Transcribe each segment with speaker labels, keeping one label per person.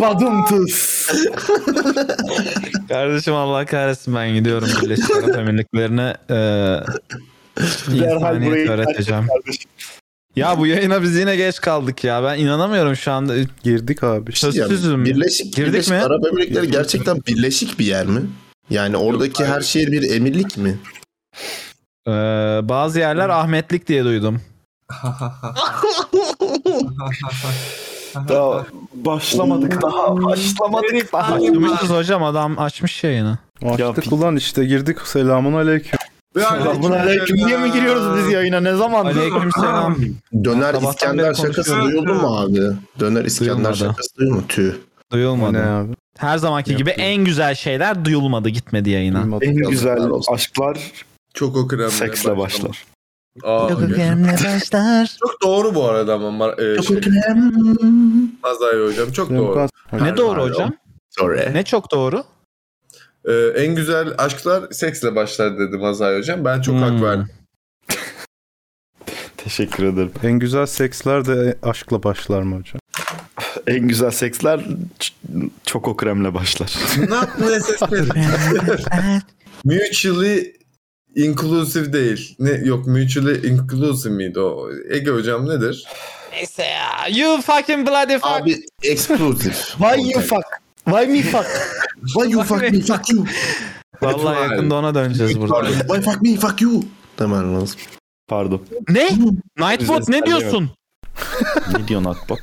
Speaker 1: Badum tıs.
Speaker 2: Kardeşim Allah kahretsin ben gidiyorum Birleşik Arap Emirlikleri'ne e, eee
Speaker 1: Derhal burayı
Speaker 2: insaniyet
Speaker 1: terk et
Speaker 2: öğreteceğim.
Speaker 1: kardeşim.
Speaker 2: Ya bu yayına biz yine geç kaldık ya. Ben inanamıyorum şu anda.
Speaker 3: Girdik abi.
Speaker 2: Söz-
Speaker 4: şey Yani
Speaker 2: Sözsüzüm.
Speaker 4: Birleşik,
Speaker 2: Girdik
Speaker 4: Birleşik
Speaker 2: mi?
Speaker 4: Arap Emirlikleri gerçekten birleşik bir yer mi? Yani oradaki her şehir bir emirlik mi?
Speaker 2: Eee, e, bazı yerler Ahmetlik diye duydum.
Speaker 1: Daha başlamadık daha. Başlamadık daha.
Speaker 2: Açmışız hocam adam açmış yayını.
Speaker 3: Açtık ulan işte girdik. Selamun aleyküm.
Speaker 1: Selamun aleyküm diye mi giriyoruz biz yayına? Ne zaman?
Speaker 2: Aleyküm selam.
Speaker 4: Döner
Speaker 2: Sabahtan
Speaker 4: İskender
Speaker 2: beri
Speaker 4: şakası
Speaker 2: konuşuyoruz.
Speaker 4: duyuldu mu abi? Döner İskender
Speaker 2: Duyulmadı.
Speaker 4: şakası duyuyor mu? Tüh.
Speaker 3: Bu Ne
Speaker 2: Duyulmadı.
Speaker 3: abi?
Speaker 2: Her zamanki gibi en güzel şeyler duyulmadı gitmedi yayına.
Speaker 3: Duymadım.
Speaker 1: En güzel
Speaker 4: Yazıklar olsun.
Speaker 1: aşklar
Speaker 5: Çok o kremle
Speaker 1: seksle başlar.
Speaker 5: Aa,
Speaker 2: Yok
Speaker 5: okey.
Speaker 2: önemli başlar.
Speaker 5: Çok doğru bu arada ama mar- e, şey, Mazai hocam çok doğru.
Speaker 2: Ne doğru hocam?
Speaker 4: Sorry.
Speaker 2: Ne çok doğru?
Speaker 5: E, en güzel aşklar seksle başlar dedi Mazai hocam. Ben çok
Speaker 2: Hmm.
Speaker 5: hak verdim.
Speaker 1: Teşekkür ederim.
Speaker 3: En güzel seksler de aşkla başlar mı hocam?
Speaker 1: En güzel seksler çok kremle başlar.
Speaker 5: Not necessary. Mutually inclusive değil. Ne yok mutually inclusive miydi o? Ege hocam nedir?
Speaker 2: Neyse ya. You fucking bloody fuck.
Speaker 4: Abi exclusive.
Speaker 1: Vay yufak. Vay mi fuck?
Speaker 4: Why you fuck me fuck you?
Speaker 2: Vallahi yakında ona döneceğiz burada.
Speaker 4: Why fuck me fuck you? Demen lazım.
Speaker 1: Pardon.
Speaker 2: ne? Nightbot ne diyorsun?
Speaker 1: Ne diyor Nightbot?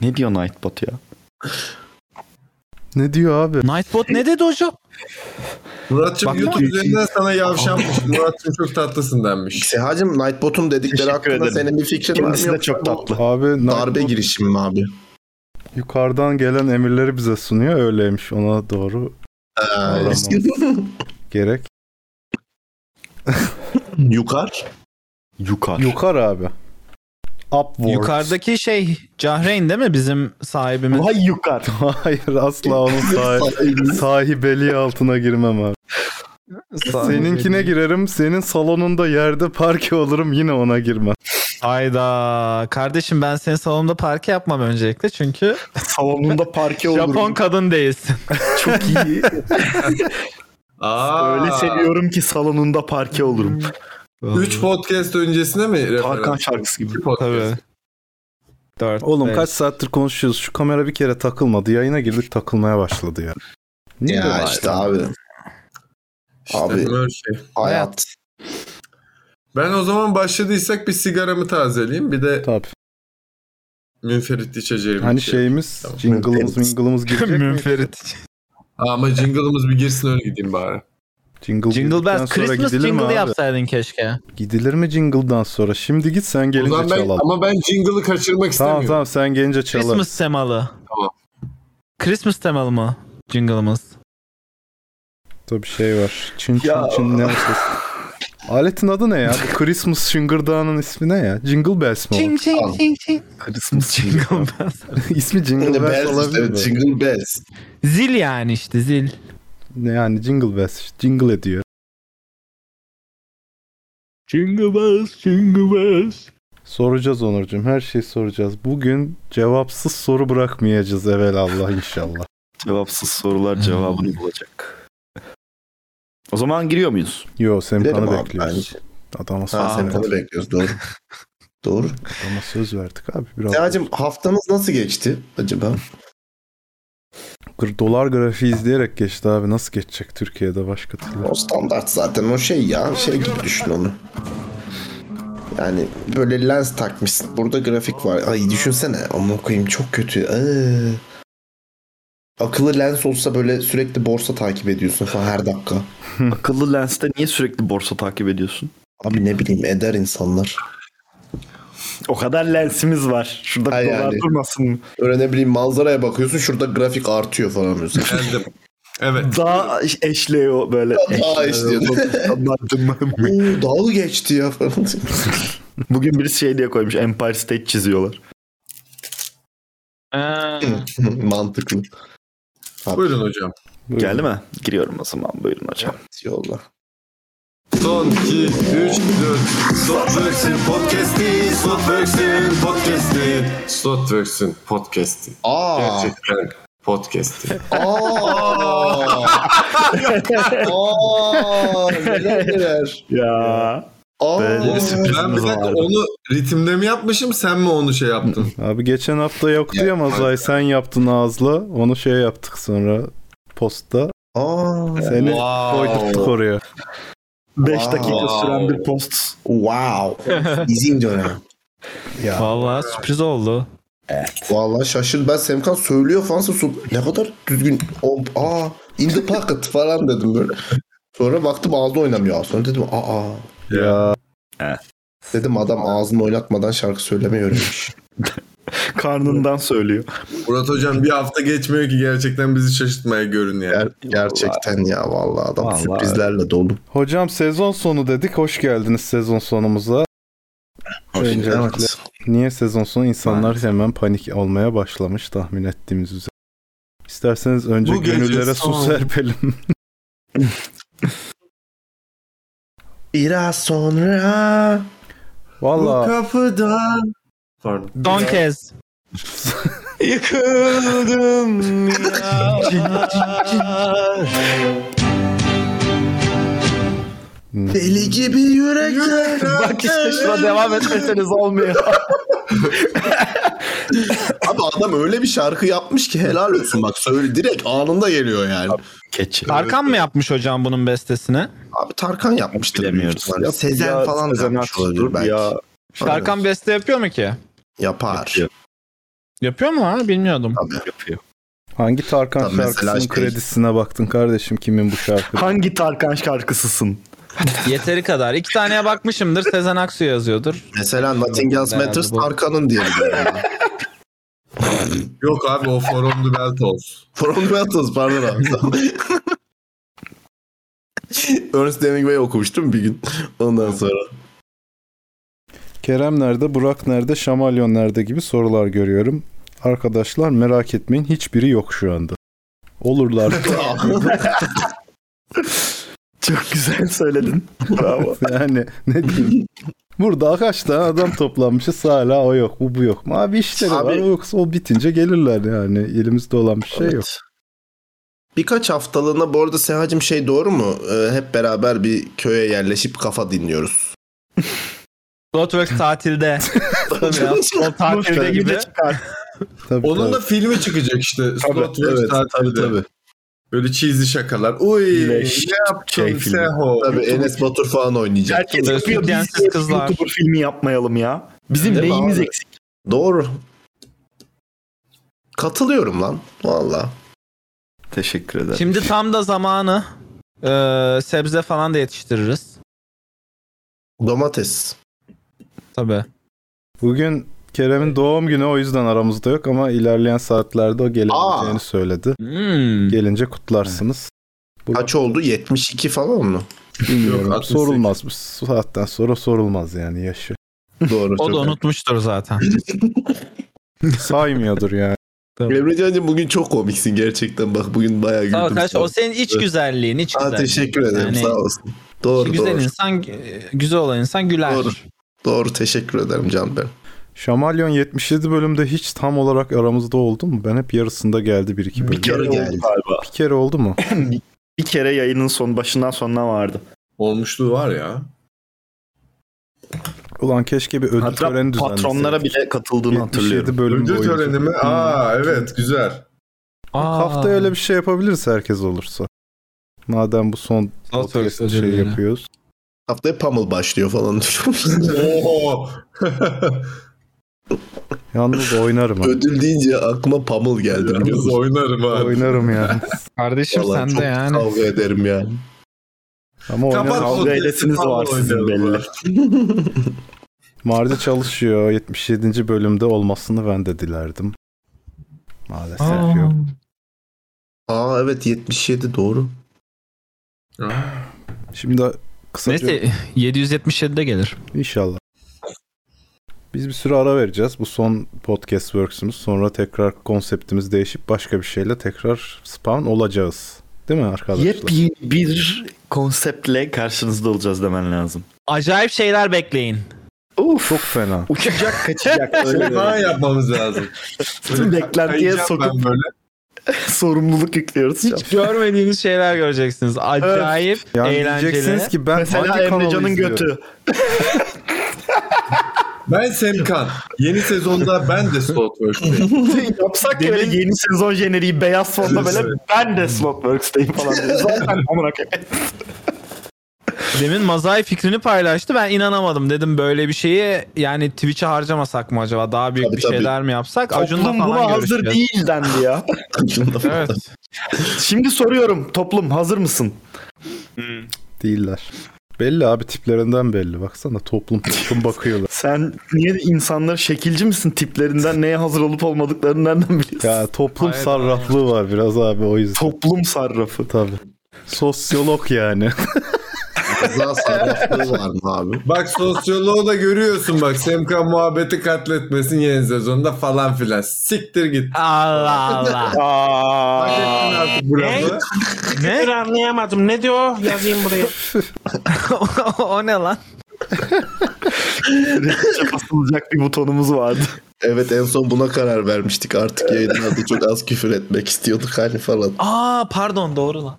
Speaker 1: ne diyor Nightbot ya?
Speaker 3: Ne diyor abi?
Speaker 2: Nightbot ne dedi hocam?
Speaker 5: Murat'cığım
Speaker 2: Bakma.
Speaker 5: YouTube üzerinden sana yavşanmış. Murat'cığım çok tatlısın denmiş.
Speaker 4: Sehacım Nightbot'un dedikleri
Speaker 1: Teşekkür
Speaker 4: hakkında
Speaker 1: ederim.
Speaker 4: senin bir fikrin var mı?
Speaker 1: Kendisi de
Speaker 4: Yoksa
Speaker 1: çok tatlı.
Speaker 3: Abi
Speaker 4: Darbe
Speaker 3: Nightbot
Speaker 4: girişimi mi abi?
Speaker 3: yukarıdan gelen emirleri bize sunuyor. Öyleymiş ona doğru
Speaker 4: Ee,
Speaker 3: Tamam. gerek.
Speaker 4: Yukar.
Speaker 5: Yukar.
Speaker 3: Yukarı abi. Upwards.
Speaker 2: Yukarıdaki şey Cahreyn değil mi bizim sahibimiz?
Speaker 1: Vay yukarı.
Speaker 3: Hayır asla onun sahi- sahibeliği altına girmem abi. Seninkine girerim. Senin salonunda yerde parke olurum yine ona girmem.
Speaker 2: Hayda. Kardeşim ben senin salonda parke yapmam öncelikle çünkü
Speaker 1: Salonunda parke
Speaker 2: Japon kadın değilsin.
Speaker 1: Çok iyi.
Speaker 5: Aa,
Speaker 1: Öyle seviyorum ki salonunda parke olurum.
Speaker 5: 3 podcast öncesine mi? referans?
Speaker 1: Tarkan şarkısı gibi.
Speaker 5: İki podcast.
Speaker 2: Tabii. Dört.
Speaker 3: Oğlum
Speaker 2: beş.
Speaker 3: kaç saattir konuşuyoruz. Şu kamera bir kere takılmadı. Yayına girdik takılmaya başladı ya. Niye
Speaker 4: Ya
Speaker 3: böyle?
Speaker 4: işte abi.
Speaker 5: İşte
Speaker 4: Abi.
Speaker 5: böyle şey.
Speaker 4: Hayat.
Speaker 5: Ben o zaman başladıysak bir sigaramı tazeleyeyim. Bir de
Speaker 3: Tabii.
Speaker 5: münferit içeceğim.
Speaker 3: Hani şeyimiz,
Speaker 5: şey Tamam.
Speaker 3: jingle'ımız, mingle'ımız girecek mi?
Speaker 2: Münferit.
Speaker 5: Ama jingle'ımız bir girsin öyle gideyim bari.
Speaker 3: Jingle,
Speaker 2: Jingle
Speaker 3: girdikten
Speaker 2: Bells
Speaker 3: sonra
Speaker 2: Christmas
Speaker 3: gidilir mi
Speaker 2: jingle
Speaker 3: abi?
Speaker 2: yapsaydın keşke.
Speaker 3: Gidilir mi jingle'dan sonra? Şimdi git sen
Speaker 5: O
Speaker 3: gelince
Speaker 5: zaman ben,
Speaker 3: çalalım.
Speaker 5: ama ben jingle'ı kaçırmak
Speaker 3: Tamam
Speaker 5: istemiyorum.
Speaker 3: tamam sen gelince çalalım.
Speaker 2: Christmas temalı.
Speaker 5: Tamam.
Speaker 2: Christmas temalı mı? Jingle'ımız.
Speaker 3: Tabii bir şey var. Çin çin
Speaker 1: Ya.
Speaker 3: çin ne ses? Aletin adı ne ya? Bu Christmas şıngırdağının ismi ne ya? Jingle Bells mi? o?
Speaker 2: ching ching ching.
Speaker 1: Christmas
Speaker 2: Jingle Bells.
Speaker 3: ismi Jingle Bells
Speaker 4: Bells
Speaker 3: olabilir
Speaker 4: işte.
Speaker 3: mi?
Speaker 4: Jingle Bells.
Speaker 2: Zil yani işte zil.
Speaker 3: Ne Yani Jingle Bells. işte, Jingle ediyor.
Speaker 2: Jingle bells, jingle bells.
Speaker 3: Soracağız Onurcuğum. Her şeyi soracağız. Bugün cevapsız soru bırakmayacağız Allah inşallah.
Speaker 1: Cevapsız sorular cevabını bulacak. O zaman giriyor muyuz?
Speaker 3: Yo
Speaker 4: Gidelim
Speaker 3: Semkan'ı
Speaker 4: abi
Speaker 3: bekliyoruz. Adama söz,
Speaker 4: Ha,
Speaker 1: Aa,
Speaker 4: sen
Speaker 1: evet.
Speaker 4: tabii bekliyoruz. Doğru. Doğru.
Speaker 3: adama söz verdik abi. Biraz
Speaker 4: Sehacım haftanız nasıl geçti acaba?
Speaker 3: Gır- dolar grafiği izleyerek geçti abi. Nasıl geçecek Türkiye'de başka türlü?
Speaker 4: O standart zaten o şey ya. Şey gibi düşün onu. Yani böyle lens takmışsın. Burada grafik var. Ay düşünsene. Aman koyayım çok kötü. Iıı. Akıllı lens olsa böyle sürekli borsa takip ediyorsun falan her dakika.
Speaker 1: Akıllı lenste niye sürekli borsa takip ediyorsun?
Speaker 4: Abi ne bileyim eder insanlar.
Speaker 1: O kadar lensimiz var. Şurada
Speaker 4: Ay,
Speaker 1: dolar
Speaker 4: yani.
Speaker 1: durmasın mı?
Speaker 4: Öyle ne bileyim manzaraya bakıyorsun şurada grafik artıyor falan. diyorsun.
Speaker 5: Geldim. Evet.
Speaker 1: Daha eşliyor böyle.
Speaker 4: Daha
Speaker 1: Eşliyor. Anladın mı?
Speaker 4: Oo, dalga geçti ya falan.
Speaker 1: Bugün birisi şey diye koymuş. Empire State çiziyorlar.
Speaker 4: Mantıklı. Abi,
Speaker 5: Buyurun hocam.
Speaker 3: Buyurun.
Speaker 1: Geldi mi? Giriyorum o zaman. Buyurun hocam.
Speaker 4: Yolla.
Speaker 5: Son 2, 3, 4. Softworks'in podcast'i. Softworks'in podcast'i. Gerçekten Slotworks'ün podcast'i.
Speaker 4: Aa.
Speaker 5: Gerçekten podcast'i.
Speaker 4: Aa. Aa. Neler neler.
Speaker 1: Ya.
Speaker 4: Aa.
Speaker 1: Böyle bir sürpriz.
Speaker 5: ben bir dakika onu ritimde mi yapmışım sen mi onu şey yaptın?
Speaker 3: Abi geçen hafta yoktu ya Mazay sen yaptın ağızla. Onu şey yaptık sonra postta.
Speaker 4: Aa.
Speaker 3: Seni
Speaker 5: Wow.
Speaker 3: koydurttuk oraya.
Speaker 1: 5
Speaker 4: Wow.
Speaker 1: dakika süren bir post.
Speaker 4: Wow. İzin dönem.
Speaker 3: Ya.
Speaker 2: Vallahi sürpriz oldu.
Speaker 4: Vallahi şaşırdım. Ben Semkan söylüyor falansa su- ne kadar düzgün. O, aa in the pocket falan dedim böyle. Sonra baktım ağzı oynamıyor. Sonra dedim aa.
Speaker 3: ya.
Speaker 4: Dedim adam ağzını oynatmadan şarkı söylemeyi öğrenmiş.
Speaker 1: Karnından söylüyor.
Speaker 5: Murat hocam bir hafta geçmiyor ki gerçekten bizi şaşırtmaya görün yani.
Speaker 4: Ger- gerçekten ya vallahi adam
Speaker 1: Vallahi.
Speaker 4: sürprizlerle dolu.
Speaker 3: Hocam sezon sonu dedik. Hoş geldiniz sezon sonumuza. Öncelikle-
Speaker 4: Evet.
Speaker 3: Niye sezon sonu insanlar hemen panik olmaya başlamış tahmin ettiğimiz üzere. İsterseniz önce
Speaker 5: Bu gece
Speaker 3: gönüllere su
Speaker 5: son.
Speaker 3: serpelim.
Speaker 4: Biraz sonra
Speaker 5: Bu
Speaker 3: Valla
Speaker 5: kapıdan. Pardon.
Speaker 2: Son kez. Yıkıldım
Speaker 4: deli gibi yürekler.
Speaker 2: Bak işte şuna devam etmeseniz olmuyor.
Speaker 4: Abi adam öyle bir şarkı yapmış ki helal olsun bak söyle direkt anında geliyor yani.
Speaker 1: Keçi.
Speaker 2: Tarkan mı yapmış hocam bunun bestesini?
Speaker 4: Abi Tarkan yapmıştır.
Speaker 1: Bilemiyoruz.
Speaker 4: büyük ihtimalle. Ya Sezen
Speaker 1: Ya
Speaker 4: falan
Speaker 1: Sezen
Speaker 4: yapmış olabilir
Speaker 1: Aksu'dur
Speaker 4: belki.
Speaker 1: Ya
Speaker 2: Tarkan beste yapıyor mu ki?
Speaker 4: Yapar.
Speaker 1: Yapıyor.
Speaker 2: Yapıyor mu ha? Bilmiyordum.
Speaker 1: yapıyor.
Speaker 3: hangi Tarkan
Speaker 4: Tabii mesela
Speaker 3: şarkısının
Speaker 4: şey-
Speaker 3: kredisine baktın kardeşim kimin bu şarkı?
Speaker 1: Hangi Tarkan şarkısısın?
Speaker 2: Yeteri kadar. İki taneye bakmışımdır. Sezen Aksu yazıyordur.
Speaker 4: Mesela Nothing Else
Speaker 2: Herhalde
Speaker 4: Matters
Speaker 2: bu.
Speaker 4: Tarkan'ın diye
Speaker 5: Yok abi o Forum the Beltos.
Speaker 4: From the Matters pardon abi. Tamam. Ernest Hemingway okumuştum bir gün. Ondan sonra.
Speaker 3: Kerem nerede, Burak nerede, Şamalyon nerede gibi sorular görüyorum. Arkadaşlar merak etmeyin hiçbiri yok şu anda. Olurlar.
Speaker 1: Çok güzel söyledin. Bravo.
Speaker 3: yani ne diyeyim. Burada kaç tane adam toplanmışız hala o yok bu bu yok. mu? Abi işleri
Speaker 4: Abi-
Speaker 3: var o yoksa o bitince gelirler yani. Elimizde olan bir şey yok.
Speaker 4: Evet. Birkaç haftalığına bu arada Sehacım şey doğru mu? Ee, hep beraber bir köye yerleşip kafa dinliyoruz.
Speaker 2: Slotworks tatilde. Tabii ya, tatilde gibi.
Speaker 3: Tabii,
Speaker 5: Onun
Speaker 3: tabii.
Speaker 5: da filmi çıkacak işte. Slotworks
Speaker 4: evet, tabii,
Speaker 5: tatilde.
Speaker 4: tabii.
Speaker 5: Böyle cheesy şakalar. Uy
Speaker 1: Leş,
Speaker 5: ne
Speaker 1: şey
Speaker 5: yaptın
Speaker 1: filmi.
Speaker 5: Seho.
Speaker 4: Tabii Enes Batur falan oynayacak.
Speaker 1: Herkes
Speaker 2: Böyle
Speaker 1: yapıyor. Biz
Speaker 2: sütyensiz
Speaker 1: de
Speaker 2: kızlar.
Speaker 1: YouTuber filmi yapmayalım ya. Bizim
Speaker 4: Değil mi
Speaker 1: neyimiz
Speaker 4: abi?
Speaker 1: eksik?
Speaker 4: Doğru. Katılıyorum lan. Valla.
Speaker 1: Teşekkür ederim.
Speaker 2: Şimdi tam da zamanı. Ee, sebze falan da yetiştiririz.
Speaker 4: Domates.
Speaker 2: Tabii.
Speaker 3: Bugün Kerem'in doğum günü o yüzden aramızda yok ama ilerleyen saatlerde o gelebileceğini
Speaker 4: Aa.
Speaker 3: söyledi.
Speaker 2: Hmm.
Speaker 3: Gelince kutlarsınız.
Speaker 4: Kaç oldu? 72 falan mı?
Speaker 3: Bilmiyorum.
Speaker 5: Yok,
Speaker 3: sorulmaz. Bu saatten sonra sorulmaz yani yaşı.
Speaker 4: Doğru.
Speaker 2: O da
Speaker 4: çok-
Speaker 2: unutmuştur zaten.
Speaker 3: Saymıyordur yani.
Speaker 4: Emrecan'cığım bugün çok komiksin gerçekten bak bugün bayağı güldüm.
Speaker 2: Sağ ol kardeşim.
Speaker 4: sana.
Speaker 2: O senin iç güzelliğin. Iç
Speaker 4: Aa,
Speaker 2: güzelliğin.
Speaker 4: teşekkür ederim
Speaker 2: Yani
Speaker 4: sağ olasın. Doğru
Speaker 2: güzel
Speaker 4: doğru.
Speaker 2: insan, e, güzel olan insan güler.
Speaker 4: Doğru. Doğru teşekkür ederim Can ben.
Speaker 3: Şamalyon 77 bölümde hiç tam olarak aramızda oldu mu? Ben hep yarısında geldi bir iki bölüm.
Speaker 4: Bir kere
Speaker 1: oldu
Speaker 4: geldi.
Speaker 1: galiba.
Speaker 3: Bir kere oldu mu?
Speaker 1: Bir kere yayının son başından sonuna vardı.
Speaker 5: Olmuşluğu var ya.
Speaker 3: Ulan keşke bir ödül
Speaker 1: Hatta
Speaker 3: töreni düzenleseydik. şey
Speaker 1: patronlara bile katıldığını
Speaker 3: 77
Speaker 1: hatırlıyorum.
Speaker 3: bölüm
Speaker 5: Ödül
Speaker 3: boyunca. Hmm.
Speaker 5: töreni mi? Aa evet güzel.
Speaker 2: Aa,
Speaker 3: Haftaya öyle bir şey yapabiliriz herkes olursa. Madem bu son
Speaker 2: Not
Speaker 3: podcast
Speaker 2: Works
Speaker 3: şey
Speaker 2: ödülleri.
Speaker 3: yapıyoruz.
Speaker 4: Haftaya Pamul başlıyor falan.
Speaker 5: Oo.
Speaker 3: Yalnız oynarım. abi.
Speaker 4: Ödül deyince aklıma Pamul geldi. biliyor
Speaker 5: Yalnız
Speaker 4: musun?
Speaker 5: oynarım abi.
Speaker 3: oynarım yani.
Speaker 2: Kardeşim
Speaker 4: Vallahi
Speaker 2: sen
Speaker 4: çok
Speaker 2: de yani.
Speaker 4: Kavga ederim yani.
Speaker 3: Ama oynarım.
Speaker 5: Kapat podcast'i,
Speaker 1: Kavga eylesiniz
Speaker 5: Pamul
Speaker 1: var sizin
Speaker 5: oynayalım.
Speaker 1: belli.
Speaker 3: Mardi çalışıyor. 77. bölümde olmasını ben de dilerdim. Maalesef
Speaker 2: Aa.
Speaker 3: yok.
Speaker 4: Aa evet 77 doğru.
Speaker 3: Şimdi kısaca
Speaker 2: Neyse 777'de gelir.
Speaker 3: İnşallah. Biz bir süre ara vereceğiz. Bu son podcast works'ümüz. Sonra tekrar konseptimiz değişip başka bir şeyle tekrar spawn olacağız. Değil mi arkadaşlar?
Speaker 1: Yepyeni bir konseptle karşınızda olacağız demen lazım.
Speaker 2: Acayip şeyler bekleyin.
Speaker 1: Uf.
Speaker 3: Çok fena.
Speaker 1: Uçacak kaçacak.
Speaker 5: Öyle Şey falan yapmamız lazım.
Speaker 1: Bütün beklentiye
Speaker 5: Kayacağım
Speaker 1: sokup
Speaker 5: ben böyle.
Speaker 1: sorumluluk yüklüyoruz. şu an.
Speaker 2: Hiç görmediğiniz şeyler göreceksiniz. Acayip
Speaker 3: Yani
Speaker 2: eğlenceli.
Speaker 3: diyeceksiniz ki ben
Speaker 1: Mesela
Speaker 3: hangi kanalı
Speaker 1: Emrecan'ın
Speaker 3: izliyorum?
Speaker 1: götü.
Speaker 5: Ben Semkan. Yeni sezonda ben de Saltworks'tayım.
Speaker 1: Yapsak ya böyle yeni sezon jeneriği beyaz fonda böyle ben de Slotworks'teyim falan diyor. Zaten amına koyayım.
Speaker 2: Demin Mazai fikrini paylaştı. Ben inanamadım. Dedim böyle bir şeyi yani Twitch'e harcamasak mı acaba? Daha büyük
Speaker 4: Tabii,
Speaker 2: bir
Speaker 4: tabii.
Speaker 2: şeyler mi yapsak? Acun'la
Speaker 1: Toplum
Speaker 2: falan
Speaker 1: buna hazır
Speaker 2: görüşeceğiz.
Speaker 1: değil dendi ya.
Speaker 2: Evet.
Speaker 1: Şimdi soruyorum toplum hazır mısın?
Speaker 3: Değiller. Belli abi tiplerinden belli. Baksana toplum toplum bakıyorlar.
Speaker 1: Sen niye insanlar şekilci misin tiplerinden neye hazır olup olmadıklarını nereden biliyorsun?
Speaker 3: Ya toplum
Speaker 2: Hayır,
Speaker 3: sarraflığı var biraz abi o yüzden.
Speaker 1: Toplum sarrafı.
Speaker 3: Tabii. Sosyolog yani.
Speaker 4: Rıza sarraflığı var mı abi?
Speaker 5: bak sosyoloğu da görüyorsun bak. Semkan muhabbeti katletmesin yeni sezonda falan filan. Siktir git.
Speaker 2: Allah Allah.
Speaker 5: Hak ettin artık bu
Speaker 6: Ne?
Speaker 5: lafı.
Speaker 6: Ben
Speaker 2: ne?
Speaker 6: anlayamadım. Ne diyor? Yazayım buraya.
Speaker 2: o ne lan?
Speaker 1: Reddit'e basılacak bir butonumuz vardı.
Speaker 4: Evet en son buna karar vermiştik. Artık yayınlarda çok az küfür etmek istiyorduk hani falan.
Speaker 2: Aa pardon doğru lan.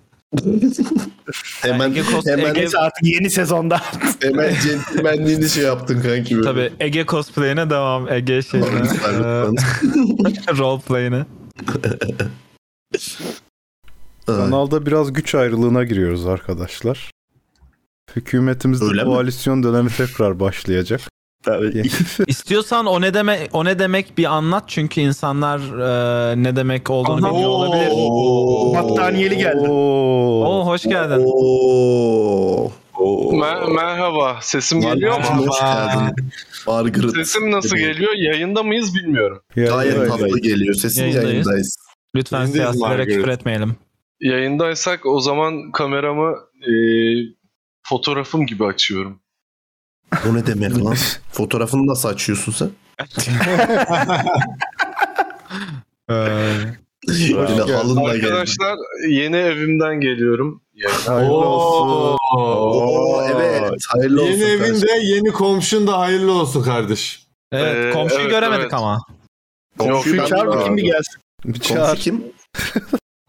Speaker 4: Hemen
Speaker 2: Ege Kost-
Speaker 4: hemen
Speaker 2: Ege-
Speaker 1: Neyse artık yeni sezonda.
Speaker 4: hemen centilmenliğini şey yaptın kanki. böyle.
Speaker 2: Tabii Ee, Ege cosplay'ine devam. Ege şeyine.
Speaker 4: Lütfen, lütfen.
Speaker 2: e, roleplay'ine.
Speaker 4: Aa,
Speaker 3: Kanalda biraz güç ayrılığına giriyoruz arkadaşlar. Hükümetimizde
Speaker 4: Öyle mi?
Speaker 3: koalisyon dönemi tekrar başlayacak.
Speaker 1: Tabii.
Speaker 2: İstiyorsan o ne demek o ne demek bir anlat çünkü insanlar e, ne demek olduğunu
Speaker 1: Aha.
Speaker 2: bilmiyor olabilir.
Speaker 4: Oo.
Speaker 1: Battaniyeli geldi.
Speaker 3: Oo.
Speaker 2: Oo hoş geldin.
Speaker 4: Oo. Oo.
Speaker 7: Mer- merhaba. Sesim geliyor
Speaker 4: Margaret,
Speaker 7: mu?
Speaker 4: hoş geldin. Margaret.
Speaker 7: Sesim nasıl
Speaker 4: Evet.
Speaker 7: geliyor? Yayında mıyız bilmiyorum.
Speaker 3: Ya,
Speaker 4: Gayet
Speaker 3: öyle.
Speaker 4: tatlı geliyor. Sesin
Speaker 2: Yayındayız.
Speaker 4: yayındayız.
Speaker 2: Lütfen
Speaker 5: Yayındayız
Speaker 2: siyasilere
Speaker 5: Margaret.
Speaker 2: küfür etmeyelim.
Speaker 7: Yayındaysak o zaman kameramı e, fotoğrafım gibi açıyorum.
Speaker 4: O ne demek lan? Fotoğrafını nasıl açıyorsun sen? Yine halınla geldin.
Speaker 7: Arkadaşlar yeni evimden geliyorum. Yayına.
Speaker 3: Hayırlı olsun.
Speaker 4: Oo, evet. Hayırlı olsun.
Speaker 5: Yeni
Speaker 4: kardeşim.
Speaker 5: evinde yeni komşun da hayırlı olsun kardeş.
Speaker 2: Evet,
Speaker 7: Ee,
Speaker 2: komşuyu
Speaker 7: evet,
Speaker 2: göremedik
Speaker 7: evet.
Speaker 2: ama.
Speaker 4: Komşuyu
Speaker 7: Yok,
Speaker 4: ben
Speaker 1: Çağır bakayım
Speaker 4: bilmiyorum.
Speaker 1: bir gelsin.
Speaker 3: Bir
Speaker 4: Komşu
Speaker 3: çağır.
Speaker 4: kim?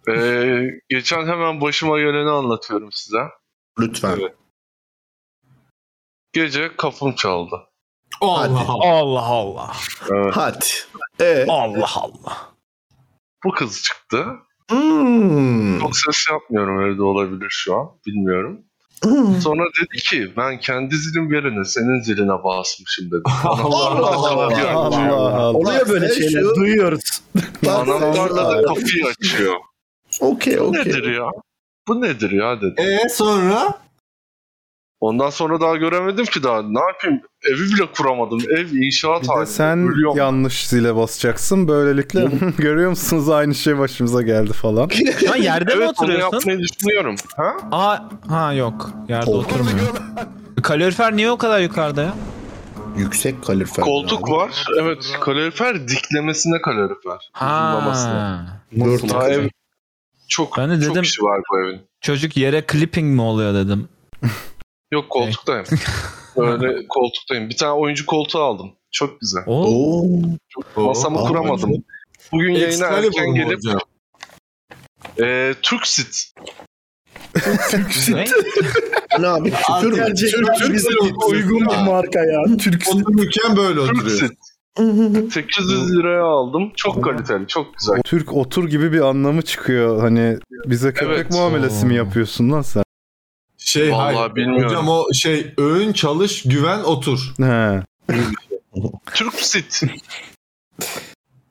Speaker 7: E, geçen hemen başıma geleni anlatıyorum size.
Speaker 4: Lütfen.
Speaker 7: Evet. Gece kapım çaldı. Ee,
Speaker 5: Allah Allah.
Speaker 2: Allah Allah.
Speaker 7: Evet.
Speaker 4: Hadi. E.
Speaker 2: Allah Allah.
Speaker 7: Bu kız çıktı.
Speaker 4: Hmm.
Speaker 7: Çok ses yapmıyorum evde olabilir şu an. Bilmiyorum. Sonra dedi ki ben kendi zilim yerine senin ziline basmışım dedi. Anahtarla da
Speaker 4: Allah
Speaker 7: kapıyı
Speaker 3: Allah
Speaker 7: açıyor.
Speaker 3: Allah.
Speaker 1: Oluyor böyle
Speaker 4: Sen
Speaker 1: şeyler.
Speaker 4: şu-
Speaker 1: Duyuyoruz.
Speaker 4: Bak sen
Speaker 7: Anahtarla da
Speaker 4: şu-
Speaker 7: kapıyı açıyor.
Speaker 4: Okey
Speaker 7: Bu
Speaker 4: okey.
Speaker 7: nedir ya? Bu nedir ya dedi.
Speaker 5: E sonra?
Speaker 7: Ondan sonra daha göremedim ki daha. Ne yapayım? Evi bile kuramadım. Ev inşaat
Speaker 3: Bir de
Speaker 7: halinde.
Speaker 3: sen
Speaker 7: Ölüyorum.
Speaker 3: yanlış zile basacaksın. Böylelikle görüyor musunuz aynı şey başımıza geldi falan.
Speaker 2: Lan yerde mi
Speaker 7: Evet onu
Speaker 2: oturuyorsun?
Speaker 7: yapmayı düşünüyorum. Ha?
Speaker 2: Aa, ha yok. Yerde
Speaker 4: Koltuk.
Speaker 2: oturmuyor. Kalorifer niye o kadar yukarıda ya?
Speaker 4: Yüksek kalorifer.
Speaker 7: Koltuk var. Evet. Kalorifer diklemesine kalorifer. Uzunlamasına.
Speaker 2: Ha.
Speaker 4: Dört
Speaker 7: Daha ev
Speaker 4: kalorifer.
Speaker 7: çok,
Speaker 2: Ben de
Speaker 7: çok
Speaker 2: dedim-
Speaker 7: işi var bu evin.
Speaker 2: Çocuk yere clipping mi oluyor dedim.
Speaker 7: Yok koltuktayım. Böyle koltuktayım. Bir tane oyuncu koltuğu aldım. Çok güzel.
Speaker 2: Oo.
Speaker 4: Oo.
Speaker 7: Masamı
Speaker 4: Aa,
Speaker 7: kuramadım.
Speaker 4: oyuncu.
Speaker 7: Bugün yayına
Speaker 5: Excalibur
Speaker 7: erken
Speaker 5: mu
Speaker 7: gelip
Speaker 5: hocam?
Speaker 7: e, Türksit.
Speaker 2: Ne?
Speaker 4: Ne abi küfür mü?
Speaker 5: Türk- Türk- Türk-
Speaker 1: uygun bir marka ya. Türk
Speaker 5: Otururken böyle oturuyor.
Speaker 7: Türksit. 800 liraya aldım. Çok kaliteli, çok güzel.
Speaker 3: Türk otur gibi bir anlamı çıkıyor. Hani bize köpek
Speaker 7: Evet.
Speaker 3: muamelesi mi yapıyorsun lan sen?
Speaker 5: Şey
Speaker 7: Vallahi
Speaker 5: hayır.
Speaker 7: bilmiyorum.
Speaker 5: Hocam o şey öğün çalış güven otur.
Speaker 3: He.
Speaker 7: Türksit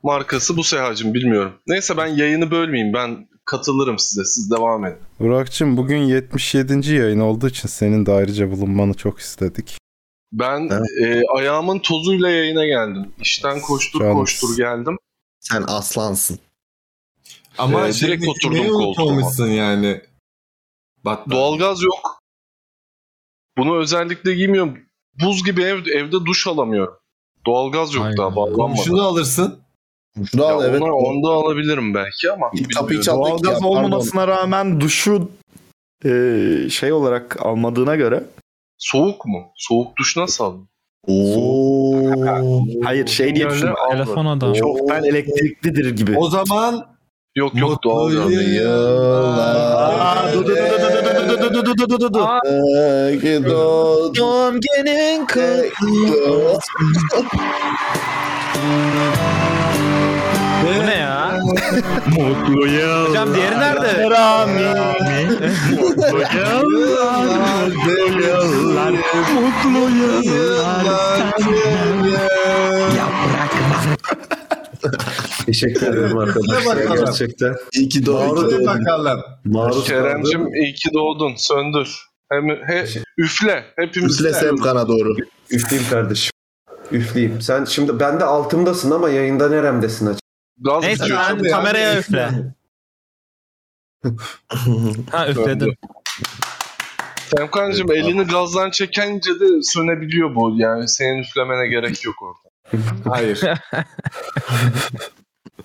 Speaker 7: markası bu Sehacım bilmiyorum. Neyse ben yayını bölmeyeyim. Ben katılırım size. Siz devam edin.
Speaker 3: Burak'cığım bugün 77. yayın olduğu için senin de ayrıca bulunmanı çok istedik.
Speaker 7: Ben e, ayağımın tozuyla yayına geldim. İşten koştur
Speaker 3: Canım.
Speaker 7: koştur geldim.
Speaker 4: Sen aslansın.
Speaker 5: Ama
Speaker 7: Ee,
Speaker 5: şey,
Speaker 7: direkt oturdum
Speaker 5: neyi
Speaker 7: koltuğuma.
Speaker 5: unutmamışsın yani. Bak
Speaker 7: Doğalgaz yok. Bunu özellikle giymiyorum. Buz gibi ev, evde duş alamıyorum. Doğalgaz yok
Speaker 2: Aynen.
Speaker 7: daha bağlanmadı.
Speaker 5: Komşunu alırsın.
Speaker 4: Şunu
Speaker 7: Ya
Speaker 4: al evet.
Speaker 7: ona, onda alabilirim belki ama.
Speaker 4: Kapıyı
Speaker 7: bilmiyorum.
Speaker 4: çal- Ya,
Speaker 1: Doğalgaz
Speaker 4: pardon.
Speaker 1: olmamasına rağmen duşu e, şey olarak almadığına göre
Speaker 7: Soğuk mu? Soğuk duş nasıl alayım?
Speaker 4: Oo.
Speaker 1: Hayır şey diye düşünme.
Speaker 7: Almadı.
Speaker 2: Telefon adam.
Speaker 1: Çoktan elektriklidir gibi.
Speaker 5: O zaman
Speaker 7: Yok yok doğal
Speaker 5: mutlu
Speaker 7: örneği.
Speaker 4: yıllar.
Speaker 1: Aa, dur, dur, dur, dur, dur, dur, dur, dur, dur, dur, dur, dur, dur.
Speaker 4: Ee, ki doğdu-
Speaker 2: Doğum günün
Speaker 4: doğdu-
Speaker 2: Bu ne ya? Mutlu yıl. Hocam diğeri nerede?
Speaker 5: Yıllar deli yıllar.
Speaker 2: Mutlu
Speaker 5: Yıllar deli yıllar.
Speaker 8: Teşekkür ederim arkadaşlar
Speaker 5: Hadi bakalım.
Speaker 8: gerçekten.
Speaker 4: İyi ki doğdu.
Speaker 5: Hadi bakalım.
Speaker 8: Maruz kaldım.
Speaker 7: Kerem'cim iyi ki doğdun. Söndür. Hem, he, üfle. Hepimiz
Speaker 4: Üflesem kana doğru.
Speaker 8: Üfleyeyim kardeşim. Üfleyeyim. Sen şimdi ben de altımdasın ama yayında neremdesin acaba?
Speaker 7: Gaz
Speaker 2: Neyse
Speaker 7: gidiyor.
Speaker 2: sen kameraya üfle. ha üfledin.
Speaker 7: Semkancığım elini gazdan çekince de sönebiliyor bu. Yani senin üflemene gerek yok orada.
Speaker 5: Hayır.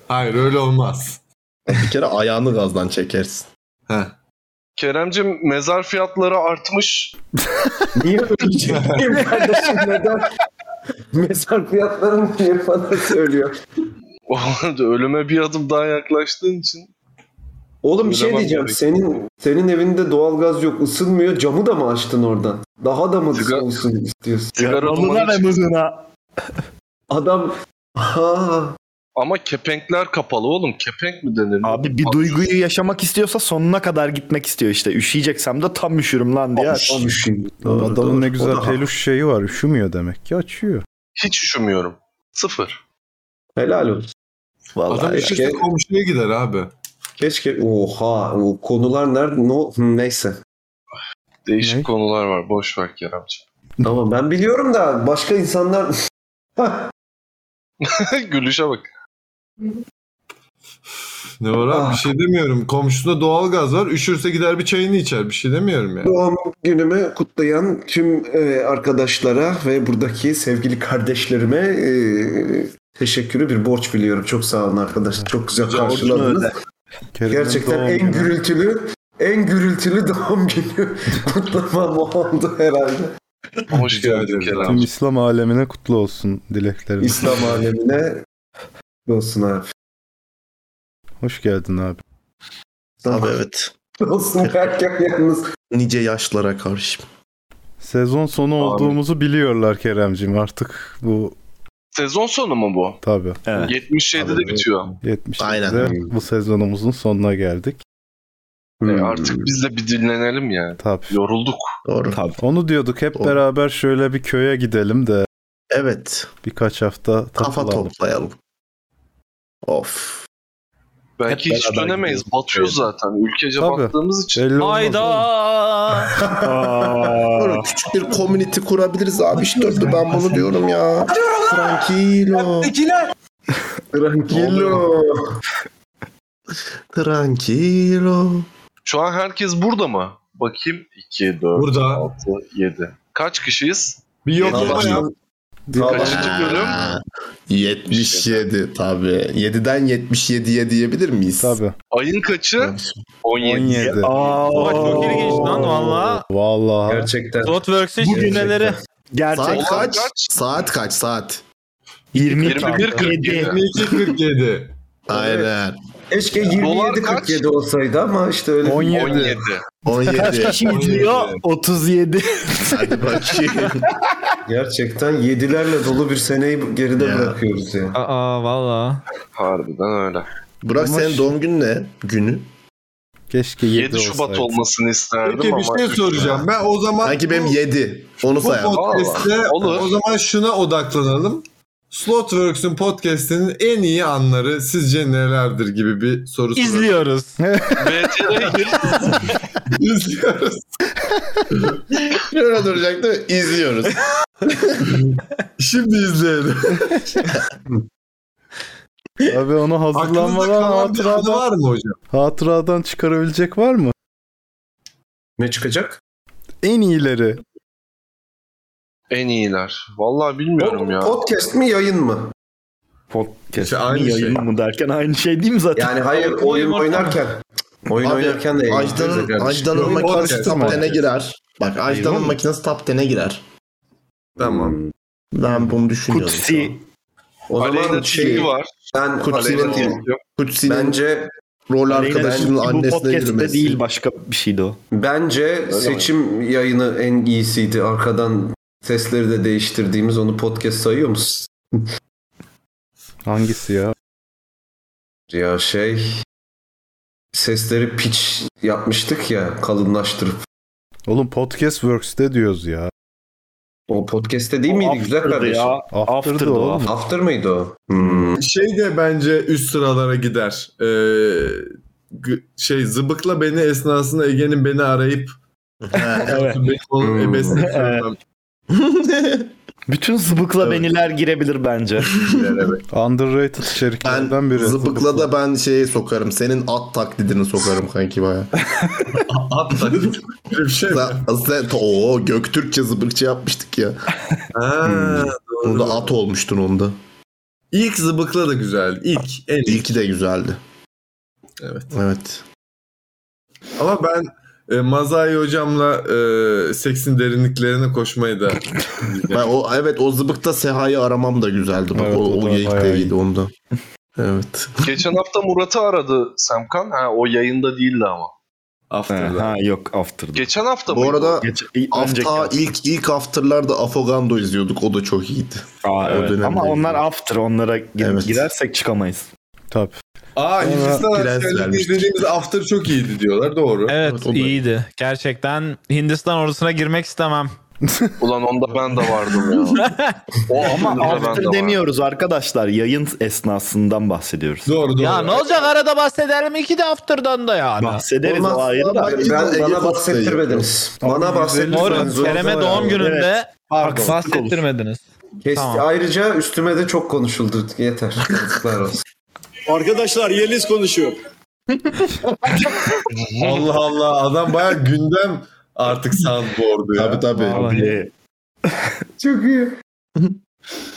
Speaker 5: Hayır öyle olmaz.
Speaker 4: Bir kere ayağını gazdan çekersin.
Speaker 5: Heh.
Speaker 7: Kerem'cim mezar fiyatları artmış.
Speaker 8: Niye öyle çekeyim kardeşim neden? Mezar fiyatlarını niye bana söylüyor?
Speaker 7: Ölüme bir adım daha yaklaştığın için.
Speaker 8: Oğlum bir şey
Speaker 7: Öyle
Speaker 8: diyeceğim.
Speaker 7: bakmadık.
Speaker 8: Senin senin evinde doğalgaz yok, ısınmıyor. Camı da mı açtın oradan? Daha da mı
Speaker 7: Sigara-
Speaker 8: olsun istiyorsun?
Speaker 7: Sigara
Speaker 1: Alnına
Speaker 7: dumanı
Speaker 1: ve
Speaker 7: çık-
Speaker 1: mızına.
Speaker 8: Adam ha
Speaker 7: Ama kepenkler kapalı oğlum. Kepenk mi denir?
Speaker 1: Abi bir duyguyu yaşamak istiyorsa sonuna kadar gitmek istiyor işte. Üşüyeceksem de tam üşürüm lan diye.
Speaker 8: düşün.
Speaker 3: Adamın ne güzel peluş şeyi var. Üşümüyor demek ki açıyor.
Speaker 7: Hiç üşümüyorum. Sıfır.
Speaker 8: Helal olsun.
Speaker 5: Adam
Speaker 4: Vallahi
Speaker 5: üşürse
Speaker 8: keşke-
Speaker 5: komşuya gider abi.
Speaker 8: Keşke oha o konular nerede no hı, neyse.
Speaker 7: Değişik
Speaker 3: Ne?
Speaker 7: konular var. Boş ver Kerem'cim.
Speaker 8: Tamam ben biliyorum da başka insanlar
Speaker 7: Gülüşe bak.
Speaker 5: Ne var abi bir şey demiyorum. Komşusunda doğalgaz var. Üşürse gider bir çayını içer. Bir şey demiyorum ya.
Speaker 8: doğum günümü kutlayan tüm e, arkadaşlara ve buradaki sevgili kardeşlerime e, teşekkürü bir borç biliyorum. Çok sağ olun arkadaşlar. Çok güzel karşıladınız.
Speaker 3: Kerem'in
Speaker 8: Gerçekten
Speaker 3: doğum
Speaker 8: en
Speaker 3: günü.
Speaker 8: gürültülü en gürültülü doğum günü kutlamam oldu herhalde.
Speaker 7: Hoş
Speaker 5: Rica
Speaker 7: geldin
Speaker 5: ederim.
Speaker 3: Tüm
Speaker 7: Kerem.
Speaker 3: İslam alemine kutlu olsun dileklerim.
Speaker 8: İslam alemine olsun abi.
Speaker 3: Hoş geldin abi.
Speaker 8: İslam
Speaker 4: Abi evet.
Speaker 8: olsun derken yalnız
Speaker 4: Nice yaşlara karşı.
Speaker 3: Sezon sonu olduğumuzu biliyorlar Keremcim artık bu
Speaker 7: Sezon sonu mu bu?
Speaker 3: tabi
Speaker 1: Evet.
Speaker 7: 77'de
Speaker 4: Tabii.
Speaker 7: bitiyor.
Speaker 3: 70'de
Speaker 4: Aynen.
Speaker 3: bu sezonumuzun sonuna geldik.
Speaker 7: E
Speaker 4: Hmm.
Speaker 7: artık biz de bir dinlenelim yani.
Speaker 3: Tabi.
Speaker 7: Yorulduk.
Speaker 4: Doğru.
Speaker 3: Onu diyorduk hep
Speaker 4: Doğru.
Speaker 3: beraber şöyle bir köye gidelim de
Speaker 4: Evet.
Speaker 3: birkaç hafta
Speaker 4: Kafa
Speaker 3: takılalım.
Speaker 4: toplayalım. Of.
Speaker 7: Belki hiç
Speaker 4: beraber
Speaker 7: dönemeyiz.
Speaker 4: gidiyoruz.
Speaker 7: Batıyoruz zaten. Ülkece
Speaker 3: Tabii.
Speaker 7: baktığımız için.
Speaker 3: Belli olmaz oğlum.
Speaker 2: Hayda.
Speaker 4: Doğru. Küçük bir community kurabiliriz abi. İşte dördü ben bunu diyorum ya. Tranquilo. Tranquilo. Tranquilo.
Speaker 7: Şu an herkes burada mı? Bakayım. 2, 4,
Speaker 5: Burada.
Speaker 7: 6, 7. Kaç kişiyiz?
Speaker 5: Bir yoklama
Speaker 4: Allah'ım.
Speaker 5: yap.
Speaker 7: Kaçıncı bölüm?
Speaker 4: 77 tabii. 7'den 77'ye diyebilir miyiz?
Speaker 3: Tabi.
Speaker 7: Ayın kaçı? 17.
Speaker 3: 17.
Speaker 2: Oha, çok ilginç lan valla.
Speaker 3: Vallahi.
Speaker 8: gerçekten
Speaker 2: Dotworks'ün şifreleri.
Speaker 1: Gerçek.
Speaker 4: Saat
Speaker 7: Olan
Speaker 4: kaç?
Speaker 7: kaç?
Speaker 4: Saat kaç? Saat.
Speaker 1: 20
Speaker 7: 21, 47.
Speaker 5: 22.47.
Speaker 4: Aynen.
Speaker 8: Keşke
Speaker 7: Dolar
Speaker 8: 27
Speaker 7: kaç?
Speaker 8: 47 olsaydı ama işte öyle.
Speaker 3: 17.
Speaker 7: 17.
Speaker 4: 17.
Speaker 1: Kim izliyor? 37.
Speaker 4: Hadi bakayım.
Speaker 8: Gerçekten 7'lerle dolu bir seneyi geride
Speaker 4: Ya.
Speaker 8: bırakıyoruz ya.
Speaker 2: Aa valla.
Speaker 7: Harbiden öyle.
Speaker 4: Burak
Speaker 3: Ama
Speaker 4: senin
Speaker 3: şu-
Speaker 4: doğum günün ne? Günü.
Speaker 3: Keşke 7,
Speaker 7: 7 Şubat
Speaker 3: olsaydı.
Speaker 7: olmasını isterdim
Speaker 5: Peki
Speaker 7: ama.
Speaker 5: bir şey soracağım. Ben o zaman
Speaker 4: Sanki benim
Speaker 5: bu-
Speaker 4: 7. Onu
Speaker 5: bu
Speaker 4: sayalım.
Speaker 5: podcast'te
Speaker 7: Vallahi, olur.
Speaker 5: o zaman şuna odaklanalım. Slotworks'un podcast'inin en iyi anları sizce nelerdir gibi bir soru soralım.
Speaker 2: İzliyoruz.
Speaker 7: BT'ye gir.
Speaker 5: İzliyoruz.
Speaker 4: Şöyle duracaktı. İzliyoruz.
Speaker 5: Şimdi izleyelim.
Speaker 3: Abi onu
Speaker 5: Aklınızda
Speaker 3: hazırlanmadan
Speaker 5: kalan bir anı
Speaker 3: hatıradan,
Speaker 5: var mı hocam?
Speaker 3: hatıradan çıkarabilecek var mı?
Speaker 8: Ne çıkacak?
Speaker 3: En iyileri.
Speaker 7: En iyiler. Vallahi bilmiyorum ya.
Speaker 8: Podcast mi yayın mı?
Speaker 1: Podcast
Speaker 5: İşte aynı
Speaker 1: yayın
Speaker 5: şey.
Speaker 1: Hani mı derken aynı şey değil mi zaten?
Speaker 8: Yani hayır oyun, oynarken. Cık, Oyun
Speaker 4: Abi,
Speaker 8: oynarken de yayın yapıyoruz ya
Speaker 4: Ajdan'ın,
Speaker 8: kardeşim.
Speaker 4: Ajdan'ın
Speaker 5: Yok,
Speaker 4: makinesi
Speaker 5: podcast
Speaker 4: top
Speaker 5: ama.
Speaker 4: 10'e girer. Bak Ajdan'ın makinesi top 10'e girer.
Speaker 5: Tamam.
Speaker 4: Hmm. Ben bunu düşünüyorum.
Speaker 1: Kutsi.
Speaker 8: O zaman
Speaker 7: Aleyna
Speaker 8: şey,
Speaker 7: Tilki var.
Speaker 8: ben
Speaker 4: Kutsi'nin-
Speaker 7: Aleyna
Speaker 8: Kutsi'nin
Speaker 7: Tilki yok.
Speaker 4: Kutsi'nin
Speaker 8: bence
Speaker 4: rol
Speaker 1: Arkadaşının
Speaker 4: arkadaşının
Speaker 1: bu
Speaker 4: annesine
Speaker 1: podcast'te
Speaker 4: yürümesi.
Speaker 1: değil başka bir şeydi o.
Speaker 8: bence seçim yayını en iyisiydi. Arkadan sesleri de değiştirdiğimiz onu podcast sayıyor musun?
Speaker 3: Hangisi ya?
Speaker 8: Ya şey sesleri piç yapmıştık ya kalınlaştırıp.
Speaker 3: Oğlum Podcast Works'te diyoruz ya.
Speaker 8: O podcast'te değil miydi güzel
Speaker 1: After'dı
Speaker 8: kardeşim?
Speaker 1: ya.
Speaker 3: After'dı
Speaker 1: After'dı
Speaker 3: oğlum.
Speaker 1: o.
Speaker 8: After mıydı o? Hmm.
Speaker 5: Şey de bence üst sıralara gider. Ee, gı- şey zıbıkla beni esnasında Ege'nin beni arayıp
Speaker 1: Evet.
Speaker 5: beni onun
Speaker 8: Hmm.
Speaker 5: ebesine
Speaker 1: Evet.
Speaker 5: sokmam
Speaker 1: Bütün zıbıkla
Speaker 5: Evet.
Speaker 1: beniler girebilir bence.
Speaker 5: gider, evet.
Speaker 3: Underrated
Speaker 4: Ben
Speaker 3: içeriklerden biri.
Speaker 4: zıpıkla da ben şeye sokarım. Senin at taklidini sokarım kanki baya.
Speaker 5: At da Öyle bir şey mi?
Speaker 4: Sen, sen o Göktürkçe zıbırkçı yapmıştık ya.
Speaker 5: Ha,
Speaker 4: Onda
Speaker 5: doğru.
Speaker 4: at olmuştun onda.
Speaker 5: İlk zıbıkla da güzel. İlk en ilk.
Speaker 4: İlki de güzeldi.
Speaker 5: Evet.
Speaker 4: Evet.
Speaker 5: Ama ben e, Mazai hocamla e, seksin derinliklerine koşmayı da
Speaker 4: Ben o evet o zıbıkta Seha'yı aramam da güzeldi. Bak
Speaker 3: Evet,
Speaker 4: o,
Speaker 3: o
Speaker 4: o
Speaker 3: da
Speaker 4: geyik
Speaker 3: bayağı
Speaker 4: de
Speaker 3: iyi.
Speaker 4: iyiydi onda. Evet.
Speaker 7: Geçen hafta Murat'ı aradı Semkan. Ha o yayında değildi ama.
Speaker 5: after'da.
Speaker 1: ha yok after'dı.
Speaker 7: Geçen hafta
Speaker 4: Bu
Speaker 7: mıydı?
Speaker 4: arada
Speaker 1: Geç, önceki
Speaker 4: Afta
Speaker 1: hafta.
Speaker 4: ilk ilk after'larda Afogando izliyorduk. O da çok iyiydi.
Speaker 1: Aa,
Speaker 4: o
Speaker 1: evet.
Speaker 4: dönemde
Speaker 1: Ama onlar
Speaker 4: izledim.
Speaker 1: after. Onlara gi-
Speaker 4: Evet.
Speaker 1: girersek çıkamayız.
Speaker 3: Tabii.
Speaker 5: Aa Hindistan
Speaker 4: Prens
Speaker 5: askerleri
Speaker 4: vermiştik.
Speaker 5: izlediğimiz after çok iyiydi diyorlar. Doğru.
Speaker 2: Evet
Speaker 4: Evet, o da-
Speaker 2: iyiydi. Gerçekten Hindistan ordusuna girmek istemem.
Speaker 7: Ulan onda ben de vardım ya. o
Speaker 1: Ama
Speaker 7: onda ben de
Speaker 1: after
Speaker 7: vardım.
Speaker 1: demiyoruz arkadaşlar. Yayın esnasından bahsediyoruz.
Speaker 5: Doğru doğru.
Speaker 2: Ya ne olacak arada bahsederim iki de after'dan da yani.
Speaker 1: Hani Bahsederiz
Speaker 8: Olmaz.
Speaker 1: o ayrı da.
Speaker 8: Ben, bana bahsettirmediniz. Bana
Speaker 2: Morun
Speaker 8: bahsettirmediniz.
Speaker 2: Kerem'e
Speaker 3: Zorla
Speaker 2: doğum
Speaker 3: ya.
Speaker 2: gününde
Speaker 1: Haksızlık
Speaker 2: bahsettirmediniz.
Speaker 8: Kes-
Speaker 2: Tamam.
Speaker 8: Ayrıca üstüme de çok konuşuldu. Yeter. Yazıklar olsun.
Speaker 9: Arkadaşlar Yeliz konuşuyor.
Speaker 5: Allah Allah adam baya gündem artık soundboard'u ya.
Speaker 4: Tabii tabii.
Speaker 2: Vallahi.
Speaker 1: Ee,
Speaker 8: Çok iyi.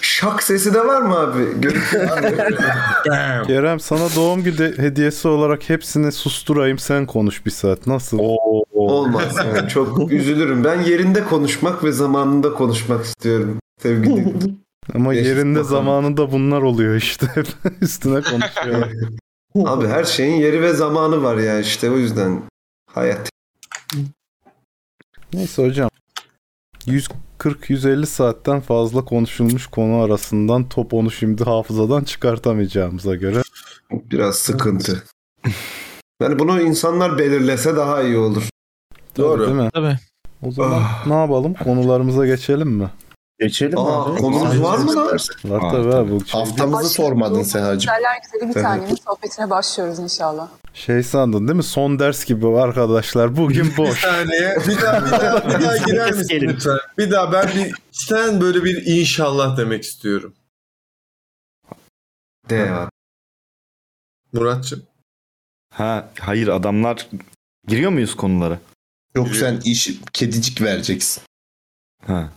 Speaker 8: Şak sesi de var mı abi? Görüntü var mı?
Speaker 5: Bam.
Speaker 3: Kerem sana doğum günü de- hediyesi olarak hepsini susturayım sen konuş bir saat. Nasıl?
Speaker 8: Olmaz. Yani çok üzülürüm. Ben yerinde konuşmak ve zamanında konuşmak istiyorum. Sevgili
Speaker 3: Ama
Speaker 8: Yaşasın
Speaker 3: yerinde
Speaker 8: bakalım.
Speaker 3: zamanında bunlar oluyor işte. Üstüne konuşuyorlar.
Speaker 8: Abi her şeyin yeri ve zamanı var ya işte o yüzden hayat.
Speaker 3: Neyse hocam. 140-150 saatten fazla konuşulmuş konu arasından top 10'u şimdi hafızadan çıkartamayacağımıza göre.
Speaker 8: Biraz sıkıntı. Yani bunu insanlar belirlese daha iyi olur.
Speaker 5: Doğru.
Speaker 3: Değil mi?
Speaker 2: Tabii.
Speaker 3: O zaman ne yapalım? Konularımıza geçelim mi?
Speaker 1: Geçelim
Speaker 8: Aa,
Speaker 1: abi.
Speaker 8: konumuz var mı lan?
Speaker 3: Var tabii abi. Bu şey,
Speaker 4: Haftamızı sormadın Seha'cığım.
Speaker 10: Güzeller güzeli bir
Speaker 3: Evet.
Speaker 10: tanenin sohbetine başlıyoruz inşallah.
Speaker 3: şey sandın değil mi? Son ders gibi arkadaşlar. Bugün
Speaker 5: Bir
Speaker 3: boş.
Speaker 5: saniye. Hani Bir daha, bir daha, bir daha girer misin
Speaker 1: Gelin.
Speaker 5: lütfen? Bir daha ben bir sen böyle bir inşallah demek istiyorum.
Speaker 8: De ya.
Speaker 5: Muratçım.
Speaker 1: Ha hayır adamlar giriyor muyuz konulara?
Speaker 4: Yok sen iş kedicik vereceksin.
Speaker 1: Ha.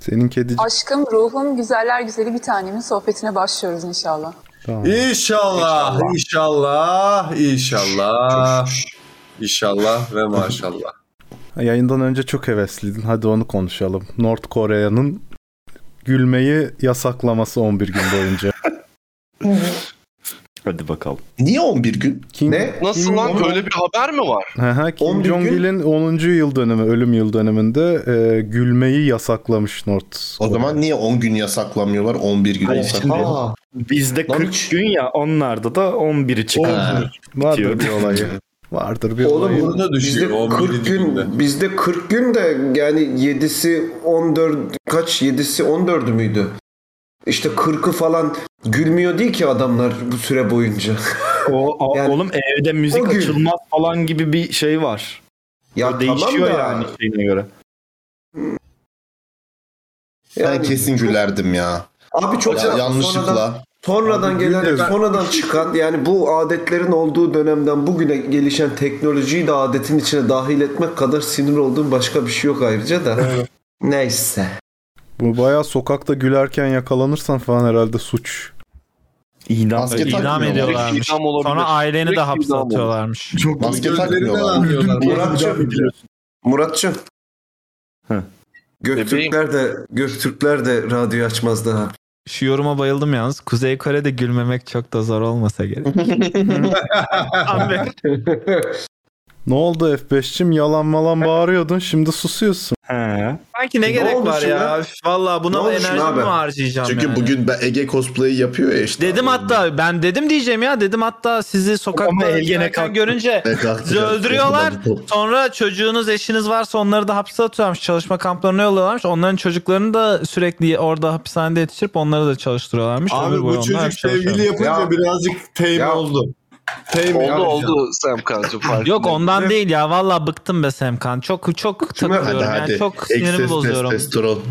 Speaker 3: Senin kedicik.
Speaker 10: Aşkım, ruhum, güzeller güzeli bir tanenin sohbetine başlıyoruz inşallah.
Speaker 3: Tamam.
Speaker 5: İnşallah, inşallah, inşallah, inşallah ve maşallah.
Speaker 3: Yayından önce çok hevesliydin. Hadi onu konuşalım. North Kore'nin gülmeyi yasaklaması 11 gün boyunca.
Speaker 1: Hadi bakalım.
Speaker 4: Niye 11 gün?
Speaker 3: Kim,
Speaker 8: Ne?
Speaker 7: Nasıl lan? Öyle bir haber mi var?
Speaker 3: Hı hı, Kim
Speaker 8: 11 gün-
Speaker 3: Jong-il'in 10. yıl dönümü, ölüm yıl dönümünde e, gülmeyi yasaklamış North
Speaker 4: O
Speaker 3: Kore.
Speaker 4: zaman niye 10 gün yasaklamıyorlar 11 gün
Speaker 1: Hayır, şimdi-
Speaker 4: yasaklamıyorlar?
Speaker 8: Aa,
Speaker 1: Bizde
Speaker 4: Lan
Speaker 1: 40
Speaker 4: hiç-
Speaker 1: gün ya onlarda da 11'i çıkıyor.
Speaker 4: Ha.
Speaker 3: Vardır
Speaker 1: bitiyor.
Speaker 3: bir olayı. Vardır bir
Speaker 8: oğlum
Speaker 3: olayı.
Speaker 5: bunu da
Speaker 8: bunu bizde
Speaker 5: düşünüyor, 11.
Speaker 8: 40 gün
Speaker 5: günde.
Speaker 8: bizde 40 gün de yani 7'si 14 kaç 7'si 14'ü müydü? İşte 40'ı falan gülmüyor değil ki adamlar bu süre boyunca.
Speaker 1: O, o-
Speaker 8: Yani
Speaker 1: oğlum evde müzik
Speaker 8: o gün-
Speaker 1: açılmaz falan gibi bir şey var.
Speaker 8: ya
Speaker 1: o değişiyor
Speaker 8: tamam da,
Speaker 1: yani şeyine göre.
Speaker 4: Ben
Speaker 8: yani-
Speaker 4: kesin gülerdim ya.
Speaker 8: Abi çok
Speaker 4: Ya,
Speaker 8: saçma. Sonradan-
Speaker 4: yanlışlıkla.
Speaker 8: Sonradan
Speaker 3: Abi
Speaker 8: gelen,
Speaker 3: bilmiyorum.
Speaker 8: sonradan çıkan yani bu adetlerin olduğu dönemden bugüne gelişen teknolojiyi de adetin içine dahil etmek kadar sinir olduğum başka bir şey yok ayrıca da. Neyse.
Speaker 3: Bu bayağı sokakta gülerken yakalanırsan falan herhalde suç.
Speaker 1: İdam.
Speaker 4: Maske
Speaker 2: İdam
Speaker 4: takmıyorlar.
Speaker 2: ediyorlarmış.
Speaker 7: İdam olabilir.
Speaker 2: Sonra aileni
Speaker 7: Direkt
Speaker 2: de
Speaker 7: idam
Speaker 2: hapse
Speaker 7: olur.
Speaker 2: atıyorlarmış.
Speaker 4: Çok Maske
Speaker 5: Gözlerinden
Speaker 4: takmıyorlar.
Speaker 5: anlıyorlar.
Speaker 8: Muratçım. Muratçım.
Speaker 1: Heh.
Speaker 8: Göktürkler de Göktürkler de radyoyu açmaz daha.
Speaker 2: Şu yoruma bayıldım yalnız. Kuzey Kore'de gülmemek çok da zor olmasa gerek.
Speaker 3: Ne oldu F5'cim yalan malan bağırıyordun şimdi susuyorsun. He.
Speaker 2: Sanki ne, gerek
Speaker 3: oldu
Speaker 2: var
Speaker 3: şimdi?
Speaker 2: ya? Üf, Vallahi
Speaker 3: Ne
Speaker 2: buna
Speaker 3: oldu
Speaker 2: enerjimi
Speaker 3: şimdi abi?
Speaker 2: mi harcayacağım
Speaker 4: Çünkü
Speaker 2: yani?
Speaker 4: bugün ben Ege cosplay'i yapıyor ya işte.
Speaker 2: Dedim hatta ben dedim diyeceğim ya dedim hatta sizi
Speaker 4: Ama
Speaker 2: sokakta
Speaker 4: el gene
Speaker 2: yürürken
Speaker 4: kalktı.
Speaker 2: görünce
Speaker 4: E, kalktı,
Speaker 2: sizi
Speaker 4: kalktı.
Speaker 2: öldürüyorlar.
Speaker 4: Yapamadı, korktu.
Speaker 2: Sonra çocuğunuz eşiniz varsa onları da hapse atıyorlarmış. Çalışma kamplarına yolluyorlarmış. Onların çocuklarını da sürekli orada hapishanede yetiştirip onları da çalıştırıyorlarmış.
Speaker 5: Abi
Speaker 2: Ömür boyu
Speaker 5: bu
Speaker 2: onlar hep
Speaker 5: çocuk sevgili
Speaker 2: çalışıyorlarmış.
Speaker 5: yapınca birazcık tame oldu. Tame
Speaker 7: Oldu
Speaker 5: yapacağım.
Speaker 7: oldu Sam Kancı farkında.
Speaker 2: Yok ondan değil ya. Vallahi bıktım be Semkan. Çok çok takılıyorum. Yani Çok sinirimi bozuyorum.
Speaker 4: testosteron.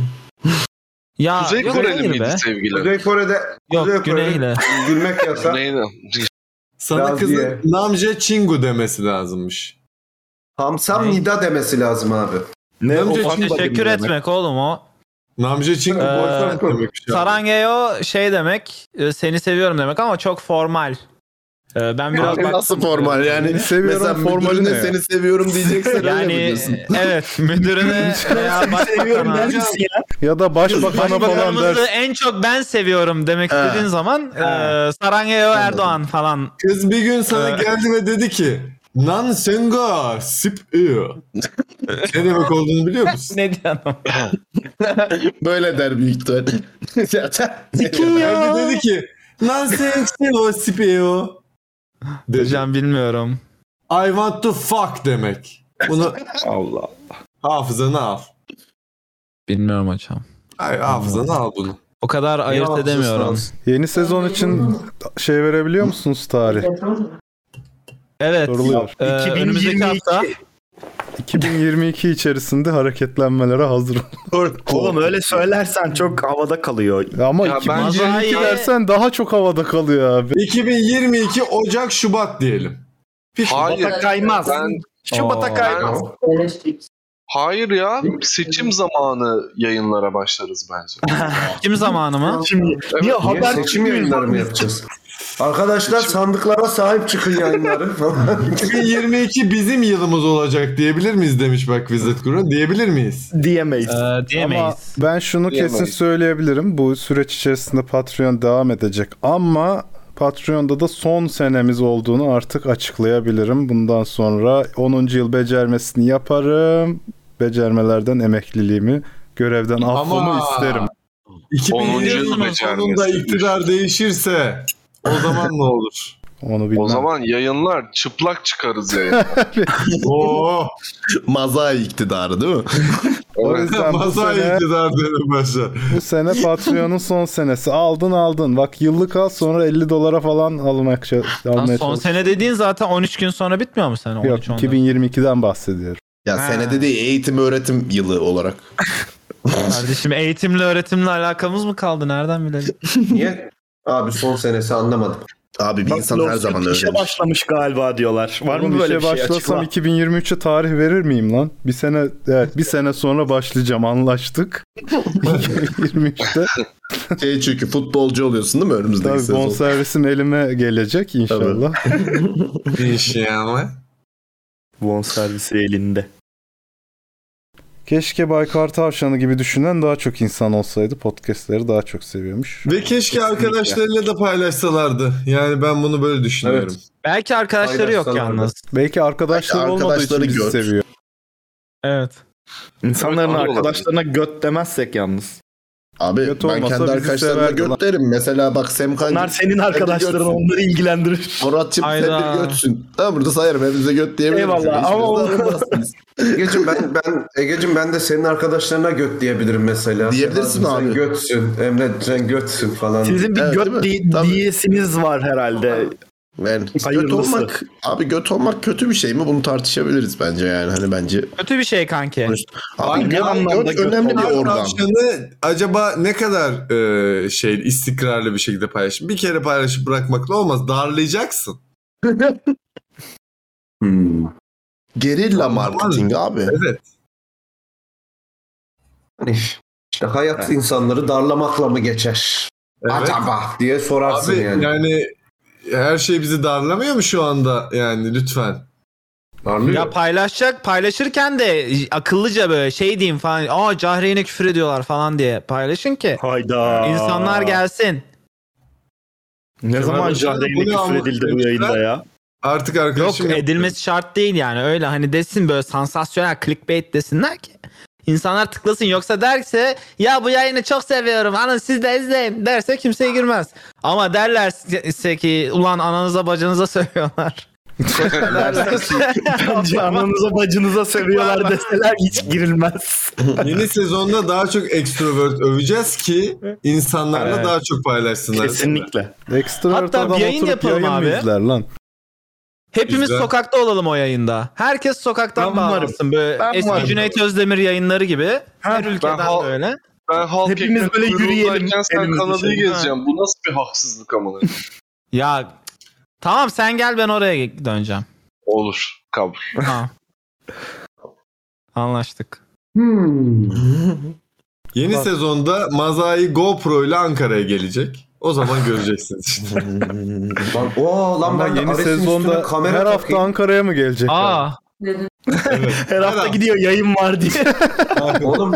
Speaker 2: Ya
Speaker 7: Kuzey
Speaker 2: yok
Speaker 7: Koreli
Speaker 2: değil
Speaker 7: miydi
Speaker 2: be.
Speaker 7: sevgili?
Speaker 8: Kuzey Kore'de
Speaker 2: Yok
Speaker 8: Kuzey Kore'de
Speaker 2: güneyle.
Speaker 8: gülmek yasak.
Speaker 7: Neydi?
Speaker 5: Sana
Speaker 8: Biraz
Speaker 5: kızın
Speaker 8: diye.
Speaker 5: Namje Chingu demesi lazımmış.
Speaker 8: Hamsam Nida demesi lazım abi.
Speaker 5: Ne
Speaker 2: Teşekkür etmek oğlum o.
Speaker 5: Namje Chingu boyfriend demek. bir şey.
Speaker 2: Sarangeyo şey demek, e, seni seviyorum demek ama çok formal. E, Ben biraz
Speaker 4: Abi
Speaker 2: baktım.
Speaker 4: nasıl formal yani?
Speaker 3: Seni seviyorum
Speaker 4: Mesela
Speaker 3: formali
Speaker 4: müdürüne
Speaker 3: ne ya?
Speaker 4: seni seviyorum diyeceksin. öyle
Speaker 2: Yani
Speaker 4: yapacaksın.
Speaker 2: evet müdürüne veya
Speaker 1: seviyorum
Speaker 2: başbakana.
Speaker 1: der misin ya?
Speaker 3: Ya da başbakana falan
Speaker 2: Başbakanımızı
Speaker 3: dersin.
Speaker 2: en çok ben seviyorum demek istediğin zaman e, Sarangeyo Erdoğan falan.
Speaker 5: Kız bir gün sana geldi ve dedi ki Nan Senga Sip Iyo. ne demek olduğunu biliyor musun?
Speaker 2: ne diyorsun?
Speaker 4: Böyle der büyük ihtimal.
Speaker 5: Geldi dedi ki Nan Senga Sip Iyo.
Speaker 2: Hocam bilmiyorum.
Speaker 5: I want to fuck demek. Bunu
Speaker 3: Allah.
Speaker 5: hafızanı al.
Speaker 2: Bilmiyorum hocam.
Speaker 5: Ay, hafızanı al bunu.
Speaker 2: O kadar ayırt
Speaker 5: hafızası
Speaker 2: edemiyorum.
Speaker 5: lazım?
Speaker 3: Yeni sezon için şey verebiliyor musunuz tarih?
Speaker 2: Evet.
Speaker 3: Soruluyor.
Speaker 2: e, önümüzdeki hafta
Speaker 3: 2022 içerisinde hareketlenmelere hazır olun.
Speaker 1: Oğlum öyle söylersen çok havada kalıyor.
Speaker 3: Ama
Speaker 7: Ya
Speaker 3: 2022
Speaker 2: Mazai-
Speaker 3: dersen daha çok havada kalıyor abi.
Speaker 5: 2022 Ocak Şubat diyelim. şey
Speaker 7: Hayır.
Speaker 1: Şubat'a kaymaz.
Speaker 7: Ben,
Speaker 1: Şubat'a kaymaz.
Speaker 7: hayır ya. Seçim zamanı yayınlara başlarız bence.
Speaker 2: kim zamanı mı?
Speaker 1: Şimdi niye
Speaker 8: Niye
Speaker 1: haber
Speaker 8: seçim yayınları mı
Speaker 1: çıkmıyor?
Speaker 8: yapacağız? Arkadaşlar sandıklara sahip çıkın yayınları falan.
Speaker 5: 2022 bizim yılımız olacak diyebilir miyiz demiş bak Vizzet Guru. Diyebilir miyiz?
Speaker 1: Diyemeyiz.
Speaker 2: E, diyemeyiz.
Speaker 3: Ama ben şunu kesin
Speaker 7: Diyemeyiz.
Speaker 3: söyleyebilirim. Bu süreç içerisinde Patreon devam edecek. Ama Patreon'da da son senemiz olduğunu artık açıklayabilirim. Bundan sonra 10. yıl becermesini yaparım. Becermelerden emekliliğimi, görevden affımı
Speaker 5: Ama-
Speaker 3: isterim.
Speaker 5: 2020
Speaker 7: 10.
Speaker 5: yılının
Speaker 7: yıl
Speaker 5: sonunda
Speaker 7: becermesi.
Speaker 5: iktidar değişirse o zaman ne olur?
Speaker 3: Onu bilmem.
Speaker 7: O zaman yayınlar çıplak çıkarız yayın.
Speaker 5: Oo,
Speaker 4: Mazai iktidarı değil mi?
Speaker 3: o yüzden bu
Speaker 5: masa
Speaker 3: sene,
Speaker 5: iktidar dedim başa.
Speaker 3: bu sene Patreon'un son senesi. Aldın aldın. Bak yıllık al sonra 50 dolara falan almak
Speaker 2: Lan son
Speaker 3: almaya çalış.
Speaker 2: sene dediğin zaten 13 gün sonra bitmiyor mu sen? 13,
Speaker 3: Yok
Speaker 2: 14.
Speaker 3: 2022'den bahsediyorum.
Speaker 4: Ya
Speaker 2: Ha.
Speaker 4: senede değil eğitim öğretim yılı olarak.
Speaker 2: Kardeşim eğitimle öğretimle alakamız mı kaldı? Nereden bilelim?
Speaker 8: Niye? Abi son senesi anlamadım.
Speaker 4: Abi bir insan her zaman
Speaker 1: Lawsuit işe
Speaker 4: öğrenir.
Speaker 1: başlamış galiba diyorlar. Var
Speaker 3: Oğlum
Speaker 1: mı böyle bir şey
Speaker 3: işe başlasam
Speaker 1: açıkla?
Speaker 3: 2023'e tarih verir miyim lan? Bir sene evet bir sene sonra başlayacağım anlaştık. 2023'te
Speaker 4: Şey çünkü futbolcu oluyorsun değil mi önümüzdeki
Speaker 3: tabii
Speaker 4: sezon?
Speaker 3: bonservisin elime gelecek inşallah.
Speaker 5: İş yani.
Speaker 1: Bon servisi elinde.
Speaker 3: Keşke Baykar Tavşanı gibi düşünen daha çok insan olsaydı podcastleri daha çok seviyormuş.
Speaker 5: Ve keşke arkadaşlarıyla da paylaşsalardı. Yani ben bunu böyle düşünüyorum.
Speaker 2: Belki arkadaşları yok
Speaker 8: Paylaşsalar
Speaker 2: yalnız.
Speaker 3: Belki arkadaşlar
Speaker 4: Belki
Speaker 3: olmadığı için
Speaker 4: arkadaşları
Speaker 3: bizi
Speaker 4: gör.
Speaker 3: seviyor.
Speaker 2: Evet.
Speaker 1: İnsanların
Speaker 7: Anadolu'da.
Speaker 1: arkadaşlarına göt demezsek yalnız.
Speaker 4: Abi
Speaker 3: Kötü
Speaker 4: ben
Speaker 3: olmasa
Speaker 4: kendi
Speaker 3: bizi
Speaker 4: arkadaşlarıma
Speaker 3: severdi lan.
Speaker 4: götlerim. Mesela bak Semkan
Speaker 1: Onlar senin
Speaker 4: götsün.
Speaker 1: arkadaşların onları ilgilendirir.
Speaker 4: Muratçım sen
Speaker 2: Hayda.
Speaker 4: bir götsün. Tamam burada sayarım hepinize göt diyebilirim.
Speaker 1: Eyvallah,
Speaker 4: Hiçbiriniz
Speaker 1: ama o-
Speaker 4: alınmazsınız.
Speaker 8: Egeciğim ben ben Egeciğim ben de senin arkadaşlarına göt diyebilirim mesela.
Speaker 4: Diyebilirsin
Speaker 8: Sen
Speaker 4: abi.
Speaker 8: götsün. Emre sen götsün falan.
Speaker 1: Sizin bir
Speaker 4: Evet,
Speaker 1: göt
Speaker 4: değil mi?
Speaker 1: di-
Speaker 4: Tabii.
Speaker 1: diyesiniz var herhalde.
Speaker 4: Yani göt
Speaker 1: Hayırlısı.
Speaker 4: olmak abi göt olmak kötü bir şey mi bunu tartışabiliriz bence yani hani bence
Speaker 2: Kötü bir şey kanki.
Speaker 4: abi
Speaker 5: Aynı
Speaker 4: göt,
Speaker 1: anlamda
Speaker 4: göt
Speaker 1: göt
Speaker 4: önemli bir
Speaker 5: Abi
Speaker 4: organ.
Speaker 5: tavşanı acaba ne kadar e, şey istikrarlı bir şekilde paylaşın. Bir kere paylaşıp bırakmakla olmaz. Darlayacaksın.
Speaker 8: Hmm.
Speaker 4: Gerilla marketing abi.
Speaker 5: Evet.
Speaker 8: Yani Hani işte hayat insanları darlamakla mı geçer?
Speaker 5: evet.
Speaker 8: Acaba diye sorarsın
Speaker 5: Abi
Speaker 8: yani.
Speaker 5: yani her şey bizi darlamıyor mu şu anda yani lütfen.
Speaker 2: Ya paylaşacak paylaşırken de akıllıca böyle şey diyeyim falan. Aa Cahreyn'e küfür ediyorlar falan diye paylaşın ki.
Speaker 1: Hayda.
Speaker 2: İnsanlar gelsin.
Speaker 1: Ne zaman Jahreyn'e küfür edildi bu yayında ya?
Speaker 5: Artık arkadaşım
Speaker 2: Yok edilmesi şart değil yani öyle hani desin böyle sansasyonel clickbait desinler ki. İnsanlar tıklasın yoksa derse ya bu yayını çok seviyorum anın siz de izleyin derse kimseye girmez. Ama derlerse ki ulan ananıza bacınıza sövüyorlar.
Speaker 1: Bence ananıza bacınıza seviyorlar deseler hiç girilmez.
Speaker 5: Yeni sezonda daha çok extrovert öveceğiz ki insanlarla
Speaker 1: Evet.
Speaker 5: daha çok paylaşsınlar.
Speaker 1: Kesinlikle.
Speaker 3: Extrovert
Speaker 2: Hatta bir
Speaker 3: adam
Speaker 2: yayın
Speaker 3: oturup
Speaker 2: yapalım
Speaker 3: yayın mı
Speaker 2: abi.
Speaker 3: izler lan?
Speaker 2: Hepimiz
Speaker 5: Güzel.
Speaker 2: sokakta olalım o yayında. Herkes sokaktan bağlansın böyle
Speaker 1: Ben
Speaker 2: eski
Speaker 1: varım.
Speaker 2: Cüneyt Özdemir yayınları gibi. Her ülkeden
Speaker 7: hal-
Speaker 2: böyle.
Speaker 7: Ben halk
Speaker 1: Hepimiz
Speaker 7: ekmek
Speaker 1: böyle
Speaker 7: kuyruğundayken
Speaker 1: yürüyelim,
Speaker 7: Sen
Speaker 1: elimizi
Speaker 7: Kanada'yı
Speaker 1: çekelim.
Speaker 7: gezeceğim. Bu nasıl bir haksızlık amına?
Speaker 2: Ya tamam sen gel ben oraya döneceğim.
Speaker 7: Olur. Kabul.
Speaker 2: Tamam. Anlaştık.
Speaker 8: Hmm.
Speaker 5: Yeni
Speaker 2: Bak.
Speaker 5: sezonda Mazai GoPro ile Ankara'ya gelecek. O zaman göreceksiniz işte.
Speaker 8: Lan, oo, lan ben
Speaker 3: Ama
Speaker 8: de
Speaker 3: yeni
Speaker 8: Ares'in üstüne
Speaker 3: sezonda
Speaker 8: kamera
Speaker 3: her hafta
Speaker 8: takayım.
Speaker 3: Ankara'ya mı gelecek?
Speaker 2: Aa
Speaker 1: Her hafta gidiyor yayın var diye.
Speaker 8: Oğlum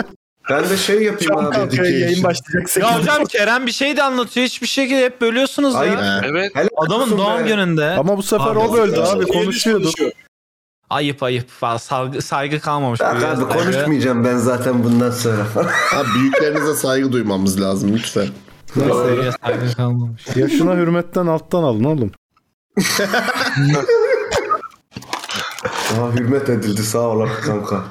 Speaker 8: ben de şey yapayım
Speaker 1: Tam
Speaker 8: abi.
Speaker 1: kalkıyor yayın başlayacak.
Speaker 2: ya
Speaker 1: sekizde.
Speaker 2: hocam Kerem bir şey de anlatıyor. Hiçbir şekilde hep bölüyorsunuz
Speaker 8: Hayır.
Speaker 2: ya.
Speaker 7: Evet.
Speaker 8: Helal olsun
Speaker 2: Adamın doğum
Speaker 8: be.
Speaker 2: gününde.
Speaker 3: Ama bu sefer
Speaker 2: Abi,
Speaker 3: o böldü abi
Speaker 9: Yeğeniz
Speaker 3: konuşuyorduk.
Speaker 9: konuşuyor.
Speaker 2: Ayıp ayıp. Vallahi Saygı, saygı kalmamış. bu
Speaker 8: Bak abi
Speaker 2: yazda.
Speaker 8: konuşmayacağım ben zaten bundan sonra.
Speaker 4: Abi büyüklerinize saygı duymamız lazım lütfen.
Speaker 2: Saygı- saygı kalmamış.
Speaker 3: Yaşına hürmetten alttan alın oğlum.
Speaker 8: Aa, hürmet edildi sağ ol kanka.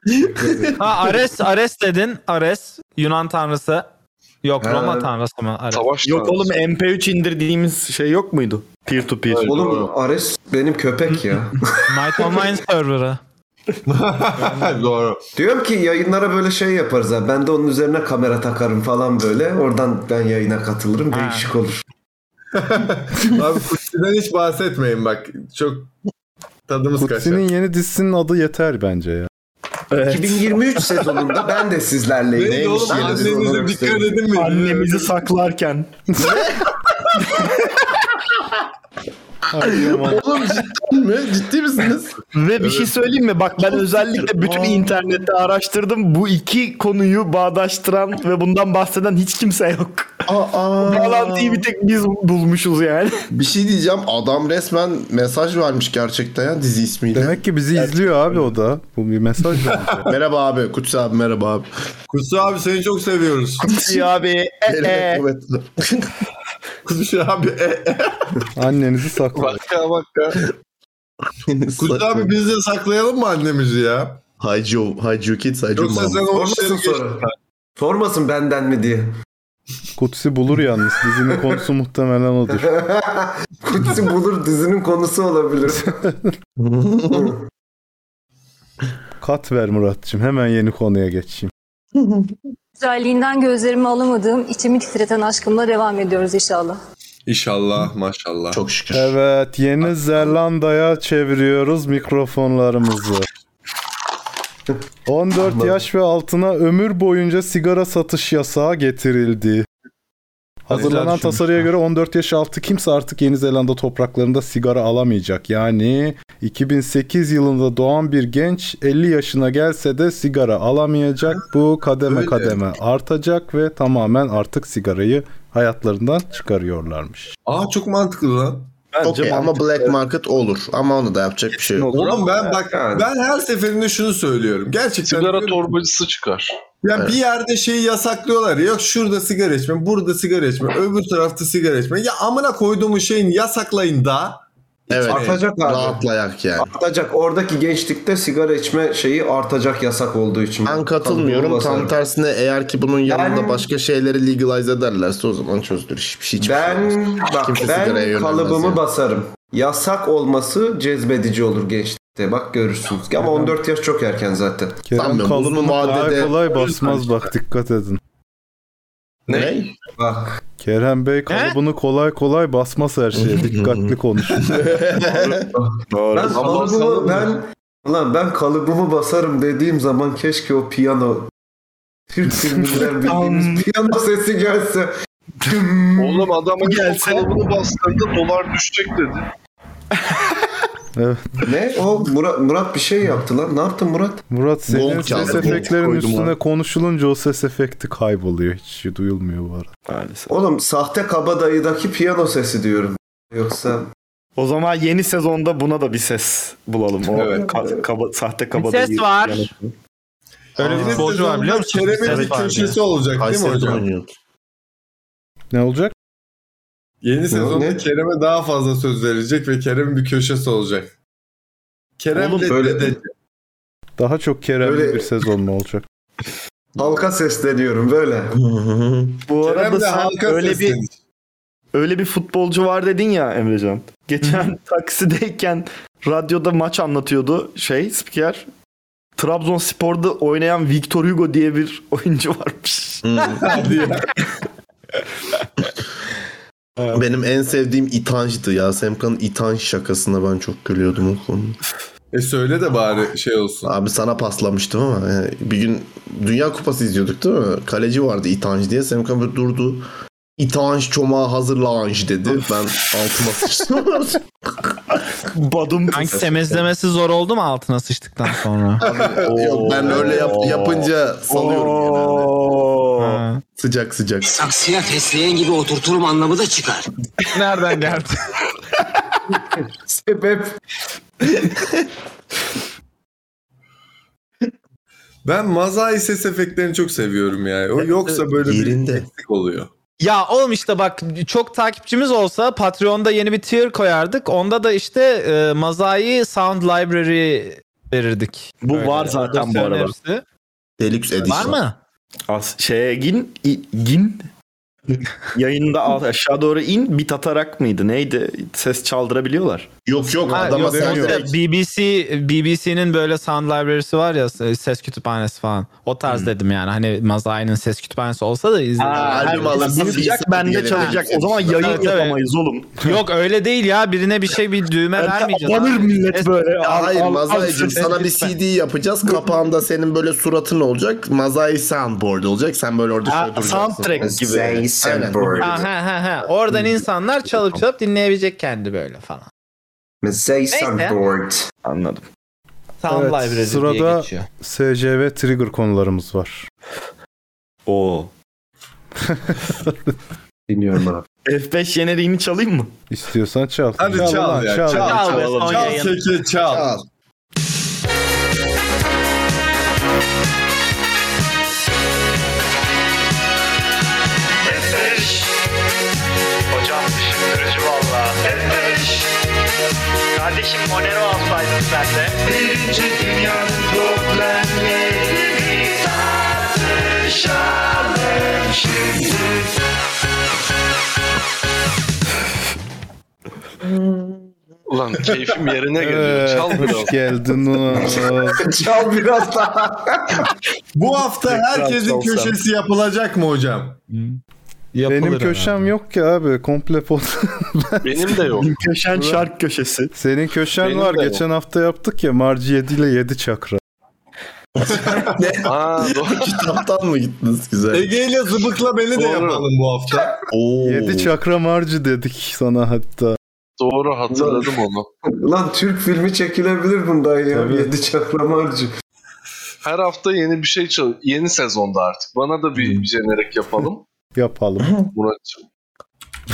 Speaker 2: Ha Ares, Ares dedin. Ares. Yunan tanrısı. Yok
Speaker 8: Ha.
Speaker 2: Roma tanrısı mı? Ares.
Speaker 7: Savaş
Speaker 1: Yok
Speaker 7: tanrısı.
Speaker 1: oğlum MP3 indirdiğimiz şey yok muydu? Peer to peer.
Speaker 8: Oğlum Ares benim köpek ya.
Speaker 2: Night Online serverı.
Speaker 5: Doğru.
Speaker 8: Diyorum ki yayınlara böyle şey yaparız ha. Ben de onun üzerine kamera takarım falan böyle. Oradan ben yayına katılırım.
Speaker 2: Ha.
Speaker 8: Değişik olur.
Speaker 5: Abi Kutsi'den hiç bahsetmeyin bak. Çok tadımız kaçar.
Speaker 3: Kutsi'nin yeni dizisinin adı yeter bence ya.
Speaker 1: Evet.
Speaker 8: 2023 sezonunda ben de sizlerleyim.
Speaker 5: Neydi oğlum
Speaker 8: Yeni sezonu
Speaker 5: annenize
Speaker 8: gösterin.
Speaker 5: dikkat edin mi?
Speaker 1: Annemizi saklarken.
Speaker 4: Oğlum ciddi mi? Ciddi misiniz?
Speaker 1: Ve bir şey söyleyeyim mi? Bak ben özellikle bütün internette araştırdım. Bu iki konuyu bağdaştıran ve bundan bahseden hiç kimse yok.
Speaker 4: Aa,
Speaker 1: Bağlantıyı bir tek biz bulmuşuz yani.
Speaker 4: Bir şey diyeceğim. Adam resmen mesaj vermiş gerçekten ya dizi ismiyle.
Speaker 3: Demek ki bizi izliyor abi o da. Bu bir mesaj bence.
Speaker 4: Merhaba abi. Kutsi abi merhaba abi.
Speaker 5: Kutsi abi seni çok seviyoruz.
Speaker 1: Kutsi abi.
Speaker 5: Ee.
Speaker 1: e,
Speaker 4: Elime
Speaker 1: e.
Speaker 4: kuvvet.
Speaker 5: Kutsi abi. E, e.
Speaker 3: Annenizi sakla.
Speaker 7: Bak ya bak ya.
Speaker 5: Kutsi abi biz de saklayalım mı annemizi ya?
Speaker 4: Hide you, hide you kids, hide you
Speaker 5: Yoksa
Speaker 4: mom.
Speaker 5: sen şey o
Speaker 8: Sormasın
Speaker 5: işleri geç.
Speaker 8: sonra. Sormasın benden mi diye.
Speaker 3: Kutsi bulur yalnız. Dizinin konusu muhtemelen odur.
Speaker 8: Kutsi bulur dizinin konusu olabilir.
Speaker 3: Kat ver Murat'cığım. Hemen yeni konuya geçeyim.
Speaker 10: Güzelliğinden gözlerimi alamadığım, içimi titreten aşkımla devam ediyoruz inşallah.
Speaker 5: İnşallah maşallah.
Speaker 4: Çok şükür.
Speaker 3: Evet Yeni Zelanda'ya çeviriyoruz mikrofonlarımızı. 14 yaş ve altına ömür boyunca sigara satış yasağı getirildi. Hazırlanan tasarıya göre 14 yaş altı kimse artık Yeni Zelanda topraklarında sigara alamayacak. Yani 2008 yılında doğan bir genç 50 yaşına gelse de sigara alamayacak. Bu kademe
Speaker 5: Öyle.
Speaker 3: kademe artacak ve tamamen artık sigarayı hayatlarından çıkarıyorlarmış.
Speaker 5: Aa çok mantıklı lan.
Speaker 4: Okey ama black market olur. Ama onu da yapacak bir şey yok.
Speaker 5: Oğlum ben bak
Speaker 8: Yani.
Speaker 5: ben her seferinde şunu söylüyorum. Gerçekten
Speaker 7: Sigara
Speaker 5: diyorum-
Speaker 7: torbacısı çıkar.
Speaker 5: Ya
Speaker 4: Evet.
Speaker 5: bir yerde şeyi yasaklıyorlar. ya, Yok şurada sigara içme, burada sigara içme, öbür tarafta sigara içme. Ya amına koyduğumuz şeyin yasaklayın da.
Speaker 4: Evet.
Speaker 8: Artacak abi.
Speaker 4: Rahatlayak yani.
Speaker 8: Artacak. Oradaki gençlikte sigara içme şeyi artacak yasak olduğu için.
Speaker 4: Ben katılmıyorum. Tam
Speaker 8: Basarım.
Speaker 4: tersine eğer ki bunun yanında
Speaker 8: Ben-
Speaker 4: başka şeyleri legalize ederlerse o zaman çözülür. Hiçbir şey hiçbir şey olmaz.
Speaker 8: Ben bak
Speaker 4: Kimse sigaraya
Speaker 8: ben
Speaker 4: yönelmez
Speaker 8: kalıbımı
Speaker 4: yani.
Speaker 8: basarım. Yasak olması cezbedici olur gençlikte. Bak görürsünüz. Ama 14 yaş çok erken zaten.
Speaker 3: Kerem
Speaker 4: Sanmıyorum.
Speaker 3: kalıbını
Speaker 4: Bunun vadede-
Speaker 3: kolay kolay basmaz bak dikkat edin.
Speaker 4: Ne?
Speaker 8: Bak.
Speaker 3: Kerem Bey kalıbını kolay kolay basmaz her şeye. Dikkatli konuşun.
Speaker 8: Ben kalıbımı
Speaker 5: sanırım
Speaker 8: ben Ulan ben kalıbımı basarım dediğim zaman keşke o piyano Türk filminden bildiğimiz piyano sesi gelse.
Speaker 5: Hmm.
Speaker 7: Oğlum adamın
Speaker 1: Gelse-
Speaker 7: Gelse. kalıbını bastığında dolar düşecek dedi.
Speaker 3: Evet.
Speaker 8: Ne? O Murat, Murat bir şey yaptı lan. Ne yaptın Murat?
Speaker 3: Murat senin
Speaker 8: Bonk çaldı,
Speaker 3: ses
Speaker 8: bonk
Speaker 3: efektlerin
Speaker 8: koydum
Speaker 3: üstüne
Speaker 8: ona.
Speaker 3: konuşulunca o ses efekti kayboluyor. Hiç şey duyulmuyor bu arada.
Speaker 8: Oğlum sahte kabadayıdaki piyano sesi diyorum. Yoksa
Speaker 1: O zaman yeni sezonda buna da bir ses bulalım. O
Speaker 8: Evet.
Speaker 1: ka- kaba- sahte
Speaker 2: Bir
Speaker 1: kabadayı.
Speaker 2: ses var. Öyle bir
Speaker 5: Yeni
Speaker 2: futbolcu var biliyor
Speaker 5: sezonda
Speaker 2: musun?
Speaker 5: Kerem'in
Speaker 2: Evet
Speaker 5: bir
Speaker 2: abi.
Speaker 5: köşesi olacak değil mi
Speaker 4: Kayseri'de
Speaker 5: hocam?
Speaker 4: oynuyor.
Speaker 3: Ne olacak?
Speaker 5: Yeni sezonda Kerem'e daha fazla söz verilecek ve Kerem'in bir köşesi olacak. Kerem
Speaker 8: Oğlum
Speaker 5: de
Speaker 8: böyle-
Speaker 5: de-
Speaker 3: Daha çok Kerem'li
Speaker 8: Öyle-
Speaker 3: bir sezon mu olacak?
Speaker 8: halka sesleniyorum böyle.
Speaker 1: Bu
Speaker 5: Kerem
Speaker 1: arada
Speaker 5: de
Speaker 1: sen
Speaker 5: halka
Speaker 1: öyle bir
Speaker 5: seslenir.
Speaker 1: öyle bir futbolcu var dedin ya Emrecan. Geçen taksideyken radyoda maç anlatıyordu şey spiker. Trabzonspor'da oynayan Victor Hugo diye bir oyuncu varmış.
Speaker 4: Benim en sevdiğim İtanj'dı ya. Semkan'ın İtanj şakasına ben çok gülüyordum o konuda.
Speaker 5: E söyle de bari şey olsun.
Speaker 4: Abi sana paslamıştım ama yani bir gün Dünya Kupası izliyorduk değil mi? Kaleci vardı İtanj diye. Semkan böyle durdu. İtanj çomağı hazırlanj dedi. Ben altıma sıçtım.
Speaker 1: Badum
Speaker 2: Sanki temizlemesi zor oldu mu altına sıçtıktan sonra?
Speaker 4: Yok ben öyle yap- yapınca salıyorum genelde.
Speaker 2: Ha.
Speaker 4: Sıcak sıcak.
Speaker 11: Saksıya fesleğen gibi oturturum anlamı da çıkar.
Speaker 2: Nereden geldi?
Speaker 8: Sebep
Speaker 5: Ben mazai ses efektlerini çok seviyorum yani. O yoksa böyle
Speaker 4: Yerinde.
Speaker 5: bir eksik oluyor.
Speaker 2: Ya oğlum işte bak çok takipçimiz olsa Patreon'da yeni bir tier koyardık. Onda da işte e, Mazai Sound Library verirdik.
Speaker 1: Bu var zaten bu
Speaker 2: Dosyanın
Speaker 1: arada.
Speaker 2: hepsi.
Speaker 4: Deluxe Edition.
Speaker 2: Var mı?
Speaker 1: As şeye gin i- gin yayında al- aşağı doğru in bit atarak mıydı neydi ses çaldırabiliyorlar.
Speaker 4: Yok yok
Speaker 2: Ha,
Speaker 4: adama
Speaker 2: yok,
Speaker 4: sen
Speaker 2: onda BBC BBC'nin böyle sound library'si var ya ses kütüphanesi falan. O tarz dedim yani. Hani Mazai'nin ses kütüphanesi olsa da izledim.
Speaker 4: albüm alınsın,
Speaker 1: çalacak
Speaker 4: bilgisayar
Speaker 1: bende
Speaker 4: diyelim.
Speaker 1: çalacak. O zaman
Speaker 4: Evet,
Speaker 1: yayın
Speaker 2: evet.
Speaker 1: yapamayız oğlum.
Speaker 2: Yok öyle değil ya. Birine bir şey bir düğme vermeyeceğiz.
Speaker 1: Abanır
Speaker 2: abi.
Speaker 1: millet
Speaker 2: Ses-
Speaker 1: böyle.
Speaker 4: Ya
Speaker 1: Al-
Speaker 4: hayır
Speaker 1: al- al
Speaker 4: Mazai'cim
Speaker 1: ses-
Speaker 4: sana bir
Speaker 2: lütfen.
Speaker 4: CD yapacağız. Kapağında senin böyle suratın olacak. Mazai soundboard olacak. Sen böyle orada
Speaker 1: Ha,
Speaker 4: şöyle duracaksın.
Speaker 1: soundtrack gibi.
Speaker 8: Zey Sandboard.
Speaker 2: Ha, ha, ha, ha. Oradan insanlar çalıp çalıp dinleyebilecek kendi böyle falan.
Speaker 8: Zey
Speaker 2: Neyse.
Speaker 8: Sandboard.
Speaker 1: Anladım.
Speaker 2: Sound
Speaker 3: Evet,
Speaker 2: library diye
Speaker 3: sırada-
Speaker 2: geçiyor.
Speaker 3: SCV trigger konularımız var.
Speaker 1: Oo.
Speaker 8: Dinliyorum abi.
Speaker 1: F5 jeneriğini çalayım mı?
Speaker 3: İstiyorsan çal.
Speaker 5: Hadi çal,
Speaker 3: lan,
Speaker 5: ya. Çal, çal,
Speaker 2: Çal be
Speaker 5: çal,
Speaker 2: son
Speaker 5: çal,
Speaker 2: yayın.
Speaker 5: Seki, çal.
Speaker 4: Al.
Speaker 12: F5 Hocam düşündürücü valla F5 Kardeşim Monero alsaydın sen de Birinci dünyanın problemlerini tartışalım şimdi
Speaker 7: Ulan keyfim yerine geliyor.
Speaker 3: Evet,
Speaker 7: Çal biraz.
Speaker 3: hoş geldin.
Speaker 8: Çal biraz daha.
Speaker 5: Bu hafta herkesin köşesi yapılacak mı hocam?
Speaker 2: Yapılır
Speaker 3: Benim
Speaker 2: herhalde.
Speaker 3: köşem yok ki abi. Komple pot.
Speaker 7: Benim de yok.
Speaker 1: Köşen şark köşesi.
Speaker 3: Senin köşen
Speaker 7: Benim
Speaker 3: var.
Speaker 7: de yok.
Speaker 3: Geçen hafta yaptık ya. Marci 7 ile 7 çakra.
Speaker 7: Aa, doğru.
Speaker 4: Kitaptan mı gittiniz güzel?
Speaker 5: Ege ile zıbıkla beni de
Speaker 7: Doğru.
Speaker 5: yapalım bu hafta.
Speaker 4: Oo.
Speaker 3: 7 çakra marci dedik sana hatta.
Speaker 7: doğru hatırladım onu.
Speaker 8: Lan Türk filmi çekilebilir bundan ya.
Speaker 3: Tabii.
Speaker 8: Yedi çakramarcı.
Speaker 7: Her hafta yeni bir şey çal. Yeni sezonda artık. Bana da
Speaker 5: Hmm.
Speaker 7: bir jenerik yapalım.
Speaker 3: Yapalım.
Speaker 7: Murat'cığım.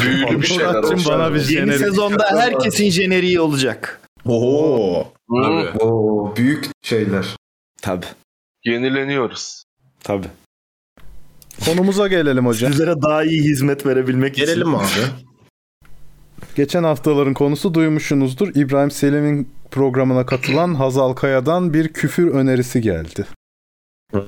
Speaker 7: Büyülü bir şeyler
Speaker 3: Murat'cığım
Speaker 7: olsun.
Speaker 3: bana bir
Speaker 1: Yeni
Speaker 3: jenerik.
Speaker 1: sezonda herkesin jeneriği olacak.
Speaker 4: Oo.
Speaker 7: Hı,
Speaker 5: Abi.
Speaker 8: Oo büyük şeyler.
Speaker 1: Tabi
Speaker 7: Yenileniyoruz.
Speaker 1: tabi.
Speaker 3: Konumuza gelelim hocam.
Speaker 1: Sizlere daha iyi hizmet verebilmek için.
Speaker 4: Gelelim abi.
Speaker 3: Geçen haftaların konusu duymuşsunuzdur. İbrahim Selim'in programına katılan Hazal Kaya'dan bir küfür önerisi geldi.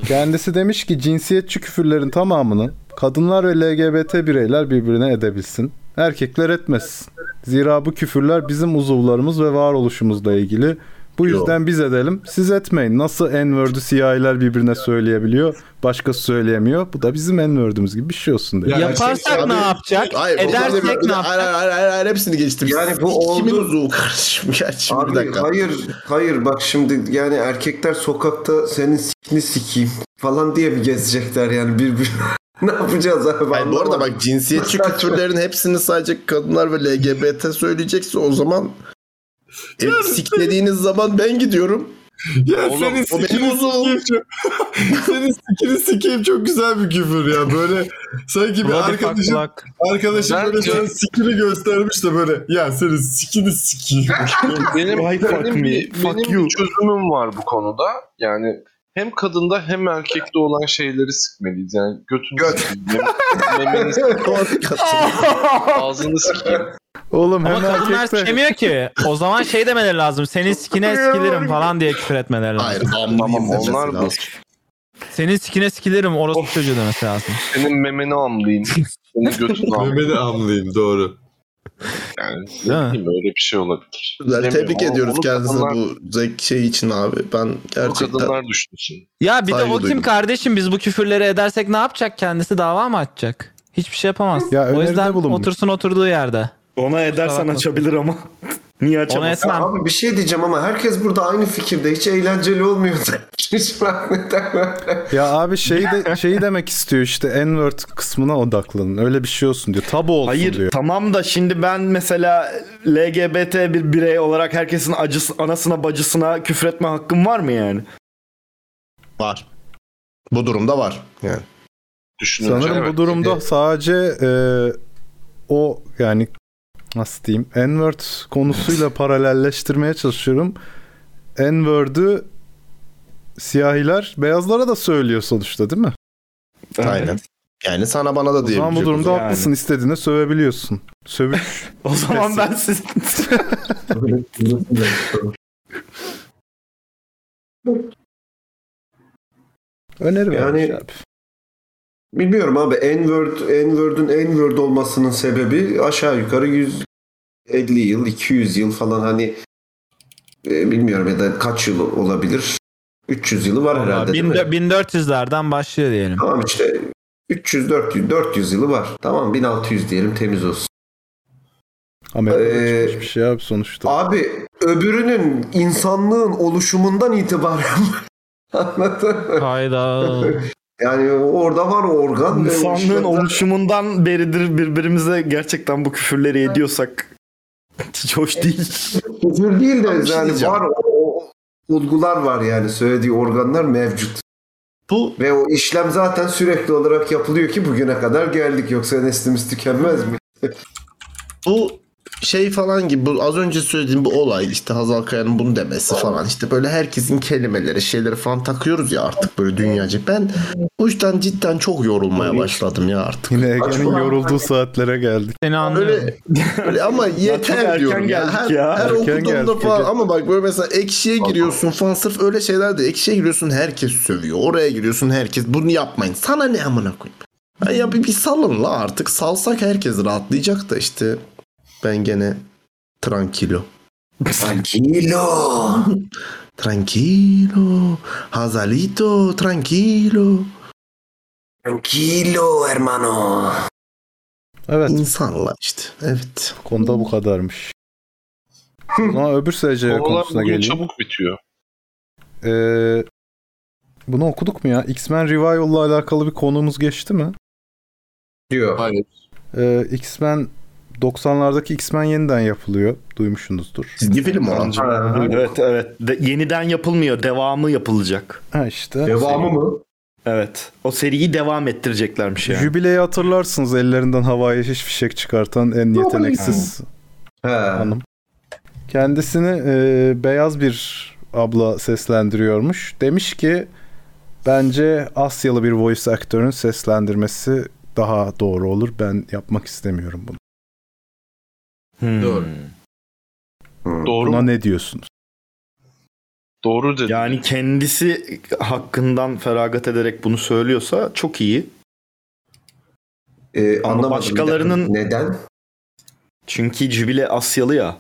Speaker 3: Kendisi demiş ki cinsiyetçi küfürlerin tamamını kadınlar ve LGBT bireyler birbirine edebilsin. Erkekler etmesin. Zira bu küfürler bizim uzuvlarımız ve varoluşumuzla ilgili. Bu
Speaker 4: Yo.
Speaker 3: yüzden biz edelim. Siz etmeyin. Nasıl N-word'ü siyahiler birbirine söyleyebiliyor. Başkası söyleyemiyor. Bu da bizim N-word'ümüz gibi bir şey olsun diye.
Speaker 5: Ya
Speaker 2: Yaparsak
Speaker 4: şey-
Speaker 2: ne
Speaker 4: abi-
Speaker 2: yapacak?
Speaker 4: Hayır, o zaman
Speaker 2: Edersek
Speaker 4: bir-
Speaker 2: ne yapacak?
Speaker 4: Hayır, hayır, hayır, hayır, hepsini geçtim.
Speaker 8: Yani bu oldu.
Speaker 4: Kimin uzuvu kardeşim? Ya şimdi bir
Speaker 8: Abi
Speaker 4: dakika.
Speaker 8: hayır hayır bak şimdi yani erkekler sokakta senin sikini sikeyim falan diye mi gezecekler yani birbir ne yapacağız
Speaker 4: Hayır,
Speaker 8: abi?
Speaker 4: bu arada
Speaker 8: anlamadım.
Speaker 4: bak cinsiyetçi kültürlerin hepsini sadece kadınlar ve LGBT söyleyecekse o zaman E, siklediğiniz zaman ben gidiyorum.
Speaker 5: Ya
Speaker 4: Oğlum,
Speaker 5: senin
Speaker 4: o benim
Speaker 5: sikini sikeyim çok... senin sikini sikeyim çok güzel bir küfür ya. Böyle sanki bir
Speaker 4: Bloody
Speaker 5: arkadaşım,
Speaker 4: fuck
Speaker 5: arkadaşım
Speaker 4: Ben
Speaker 5: böyle
Speaker 4: diyor-
Speaker 1: şey-
Speaker 5: sana sikini göstermiş de böyle ya senin sikini sikeyim.
Speaker 7: benim, benim,
Speaker 5: benim-
Speaker 7: bir- benim bir çözümüm var bu konuda. Yani hem kadında hem erkekte olan şeyleri sikmeliyiz. Yani götünü sikeyim, memeni sikeyim,
Speaker 5: Ah!
Speaker 7: ağzını sikeyim.
Speaker 3: Oğlum
Speaker 2: Ama
Speaker 3: hem
Speaker 2: kadınlar
Speaker 3: erkekte.
Speaker 2: sikemiyor ki. O zaman şey demeleri lazım. Senin sikine sikilirim falan diye küfür etmeleri lazım.
Speaker 4: Hayır
Speaker 7: Tamam onlar bu.
Speaker 2: Senin sikine sikilirim orospu çocuğu demesi lazım.
Speaker 7: Senin memeni amlayayım. Senin götünü amlayayım.
Speaker 5: Memeni amlayayım doğru.
Speaker 7: Yani ne bileyim, öyle bir şey olabilir.
Speaker 4: Güzel,
Speaker 7: Bilemiyorum.
Speaker 4: tebrik ediyoruz
Speaker 7: Onu
Speaker 4: kendisini
Speaker 7: kadınlar-
Speaker 4: bu zek şey için abi. Ben gerçekten...
Speaker 7: kadınlar düşünsün.
Speaker 2: Ya bir de
Speaker 4: Saygı
Speaker 2: o kim
Speaker 4: duydum.
Speaker 2: kardeşim biz bu küfürleri edersek ne yapacak kendisi dava mı açacak? Hiçbir şey yapamaz.
Speaker 1: Ya
Speaker 2: o
Speaker 1: öneride
Speaker 2: yüzden
Speaker 1: bulunmuş.
Speaker 2: otursun oturduğu yerde.
Speaker 1: Ona edersen
Speaker 2: bakma.
Speaker 1: açabilir ama. Niye açamaz?
Speaker 2: Ona etmem.
Speaker 8: Abi bir şey diyeceğim ama herkes burada aynı fikirde. Hiç eğlenceli olmuyor. Hiç bak neden böyle.
Speaker 3: Ya abi şeyi de şeyi demek istiyor işte n-word kısmına odaklanın. Öyle bir şey olsun diyor. Tabu olsun
Speaker 1: Hayır
Speaker 3: diyor.
Speaker 1: tamam da şimdi ben mesela LGBT bir birey olarak herkesin acısı, anasına bacısına küfretme hakkım var mı yani?
Speaker 4: Var. Bu durumda var. Yani.
Speaker 7: Düşününce
Speaker 3: Sanırım
Speaker 7: şey evet.
Speaker 3: bu durumda sadece e, o yani nasıl diyeyim n-word konusuyla paralelleştirmeye çalışıyorum. n-word'ü siyahiler beyazlara da söylüyor sonuçta değil mi?
Speaker 4: Aynen. Yani sana bana da
Speaker 3: O zaman
Speaker 4: diyebilecek.
Speaker 3: bu durumda
Speaker 4: o zaman.
Speaker 3: haklısın. istediğine sövebiliyorsun. Sövüş.
Speaker 1: O zaman ben siz...
Speaker 3: Öneri vermiş
Speaker 8: Yani bilmiyorum abi N-word, N-word'ün N-word olmasının sebebi aşağı yukarı 150 yıl, 200 yıl falan hani e, bilmiyorum ya da kaç yıl olabilir. 300 yılı var herhalde değil mi?
Speaker 2: 1400'lerden başlıyor diyelim.
Speaker 8: Tamam işte 300 400 400 yılı var. Tamam 1600 diyelim temiz olsun.
Speaker 3: Amerika'da çıkmış bir şey abi sonuçta.
Speaker 8: Abi öbürünün insanlığın oluşumundan itibaren anladın mı?
Speaker 2: Hayda.
Speaker 8: Yani orada var organ. ve o
Speaker 1: İnsanlığın
Speaker 8: işler-
Speaker 1: oluşumundan beridir birbirimize gerçekten bu küfürleri ediyorsak hiç hoş değil.
Speaker 8: Küfür değil de
Speaker 1: Tamam, bir şey
Speaker 8: yani
Speaker 1: diyeceğim.
Speaker 8: var o, o olgular var yani söylediği organlar mevcut.
Speaker 1: Bu
Speaker 8: ve o işlem zaten sürekli olarak yapılıyor ki bugüne kadar geldik yoksa neslimiz tükenmez mi?
Speaker 4: bu şey falan gibi bu az önce söylediğim bu olay işte Hazal Kaya'nın bunu demesi falan işte böyle herkesin kelimeleri şeyleri falan takıyoruz ya artık böyle dünyaca. Ben bu işten cidden çok yorulmaya başladım ya artık.
Speaker 3: Yine Ege'nin yorulduğu saatlere geldik.
Speaker 2: Seni
Speaker 4: Böyle, böyle ama
Speaker 3: çok
Speaker 4: yeter
Speaker 3: erken
Speaker 4: diyorum ya.
Speaker 3: geldik
Speaker 4: Her,
Speaker 3: ya.
Speaker 4: her
Speaker 3: Erken
Speaker 4: okuduğumda
Speaker 3: geldik,
Speaker 4: falan
Speaker 3: Ege.
Speaker 4: ama bak böyle mesela ekşiye giriyorsun falan sırf öyle şeyler de ekşiye giriyorsun herkes sövüyor. Oraya giriyorsun herkes bunu yapmayın. Sana ne amına koyayım. Ha Ya bir, bir salın la artık. Salsak herkes rahatlayacak da işte ben gene tranquilo. Tranquilo. tranquilo. Hazalito tranquilo. Tranquilo hermano.
Speaker 3: Evet.
Speaker 4: İnsanlar işte. Evet.
Speaker 3: Konuda bu kadarmış. O zaman öbür SCV
Speaker 7: Konular
Speaker 3: e, konusuna
Speaker 7: bugün
Speaker 3: geleyim.
Speaker 7: çabuk bitiyor.
Speaker 3: Ee, bunu okuduk mu ya? X-Men Revival'la alakalı bir konumuz geçti mi?
Speaker 8: Diyor.
Speaker 5: Hayır.
Speaker 3: Ee, X-Men 90'lardaki X-Men yeniden yapılıyor. Duymuşsunuzdur.
Speaker 4: Çizgi film o.
Speaker 1: evet evet. De- yeniden yapılmıyor. Devamı yapılacak.
Speaker 3: Ha işte.
Speaker 8: mı?
Speaker 1: Evet. O seriyi devam ettireceklermiş yani.
Speaker 3: Jübileyi hatırlarsınız ellerinden havaya şiş fişek çıkartan en yeteneksiz hanım. Kendisini e, beyaz bir abla seslendiriyormuş. Demiş ki bence Asyalı bir voice aktörün seslendirmesi daha doğru olur. Ben yapmak istemiyorum bunu.
Speaker 1: Hmm.
Speaker 5: Doğru.
Speaker 7: Doğru.
Speaker 3: Buna ne diyorsunuz?
Speaker 7: Doğru dedi.
Speaker 1: Yani kendisi hakkından feragat ederek bunu söylüyorsa çok iyi.
Speaker 8: Ee,
Speaker 1: Ama
Speaker 8: anlamadım
Speaker 1: başkalarının
Speaker 8: neden?
Speaker 1: Çünkü Jubile Asyalı ya.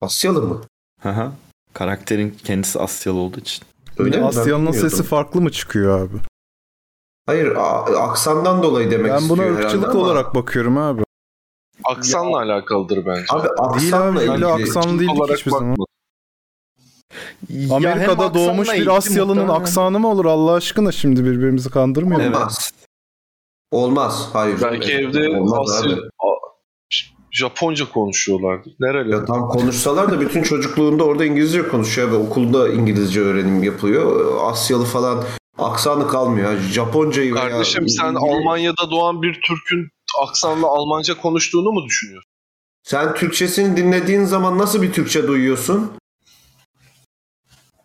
Speaker 8: Asyalı mı?
Speaker 1: Hı hı. Karakterin kendisi Asyalı olduğu için.
Speaker 8: Öyle mi? Ben
Speaker 3: Asyalı'nın
Speaker 8: bilmiyordum.
Speaker 3: sesi farklı mı çıkıyor abi?
Speaker 8: Hayır a- aksandan dolayı demek
Speaker 3: ben
Speaker 8: istiyor
Speaker 3: buna
Speaker 8: herhalde
Speaker 3: ırkçılık
Speaker 8: ama-
Speaker 3: olarak bakıyorum abi.
Speaker 7: Aksanla alakalıdır bence.
Speaker 8: Abi
Speaker 3: Değil abi
Speaker 8: aksanla
Speaker 3: öyle
Speaker 8: ilgili.
Speaker 3: aksan değil
Speaker 7: olarak
Speaker 3: hiçbir zaman.
Speaker 7: bakma.
Speaker 3: Amerika'da doğmuş bir Asyalı'nın aksanı mı olur Allah aşkına şimdi birbirimizi kandırmayalım.
Speaker 8: Olmaz. Olmaz. Hayır.
Speaker 7: Belki evde
Speaker 8: Olmaz
Speaker 7: Asya,
Speaker 8: abi.
Speaker 7: A- Japonca konuşuyorlardı. Nereli?
Speaker 8: Ya tam konuşsalar da bütün çocukluğunda orada İngilizce konuşuyor ve okulda İngilizce öğrenim yapıyor. Asyalı falan aksanı kalmıyor. Japoncayı veya
Speaker 7: Kardeşim sen Almanya'da doğan bir Türk'ün aksanla Almanca konuştuğunu mu düşünüyorsun?
Speaker 8: Sen Türkçesini dinlediğin zaman nasıl bir Türkçe duyuyorsun?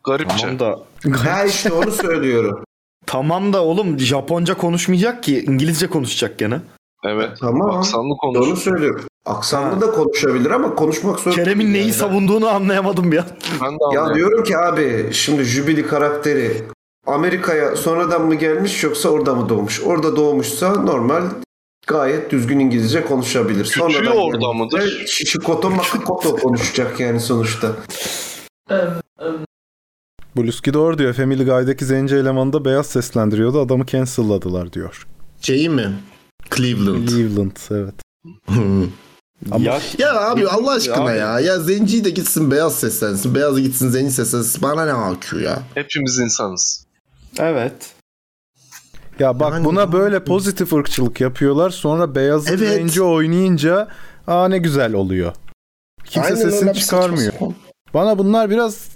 Speaker 7: Garipçe.
Speaker 1: Tamam da.
Speaker 8: Ha işte onu söylüyorum.
Speaker 1: Tamam da oğlum Japonca konuşmayacak ki İngilizce konuşacak gene.
Speaker 7: Evet.
Speaker 8: Tamam.
Speaker 7: Aksanlı
Speaker 8: konuş. Onu söylüyorum. Aksanlı da konuşabilir ama konuşmak zorunda.
Speaker 1: Kerem'in neyi savunduğunu anlayamadım ya.
Speaker 7: Ben
Speaker 8: Ya diyorum ki abi şimdi Jubili karakteri Amerika'ya sonradan mı gelmiş yoksa orada mı doğmuş? Orada doğmuşsa normal gayet düzgün İngilizce konuşabilir. Sonradan
Speaker 7: orada
Speaker 8: gelmiş
Speaker 7: mıdır?
Speaker 8: de Şişikoto makoto konuşacak yani sonuçta.
Speaker 3: Bluski doğru diyor. Family Guy'daki zenci elemanı da beyaz seslendiriyordu. Adamı cancelladılar diyor.
Speaker 4: Şeyi Şey mi? Cleveland.
Speaker 3: Cleveland evet.
Speaker 4: ya, abi Allah aşkına ya. Ya zenci de gitsin beyaz seslensin. Beyaz da gitsin zenci seslensin. Bana ne akıyor ya.
Speaker 7: Hepimiz insanız.
Speaker 1: Evet.
Speaker 3: Ya bak buna böyle pozitif ırkçılık yapıyorlar. Sonra beyazı zenci oynayınca aa ne güzel oluyor. Kimse
Speaker 4: Aynen öyle
Speaker 3: sesini
Speaker 4: bir
Speaker 3: çıkarmıyor.
Speaker 4: saçma
Speaker 3: Bana bunlar biraz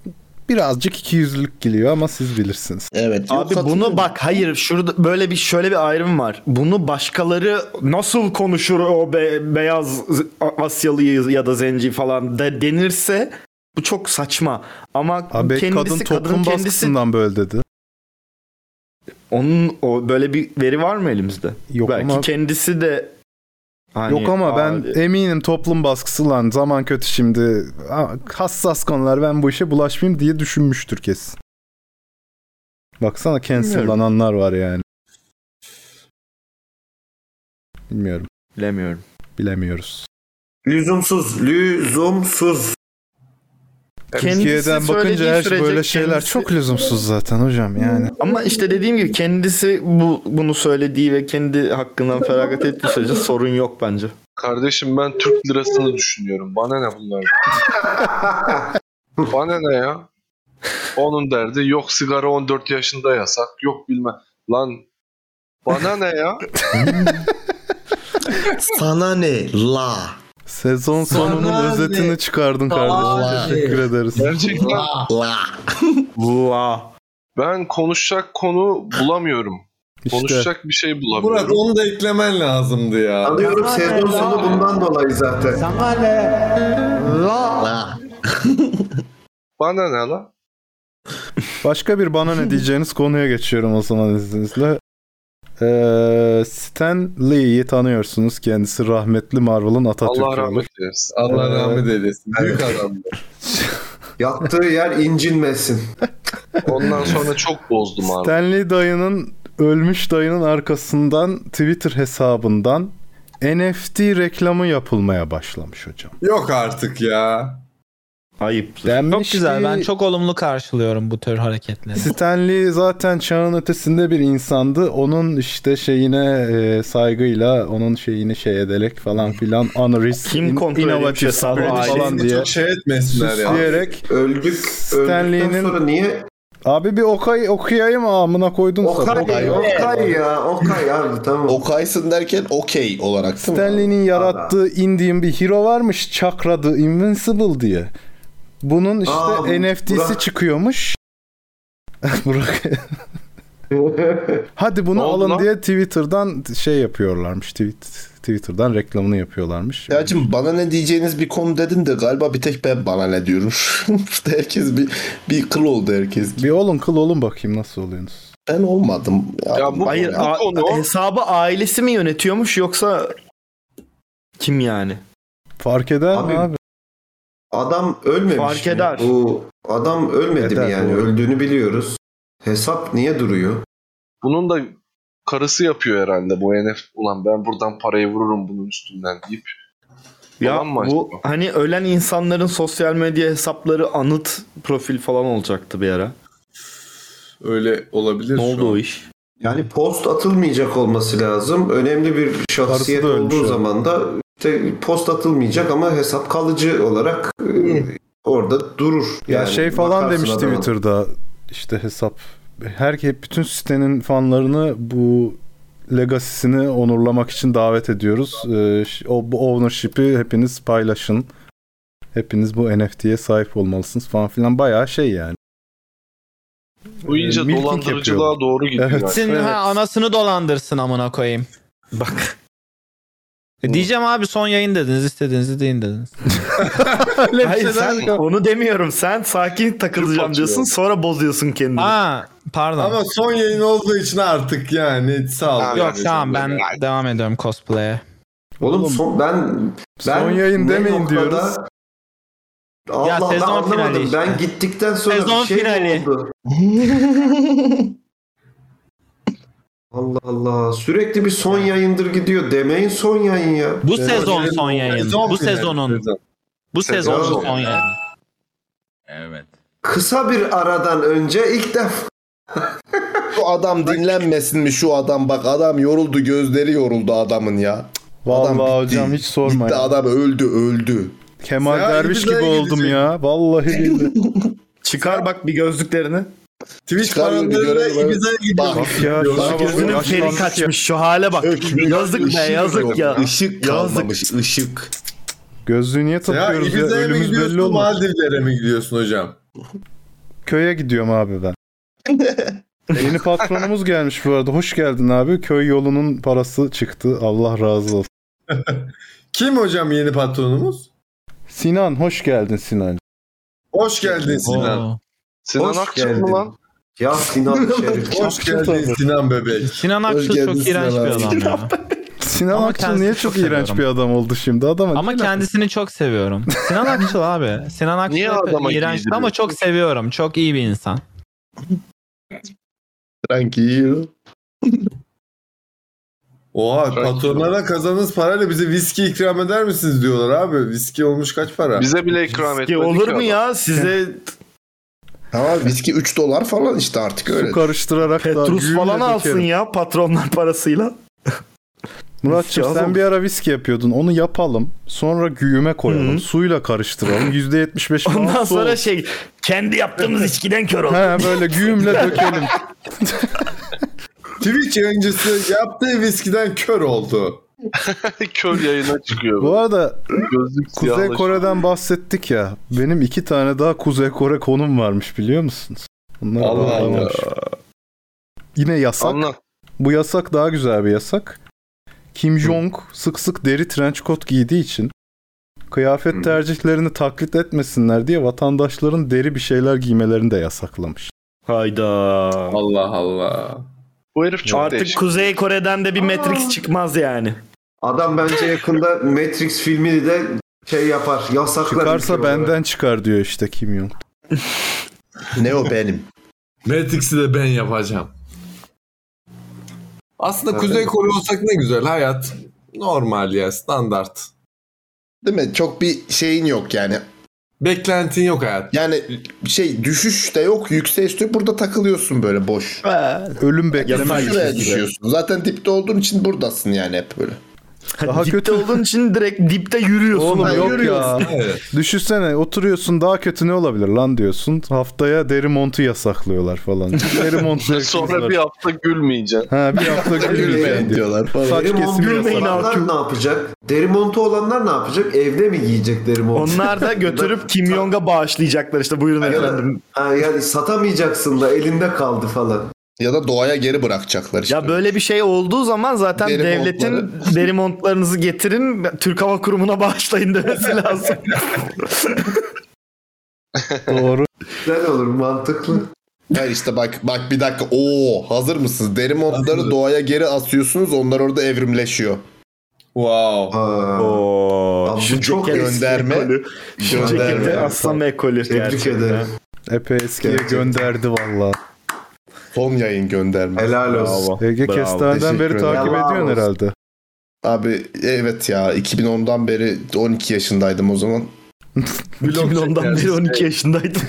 Speaker 3: birazcık ikiyüzlülük geliyor ama siz bilirsiniz.
Speaker 4: Evet.
Speaker 1: Abi bunu bak hayır şurada böyle bir şöyle bir ayrım var. Bunu başkaları nasıl konuşur o be- beyaz Asyalı ya da zenci falan de- denirse bu çok saçma. Ama
Speaker 3: Abi
Speaker 1: kendisi
Speaker 3: kadın toplum
Speaker 1: kadının kendisi
Speaker 3: baskısından böyle dedi.
Speaker 1: onun o böyle bir veri var mı elimizde?
Speaker 3: Yok
Speaker 1: Belki
Speaker 3: ama-
Speaker 1: kendisi de hani,
Speaker 3: Yok ama ben
Speaker 1: abi-
Speaker 3: eminim toplum baskısı lan zaman kötü şimdi Ha, hassas konular ben bu işe bulaşmayayım diye düşünmüştür kesin. Baksana cancellananlar var yani. Bilmiyorum.
Speaker 1: Bilemiyorum.
Speaker 3: Bilemiyoruz.
Speaker 8: Lüzumsuz, lüzumsuz.
Speaker 3: Türkiye'den bakınca her şey
Speaker 1: E, söylediği
Speaker 3: böyle
Speaker 1: sürece
Speaker 3: şeyler
Speaker 1: kendisi-
Speaker 3: çok lüzumsuz zaten hocam yani.
Speaker 1: Ama işte dediğim gibi kendisi bu bunu söylediği ve kendi hakkından feragat ettiği sürece sorun yok bence.
Speaker 7: Kardeşim ben Türk lirasını düşünüyorum. Bana ne bunlar? Bana ne ya? Onun derdi yok sigara 14 yaşında yasak. Yok bilmem. Lan bana ne ya?
Speaker 4: Sana ne? La.
Speaker 3: Sezon
Speaker 4: Sana
Speaker 3: sonunun
Speaker 4: ne?
Speaker 3: özetini çıkardın kardeşim.
Speaker 4: Vay.
Speaker 3: Teşekkür ederiz.
Speaker 7: Gerçekten.
Speaker 4: La.
Speaker 1: La.
Speaker 7: Ben konuşacak konu bulamıyorum. Konuşacak bir şey bulamıyorum.
Speaker 5: Murat onu da eklemen lazımdı ya.
Speaker 7: Anlıyorum, sezon sonu
Speaker 8: bundan dolayı zaten.
Speaker 2: Sana ne? La.
Speaker 7: Bana ne lan?
Speaker 3: Başka bir bana ne diyeceğiniz konuya geçiyorum o zaman izninizle. Ee, Stan Lee'yi tanıyorsunuz. Kendisi rahmetli Marvel'ın Atatürk'ü.
Speaker 7: Allah
Speaker 3: olur.
Speaker 7: rahmet eylesin.
Speaker 5: Allah
Speaker 3: Ee,
Speaker 5: rahmet eylesin. Büyük adam.
Speaker 8: Yattığı yer incinmesin.
Speaker 7: Ondan sonra çok bozdum abi.
Speaker 3: Stanley dayının ölmüş dayının arkasından Twitter hesabından NFT reklamı yapılmaya başlamış hocam.
Speaker 5: Yok artık ya.
Speaker 1: Ayıp.
Speaker 2: Çok güzel. Ben çok olumlu karşılıyorum bu tür hareketleri.
Speaker 3: Stanley zaten çağın ötesinde bir insandı. Onun işte şeyine e, saygıyla onun şeyini şey ederek falan filan honoris
Speaker 1: Kim
Speaker 3: in-
Speaker 1: kontrol etmiş
Speaker 3: innovative
Speaker 1: hesabı,
Speaker 3: spirit falan
Speaker 1: ailesini
Speaker 3: diye
Speaker 5: Çok şey etmesinler ya.
Speaker 3: süsleyerek
Speaker 8: Öldük. Öldükten
Speaker 3: Stanley'nin
Speaker 8: sonra niye?
Speaker 3: Abi bir Okay okuyayım amına koydun sana.
Speaker 8: Okay, okay ya. Okay abi tamam.
Speaker 4: Okaysın derken okey olarak değil mi?
Speaker 3: Stanley'nin yarattığı indiğim bir hero varmış Chakra The Invincible diye. Bunun işte
Speaker 8: Aa, bu-
Speaker 3: NFT'si
Speaker 8: Burak.
Speaker 3: çıkıyormuş. Burak. Hadi bunu
Speaker 7: Ne oldu
Speaker 3: alın
Speaker 7: lan?
Speaker 3: diye Twitter'dan şey yapıyorlarmış. Tweet, Twitter'dan reklamını yapıyorlarmış.
Speaker 4: Selçuk'um, bana ne diyeceğiniz bir konu dedin de galiba bir tek ben bana ne diyorum. işte herkes bir, bir kıl oldu herkes.
Speaker 3: Bir olun kıl olun bakayım nasıl oluyorsunuz.
Speaker 4: Ben olmadım.
Speaker 7: Ya bu,
Speaker 1: Hayır
Speaker 7: bu
Speaker 1: a-
Speaker 7: konu
Speaker 1: hesabı ailesi mi yönetiyormuş yoksa kim yani?
Speaker 3: Fark eder
Speaker 8: Abi,
Speaker 3: mi abi?
Speaker 8: Adam ölmemiş.
Speaker 1: Fark
Speaker 8: mi?
Speaker 1: eder.
Speaker 8: Bu adam ölmedi
Speaker 3: Eder,
Speaker 8: mi yani?
Speaker 3: doğru.
Speaker 8: Öldüğünü biliyoruz. Hesap niye duruyor?
Speaker 7: bunun da karısı yapıyor herhalde bu NF. Ulan ben buradan parayı vururum bunun üstünden deyip.
Speaker 1: Ya
Speaker 7: Olan mı
Speaker 1: bu
Speaker 7: acaba?
Speaker 1: hani ölen insanların sosyal medya hesapları anıt profil falan olacaktı bir ara.
Speaker 5: Öyle
Speaker 1: Ne
Speaker 5: olabilir. şu
Speaker 1: oldu
Speaker 5: an.
Speaker 1: o iş?
Speaker 8: Yani post atılmayacak olması lazım. Önemli bir şahsiyet
Speaker 3: Karısı da ölmüş
Speaker 8: olduğu
Speaker 3: ya.
Speaker 8: zaman da işte post atılmayacak ama hesap kalıcı olarak e, orada durur.
Speaker 3: Ya
Speaker 8: Yani
Speaker 3: şey falan
Speaker 8: bakarsın
Speaker 3: demiş
Speaker 8: adama.
Speaker 3: Twitter'da işte hesap her bütün sitenin fanlarını bu legacy'sini onurlamak için davet ediyoruz. Ee, ş- O bu ownership'i hepiniz paylaşın. Hepiniz bu NFT'ye sahip olmalısınız falan filan bayağı şey yani.
Speaker 7: Bu iyice
Speaker 3: Ee, Milking
Speaker 7: dolandırıcılığa
Speaker 3: yapıyorlar.
Speaker 7: doğru gidiyor.
Speaker 3: Evet.
Speaker 2: Gitsin, ha, anasını dolandırsın amına koyayım. Bak. diyeceğim abi son yayın dediniz istediğinizi deyin dediniz.
Speaker 1: Hayır sen onu demiyorum. Sen sakin takılacağım diyorsun sonra bozuyorsun kendini.
Speaker 2: Ha pardon.
Speaker 5: Ama son yayın olduğu için artık yani sağ ol.
Speaker 2: Yok tamam ben devam ediyorum cosplay'e.
Speaker 8: Oğlum son, ben, ben
Speaker 3: Son yayın
Speaker 8: ne
Speaker 3: demeyin
Speaker 8: noktada-
Speaker 3: diyoruz.
Speaker 8: Allah
Speaker 2: Ya
Speaker 8: Allah
Speaker 2: sezon
Speaker 8: anlamadım.
Speaker 2: finali işte.
Speaker 8: Ben gittikten sonra
Speaker 2: Sezon
Speaker 8: bir şey mi
Speaker 2: finali.
Speaker 8: oldu? Allah Allah. Sürekli bir son yayındır gidiyor. Demeyin son yayın ya.
Speaker 2: Bu sezon son yayın. Bu
Speaker 8: finali.
Speaker 2: sezonun. Bu
Speaker 8: Sezon
Speaker 2: sezonun son
Speaker 8: finali.
Speaker 2: yayın.
Speaker 13: Evet.
Speaker 8: Kısa bir aradan önce ilk defa
Speaker 4: Bu adam dinlenmesin mi şu adam? Bak adam yoruldu gözleri yoruldu adamın ya.
Speaker 3: Vallahi
Speaker 4: bitti.
Speaker 3: hocam hiç sorma
Speaker 4: Bitti
Speaker 3: ya.
Speaker 4: adam öldü öldü.
Speaker 3: Kemal
Speaker 4: Sen
Speaker 3: Derviş gibi
Speaker 4: Ürdün'e
Speaker 3: oldum ya. Vallahi billahi.
Speaker 1: Çıkar bak bir gözlüklerini.
Speaker 5: Twitch
Speaker 4: paralarıyla
Speaker 5: Ibiza'ya gidiyor.
Speaker 3: Bak ya,
Speaker 1: Bak gözünün feri kaçmış şu hale bak. Yazık be yazık ya.
Speaker 4: Işık kalmamış ışık.
Speaker 3: Gözlüğü niye
Speaker 5: Ya
Speaker 3: takıyoruz ya?
Speaker 5: Ibiza'ya mi
Speaker 3: Ölümüz belli
Speaker 5: gidiyorsun
Speaker 3: olmaz.
Speaker 5: Maldivlere mi gidiyorsun hocam?
Speaker 3: Köye gidiyorum abi ben. Yeni patronumuz gelmiş bu arada. Hoş geldin abi. Köy yolunun parası çıktı. Allah razı olsun.
Speaker 5: Kim hocam yeni patronumuz?
Speaker 3: Sinan hoş geldin Sinan.
Speaker 5: Hoş geldin Sinan.
Speaker 7: Sinan Akçıl mı lan?
Speaker 8: Ya şey. Sinan Şerif.
Speaker 5: Hoş geldin Sinan bebek.
Speaker 2: Sinan Akçıl çok iğrenç bir adam ya.
Speaker 3: Sinan
Speaker 2: Ama
Speaker 3: Akçıl
Speaker 2: kendisini
Speaker 3: niye çok
Speaker 2: çok
Speaker 3: iğrenç
Speaker 2: seviyorum.
Speaker 3: bir adam oldu şimdi? Adama
Speaker 2: Ama kendisini çok seviyorum. Sinan Akçıl abi. Sinan Akçıl
Speaker 7: Niye adama
Speaker 2: iğrenç
Speaker 7: giydiriyorsun?
Speaker 2: ama çok seviyorum. Çok iyi bir insan.
Speaker 4: Tranquilo.
Speaker 5: Oha patronlara kazanız parayla bize viski ikram eder misiniz diyorlar abi. Viski olmuş kaç para?
Speaker 7: Bize bile ikram
Speaker 1: Ki
Speaker 7: etmedi
Speaker 1: olur
Speaker 7: ki
Speaker 1: mu
Speaker 7: adam.
Speaker 1: ya size
Speaker 4: Tamam viski 3 dolar falan işte artık öyle.
Speaker 3: Su karıştırarak da
Speaker 1: Petrus
Speaker 3: gümle
Speaker 1: falan alsın
Speaker 3: dökerim.
Speaker 1: ya patronlar parasıyla.
Speaker 3: Muratçım
Speaker 1: Viski az
Speaker 3: sen
Speaker 1: oldu.
Speaker 3: bir ara viski yapıyordun. Onu yapalım. Sonra güğüme koyalım. Suyla karıştıralım. %75 falan
Speaker 1: Ondan
Speaker 3: su
Speaker 1: sonra
Speaker 3: olsun.
Speaker 1: şey kendi yaptığımız içkiden kör oldu.
Speaker 3: He böyle güğümle dökelim.
Speaker 5: Twitch yayıncısı yaptığı viskiden kör oldu.
Speaker 7: Kör yayına çıkıyor.
Speaker 3: Bu arada
Speaker 7: Gözlük
Speaker 3: Kuzey
Speaker 7: siyahlaşıyor.
Speaker 3: Kore'den bahsettik ya. Benim iki tane daha Kuzey Kore konum varmış biliyor musunuz? Bunlar
Speaker 5: Allah Allah.
Speaker 3: bağlanmış. Yine yasak.
Speaker 7: Anlat.
Speaker 3: Bu yasak daha güzel bir yasak. Kim Jong sık sık deri trench coat giydiği için kıyafet tercihlerini taklit etmesinler diye vatandaşların deri bir şeyler giymelerini de yasaklamış.
Speaker 1: Hayda.
Speaker 5: Allah Allah.
Speaker 7: Bu herif çok
Speaker 1: Artık
Speaker 7: değişik.
Speaker 1: Kuzey Kore'den de bir Matrix çıkmaz yani.
Speaker 8: adam bence yakında Matrix filmini de şey yapar. Yasaklar.
Speaker 3: Çıkarsa
Speaker 5: şey
Speaker 8: ülke olarak.
Speaker 3: benden çıkar diyor işte Kim Jong.
Speaker 4: Ne o benim.
Speaker 5: Matrix'i de ben yapacağım. Aslında
Speaker 4: Evet.
Speaker 5: Kuzey Kore olsak ne güzel hayat. Normal ya standart.
Speaker 4: Değil mi? Çok bir şeyin yok yani.
Speaker 5: Beklentin yok hayat.
Speaker 4: Yani şey düşüş de yok, yükseliş de yok. Burada takılıyorsun böyle boş.
Speaker 3: Ölüm bekleme
Speaker 4: Yani şuraya
Speaker 3: listesi.
Speaker 4: düşüyorsun. Zaten dipte olduğun için buradasın yani hep böyle.
Speaker 3: Daha
Speaker 1: dipte
Speaker 3: kötü.
Speaker 1: olduğun için direkt dipte yürüyorsun.
Speaker 3: Oğlum
Speaker 1: Ha,
Speaker 3: yok ya.
Speaker 1: yürüyorsun.
Speaker 5: Evet.
Speaker 3: Düşünsene oturuyorsun daha kötü ne olabilir lan diyorsun. Haftaya deri montu yasaklıyorlar falan. deri montu
Speaker 7: Sonra bir hafta gülmeyeceksin.
Speaker 3: Ha bir hafta gülmeyeceksin diyor.
Speaker 4: diyorlar falan.
Speaker 3: Saç
Speaker 8: Deri montu
Speaker 3: kesimi yasak.
Speaker 8: olanlar ne yapacak? Deri montu olanlar ne yapacak? Evde mi giyecek deri montu?
Speaker 1: Onlar da götürüp Kim Jong'a bağışlayacaklar işte buyurun
Speaker 8: Ya da-
Speaker 1: efendim.
Speaker 8: ha, yani satamayacaksın da elinde kaldı falan.
Speaker 4: Ya da doğaya geri bırakacaklar işte.
Speaker 1: Ya böyle bir şey olduğu zaman zaten
Speaker 4: Deri
Speaker 1: devletin
Speaker 4: montları.
Speaker 1: deri montlarınızı getirin Türk Hava Kurumu'na bağışlayın demesi lazım.
Speaker 3: Doğru.
Speaker 8: Güzel olur mantıklı.
Speaker 4: Hayır işte bak bak bir dakika. Oo hazır mısınız? Deri montları doğaya geri asıyorsunuz. Onlar orada evrimleşiyor.
Speaker 5: Wow.
Speaker 8: Aa,
Speaker 1: Oo,
Speaker 8: Abi
Speaker 1: şu
Speaker 8: bu çok
Speaker 1: ceket
Speaker 8: eski
Speaker 4: Gönderme.
Speaker 1: ekolü. Şu ceketi
Speaker 4: Gönderme.
Speaker 1: aslan ekolü.
Speaker 8: şey tebrik
Speaker 1: gerçekten.
Speaker 8: ederim.
Speaker 3: Epey eskiye gönderdi valla.
Speaker 4: Son yayın gönderme.
Speaker 8: Helal olsun.
Speaker 3: Ege
Speaker 1: Bravo,
Speaker 3: Kestan'dan
Speaker 4: teşekkür
Speaker 3: beri
Speaker 4: ederim.
Speaker 3: takip
Speaker 8: Bravo.
Speaker 3: ediyorsun herhalde.
Speaker 4: Abi evet ya 2010'dan beri 12 yaşındaydım o zaman.
Speaker 1: 2010'dan beri 12 yaşındaydım.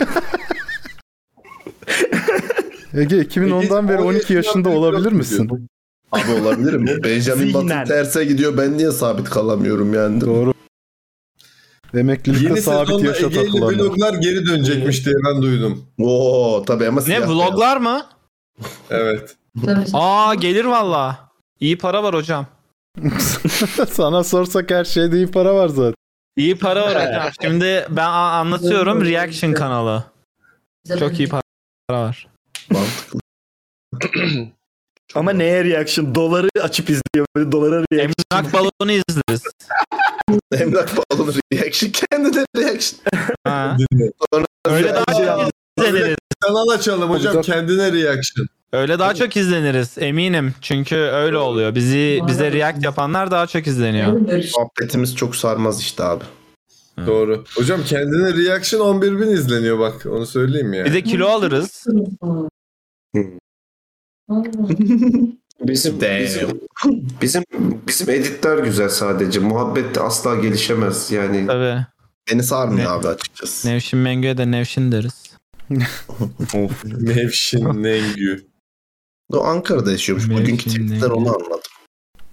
Speaker 3: Ege 2010'dan beri 12 yaşında olabilir misin?
Speaker 4: Abi olabilir mi? Benjamin
Speaker 1: Zihnen.
Speaker 4: Button terse gidiyor. Ben niye sabit kalamıyorum yani?
Speaker 3: Doğru.
Speaker 5: Yeni
Speaker 3: Emeklilikte sabit
Speaker 5: sezonda
Speaker 3: yaşa
Speaker 5: Ege'li
Speaker 3: takılanlar.
Speaker 5: vloglar geri dönecekmiş diye ben duydum.
Speaker 4: Oo tabii ama
Speaker 2: Ne
Speaker 4: siyah beyaz.
Speaker 2: vloglar mı?
Speaker 5: Evet.
Speaker 2: Aa gelir valla. İyi para var hocam.
Speaker 3: Sana sorsak her şeyde iyi para var zaten.
Speaker 2: İyi para var hocam. Şimdi ben a- anlatıyorum reaction kanalı. Çok iyi para var.
Speaker 1: Ama neye reaction? Doları açıp izliyor. Böyle dolara reaction.
Speaker 2: Emlak balonu izleriz.
Speaker 4: Emlak balonu reaction. Kendi de reaction.
Speaker 5: Sonra
Speaker 2: Öyle daha çok izleniriz.
Speaker 5: Kanal açalım hocam kendine reaction.
Speaker 2: Öyle daha çok izleniriz eminim. Çünkü öyle oluyor. Bizi bize react yapanlar daha çok izleniyor.
Speaker 4: Muhabbetimiz çok sarmaz işte abi.
Speaker 5: Doğru. Hocam kendine reaction 11 bin izleniyor bak onu söyleyeyim ya.
Speaker 2: Bir de kilo alırız.
Speaker 8: Bizim, bizim bizim bizim editler güzel sadece. Muhabbet de asla gelişemez yani.
Speaker 2: Tabii.
Speaker 4: Beni sarmıyor abi açıkçası.
Speaker 2: Nevşin Mengü'ye de Nevşin deriz.
Speaker 4: Of.
Speaker 5: Nevşin Nengü.
Speaker 4: O Ankara'da yaşıyormuş. Bugünkü tweetinden onu anladım.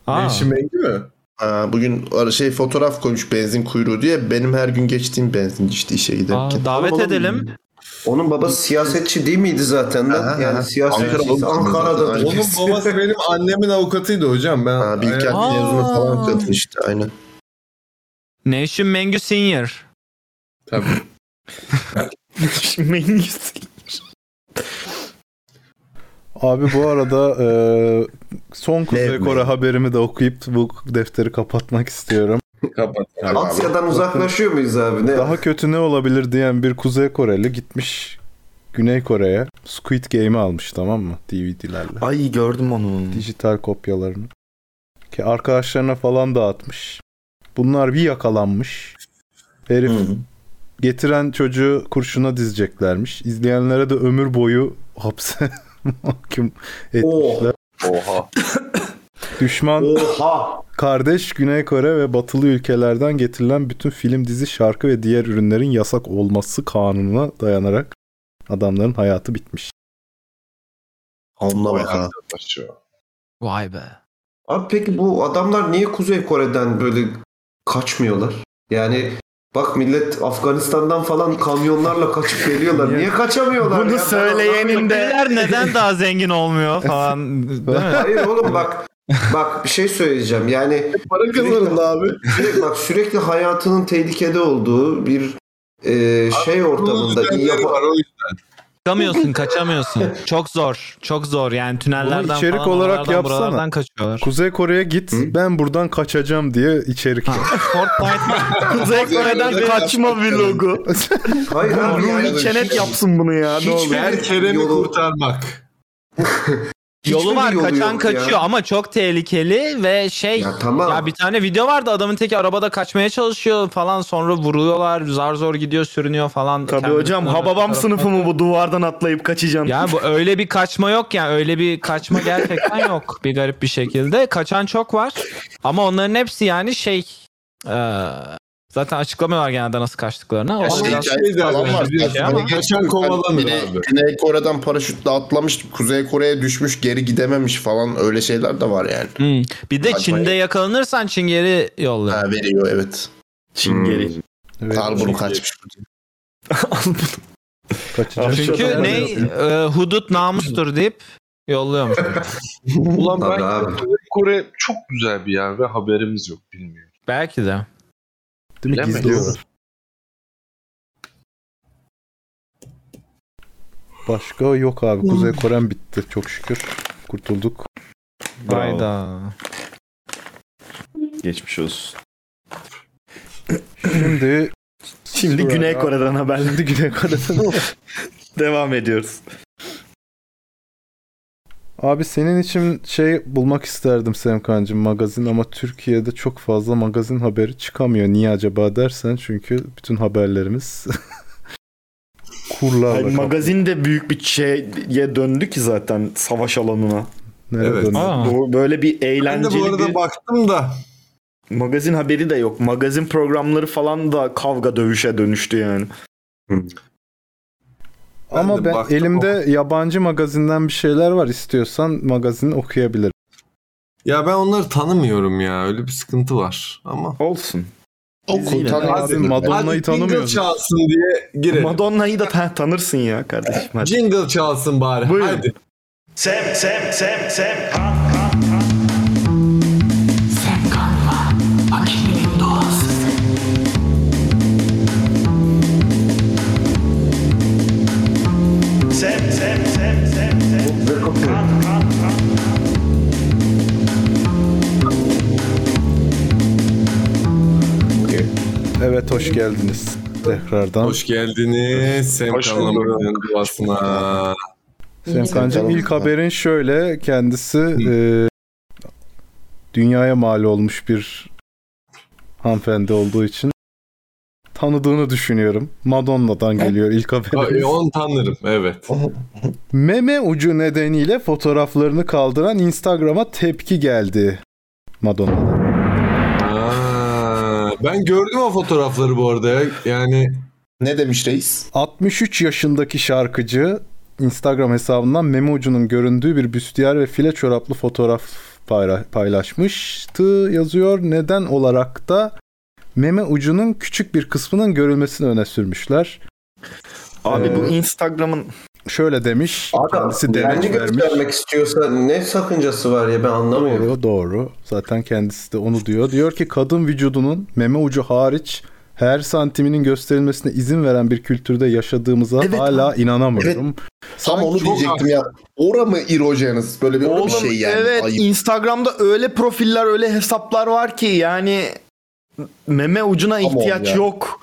Speaker 2: Aa. Nevşin
Speaker 5: Mengü mü?
Speaker 4: Ha, bugün ara- şey fotoğraf koymuş benzin kuyruğu diye benim her gün geçtiğim benzinci işte işe giderken.
Speaker 2: davet
Speaker 4: Oğlum,
Speaker 2: edelim.
Speaker 8: Onun babası siyasetçi değil miydi zaten lan?
Speaker 4: Ha, ha.
Speaker 8: yani siyasetçi
Speaker 4: Ankara'da-
Speaker 8: Ankara'da.
Speaker 5: Onun babası benim annemin avukatıydı hocam. Ben
Speaker 4: Ha, Bilkent
Speaker 2: Aa.
Speaker 4: mezunu falan kadın işte aynen.
Speaker 2: Nevşin Mengü Senior.
Speaker 5: Tabii.
Speaker 1: Mengüs.
Speaker 3: Abi bu arada e, son Kuzey
Speaker 4: Lev mi?
Speaker 3: Kore haberimi de okuyup bu defteri kapatmak istiyorum.
Speaker 5: Kapat.
Speaker 8: Asya'dan uzaklaşıyor muyuz abi? Ne?
Speaker 3: Daha kötü ne olabilir diyen bir Kuzey Koreli gitmiş Güney Kore'ye Squid Game'i almış tamam mı? DVD'lerle.
Speaker 1: Ay gördüm onu.
Speaker 3: Dijital kopyalarını. Ki arkadaşlarına falan dağıtmış. Bunlar bir yakalanmış. Herif getiren çocuğu kurşuna dizeceklermiş. İzleyenlere de ömür boyu hapse mahkum
Speaker 8: Oh.
Speaker 3: etmişler.
Speaker 7: Oha.
Speaker 3: Düşman
Speaker 8: Oha.
Speaker 3: kardeş Güney Kore ve batılı ülkelerden getirilen bütün film, dizi, şarkı ve diğer ürünlerin yasak olması kanununa dayanarak adamların hayatı bitmiş.
Speaker 4: Onunla bak ha.
Speaker 2: Vay be.
Speaker 8: Abi peki bu adamlar niye Kuzey Kore'den böyle kaçmıyorlar? Yani bak millet Afganistan'dan falan kamyonlarla kaçıp geliyorlar. niye kaçamıyorlar?
Speaker 2: Bunu
Speaker 8: ya? Ben
Speaker 2: söyleyenin de.
Speaker 8: anlamıyorum.
Speaker 2: neden daha zengin olmuyor falan. Değil mi?
Speaker 8: Hayır oğlum bak bak bir şey söyleyeceğim. Yani
Speaker 4: para
Speaker 8: kazanırdı abi. Sürekli, bak sürekli hayatının tehlikede olduğu bir e, şey ortamında iyi yapa-
Speaker 2: Kaçamıyorsun, kaçamıyorsun. Çok zor. Çok zor yani tünellerden
Speaker 3: Bunu içerik
Speaker 2: falan,
Speaker 3: olarak
Speaker 2: oralardan, buralardan
Speaker 3: yapsana.
Speaker 2: kaçıyorlar.
Speaker 3: Kuzey Kore'ye git, ben buradan kaçacağım diye içerik yap.
Speaker 2: Fortnite
Speaker 1: Kuzey Kore'den kaçma vlogu.
Speaker 8: Hayır abi yani
Speaker 1: Rumi Çenet yapsın bunu ya. Ne olur.
Speaker 5: Hiçbir Kerem'i kurtarmak.
Speaker 2: Yolu var
Speaker 8: yolu
Speaker 2: kaçan
Speaker 8: yok
Speaker 2: kaçıyor
Speaker 8: ya.
Speaker 2: ama çok tehlikeli ve şey ya,
Speaker 8: tamam.
Speaker 2: bir tane video vardı adamın teki arabada kaçmaya çalışıyor falan sonra vuruyorlar zar zor gidiyor sürünüyor falan.
Speaker 1: Tabii
Speaker 2: Kendisini
Speaker 1: hocam
Speaker 2: öbür
Speaker 1: Hababam
Speaker 2: tarafa-
Speaker 1: sınıfı mı bu duvardan atlayıp kaçacaksın?
Speaker 2: Ya bu öyle bir kaçma yok yani öyle bir kaçma gerçekten yok bir garip bir şekilde. Kaçan çok var ama onların hepsi yani şey eee, zaten açıklamıyorlar genelde nasıl kaçtıklarını. O
Speaker 4: Şey,
Speaker 2: biraz-
Speaker 4: hikaye falan var.
Speaker 2: bir şey ama-
Speaker 5: Kaçan Hani kovalanır
Speaker 4: Güney,
Speaker 5: abi.
Speaker 4: Güney Kore'den paraşütle atlamış, Kuzey Kore'ye düşmüş, geri gidememiş falan öyle şeyler de var yani.
Speaker 2: Hmm. Bir de
Speaker 4: Kaçmayı-
Speaker 2: Çin'de yakalanırsan Çin geri yolluyor.
Speaker 4: Ha, veriyor evet.
Speaker 1: Çingeri.
Speaker 4: Al bunu kaçmış.
Speaker 3: Kaçacağım.
Speaker 2: Çünkü ne e, hudut namustur deyip yolluyormuş.
Speaker 7: Ulan
Speaker 8: Tabii
Speaker 7: ben
Speaker 8: abi.
Speaker 7: Kuzey Kore çok güzel bir yer ve haberimiz yok bilmiyorum.
Speaker 2: Belki de.
Speaker 3: Değil mi?
Speaker 7: Bilemedim.
Speaker 3: Gizliyorlar. Başka yok abi. Kuzey Kore'm bitti çok şükür. Kurtulduk.
Speaker 1: Hmm.
Speaker 3: Bravo.
Speaker 2: Hayda.
Speaker 1: Geçmiş olsun.
Speaker 3: Şimdi
Speaker 1: Şimdi Güney Kore'den haberler.
Speaker 3: Şimdi Güney Kore'den.
Speaker 1: Devam ediyoruz.
Speaker 3: Abi senin için şey bulmak isterdim Semkancığım magazin ama Türkiye'de çok fazla magazin haberi çıkamıyor. Niye acaba dersen çünkü bütün haberlerimiz kurlarla.
Speaker 1: Hayır,
Speaker 3: kaplı.
Speaker 1: magazin de büyük bir şeye döndü ki zaten savaş alanına.
Speaker 3: Nereye
Speaker 5: Evet.
Speaker 3: döndü?
Speaker 2: Aa.
Speaker 1: Bu- Böyle bir
Speaker 5: Ben de
Speaker 1: eğlenceli
Speaker 5: bu arada
Speaker 1: bir
Speaker 5: baktım da
Speaker 1: magazin haberi de yok. Magazin programları falan da kavga dövüşe dönüştü yani.
Speaker 3: Ama
Speaker 5: de
Speaker 3: ben
Speaker 5: baktım oh.
Speaker 3: elimde yabancı magazinden bir şeyler var. İstiyorsan magazini okuyabilirim.
Speaker 5: ya ben onları tanımıyorum ya öyle bir sıkıntı var ama.
Speaker 1: Olsun. Biz
Speaker 4: Okul
Speaker 1: yine-
Speaker 3: Abi Madonna'yı
Speaker 5: Hadi jingle
Speaker 3: tanımıyorsun.
Speaker 5: çalsın diye girelim.
Speaker 1: Madonna'yı da ta- tanırsın ya kardeşim. Hadi.
Speaker 5: Jingle çalsın bari.
Speaker 1: Buyurun.
Speaker 5: Hadi.
Speaker 12: Sem sem sem sem kan kan kan.
Speaker 3: hoş geldiniz tekrardan.
Speaker 5: Hoş geldiniz Sem
Speaker 3: Hoş
Speaker 5: kanalımızın duasına.
Speaker 3: Semkancığım ilk haberin şöyle kendisi e, dünyaya mal olmuş bir hanımefendi olduğu için tanıdığını düşünüyorum. Madonna'dan geliyor ilk
Speaker 5: Ay,
Speaker 3: haberimiz.
Speaker 5: Onu e, tanırım evet.
Speaker 3: Meme ucu nedeniyle fotoğraflarını kaldıran Instagram'a tepki geldi Madonna'dan.
Speaker 5: Aa, ben gördüm o fotoğrafları bu arada ya. Yani
Speaker 4: ne demiş reis?
Speaker 3: 63 yaşındaki şarkıcı Instagram hesabından meme ucunun göründüğü bir büstiyer ve file çoraplı fotoğraf payla- paylaşmıştı yazıyor. Neden olarak da meme ucunun küçük bir kısmının görülmesini öne sürmüşler.
Speaker 1: Abi bu
Speaker 3: Ee,
Speaker 1: Instagram'ın
Speaker 3: şöyle demiş. kendisi
Speaker 8: Kendi
Speaker 3: demek vermiş.
Speaker 8: göstermek istiyorsa ne sakıncası var ya ben anlamıyorum.
Speaker 3: Doğru, doğru. Zaten kendisi de onu diyor. Diyor ki kadın vücudunun meme ucu hariç her santiminin gösterilmesine izin veren bir kültürde yaşadığımıza hala inanamıyorum.
Speaker 4: Tam onu diyecektim ya. Ora mı irojeniz? Böyle bir, öyle bir
Speaker 1: Oğlum,
Speaker 4: şey yani.
Speaker 1: Evet
Speaker 4: Ayıp.
Speaker 1: Instagram'da öyle profiller öyle hesaplar var ki yani meme ucuna ihtiyaç
Speaker 3: ya.
Speaker 1: yok.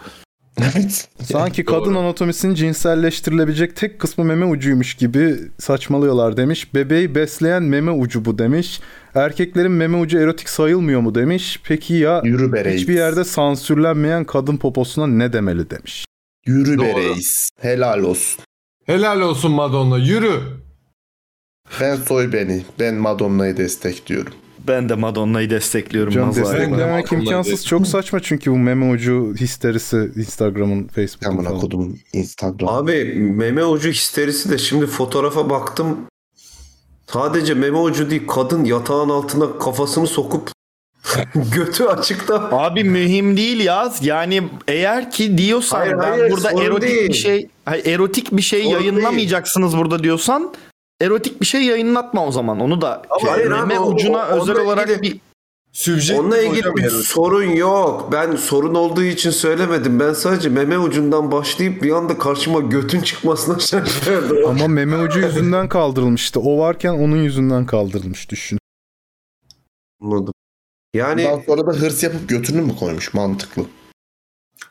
Speaker 3: Sanki kadın anatomisinin cinselleştirilebilecek tek kısmı meme ucuymuş gibi saçmalıyorlar demiş. Bebeği besleyen meme ucu bu demiş. Erkeklerin meme ucu erotik sayılmıyor mu demiş. Peki ya hiçbir yerde sansürlenmeyen kadın poposuna ne demeli demiş.
Speaker 4: Yürü be reis. Helal olsun.
Speaker 5: Helal olsun Madonna. Yürü.
Speaker 4: Ben soy beni. Ben Madonna'yı destekliyorum.
Speaker 1: Ben de Madonna'yı destekliyorum.
Speaker 3: Can
Speaker 1: vallahi.
Speaker 3: desteklemek imkansız. Çok saçma çünkü bu meme ucu histerisi Instagram'ın, Facebook'un falan.
Speaker 4: Instagram.
Speaker 8: Abi meme ucu histerisi de şimdi fotoğrafa baktım. Sadece meme ucu değil kadın yatağın altına kafasını sokup götü açıkta.
Speaker 1: Abi mühim değil ya. Yani eğer ki diyorsan
Speaker 8: Hayır,
Speaker 1: ben
Speaker 8: hayır,
Speaker 1: burada
Speaker 8: sorun
Speaker 1: erotik
Speaker 8: değil.
Speaker 1: bir şey hayır, erotik bir şey
Speaker 8: Sorun
Speaker 1: yayınlamayacaksınız burada diyorsan erotik bir şey yayınlatma o zaman. Onu da şey,
Speaker 8: hayır abi,
Speaker 1: meme
Speaker 8: o-
Speaker 1: ucuna
Speaker 8: o- onunla
Speaker 1: özel olarak bir
Speaker 8: Onunla ilgili bir sorun yok. Ben sorun olduğu için söylemedim. Ben sadece meme ucundan başlayıp bir anda karşıma götün çıkmasına şaşırdım.
Speaker 3: Ama meme ucu yüzünden kaldırılmıştı. O varken onun yüzünden kaldırılmış düşün.
Speaker 8: Anladım. Yani
Speaker 1: Hani-
Speaker 4: Ondan sonra da hırs yapıp götünü mü koymuş? Mantıklı.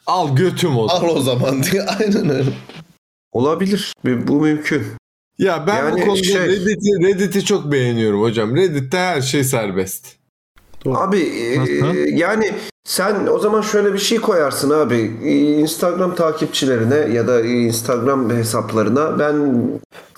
Speaker 5: Al götüm o
Speaker 4: Al o zaman diye. Aynen öyle.
Speaker 8: Olabilir. Bu bu mümkün.
Speaker 5: Ya ben
Speaker 8: Yani
Speaker 5: bu konuda
Speaker 8: şey-
Speaker 5: Reddit'i, Reddit'i çok beğeniyorum hocam. Reddit'te her şey serbest.
Speaker 8: Abi e, yani sen o zaman şöyle bir şey koyarsın abi. E, Instagram takipçilerine ya da e, Instagram hesaplarına ben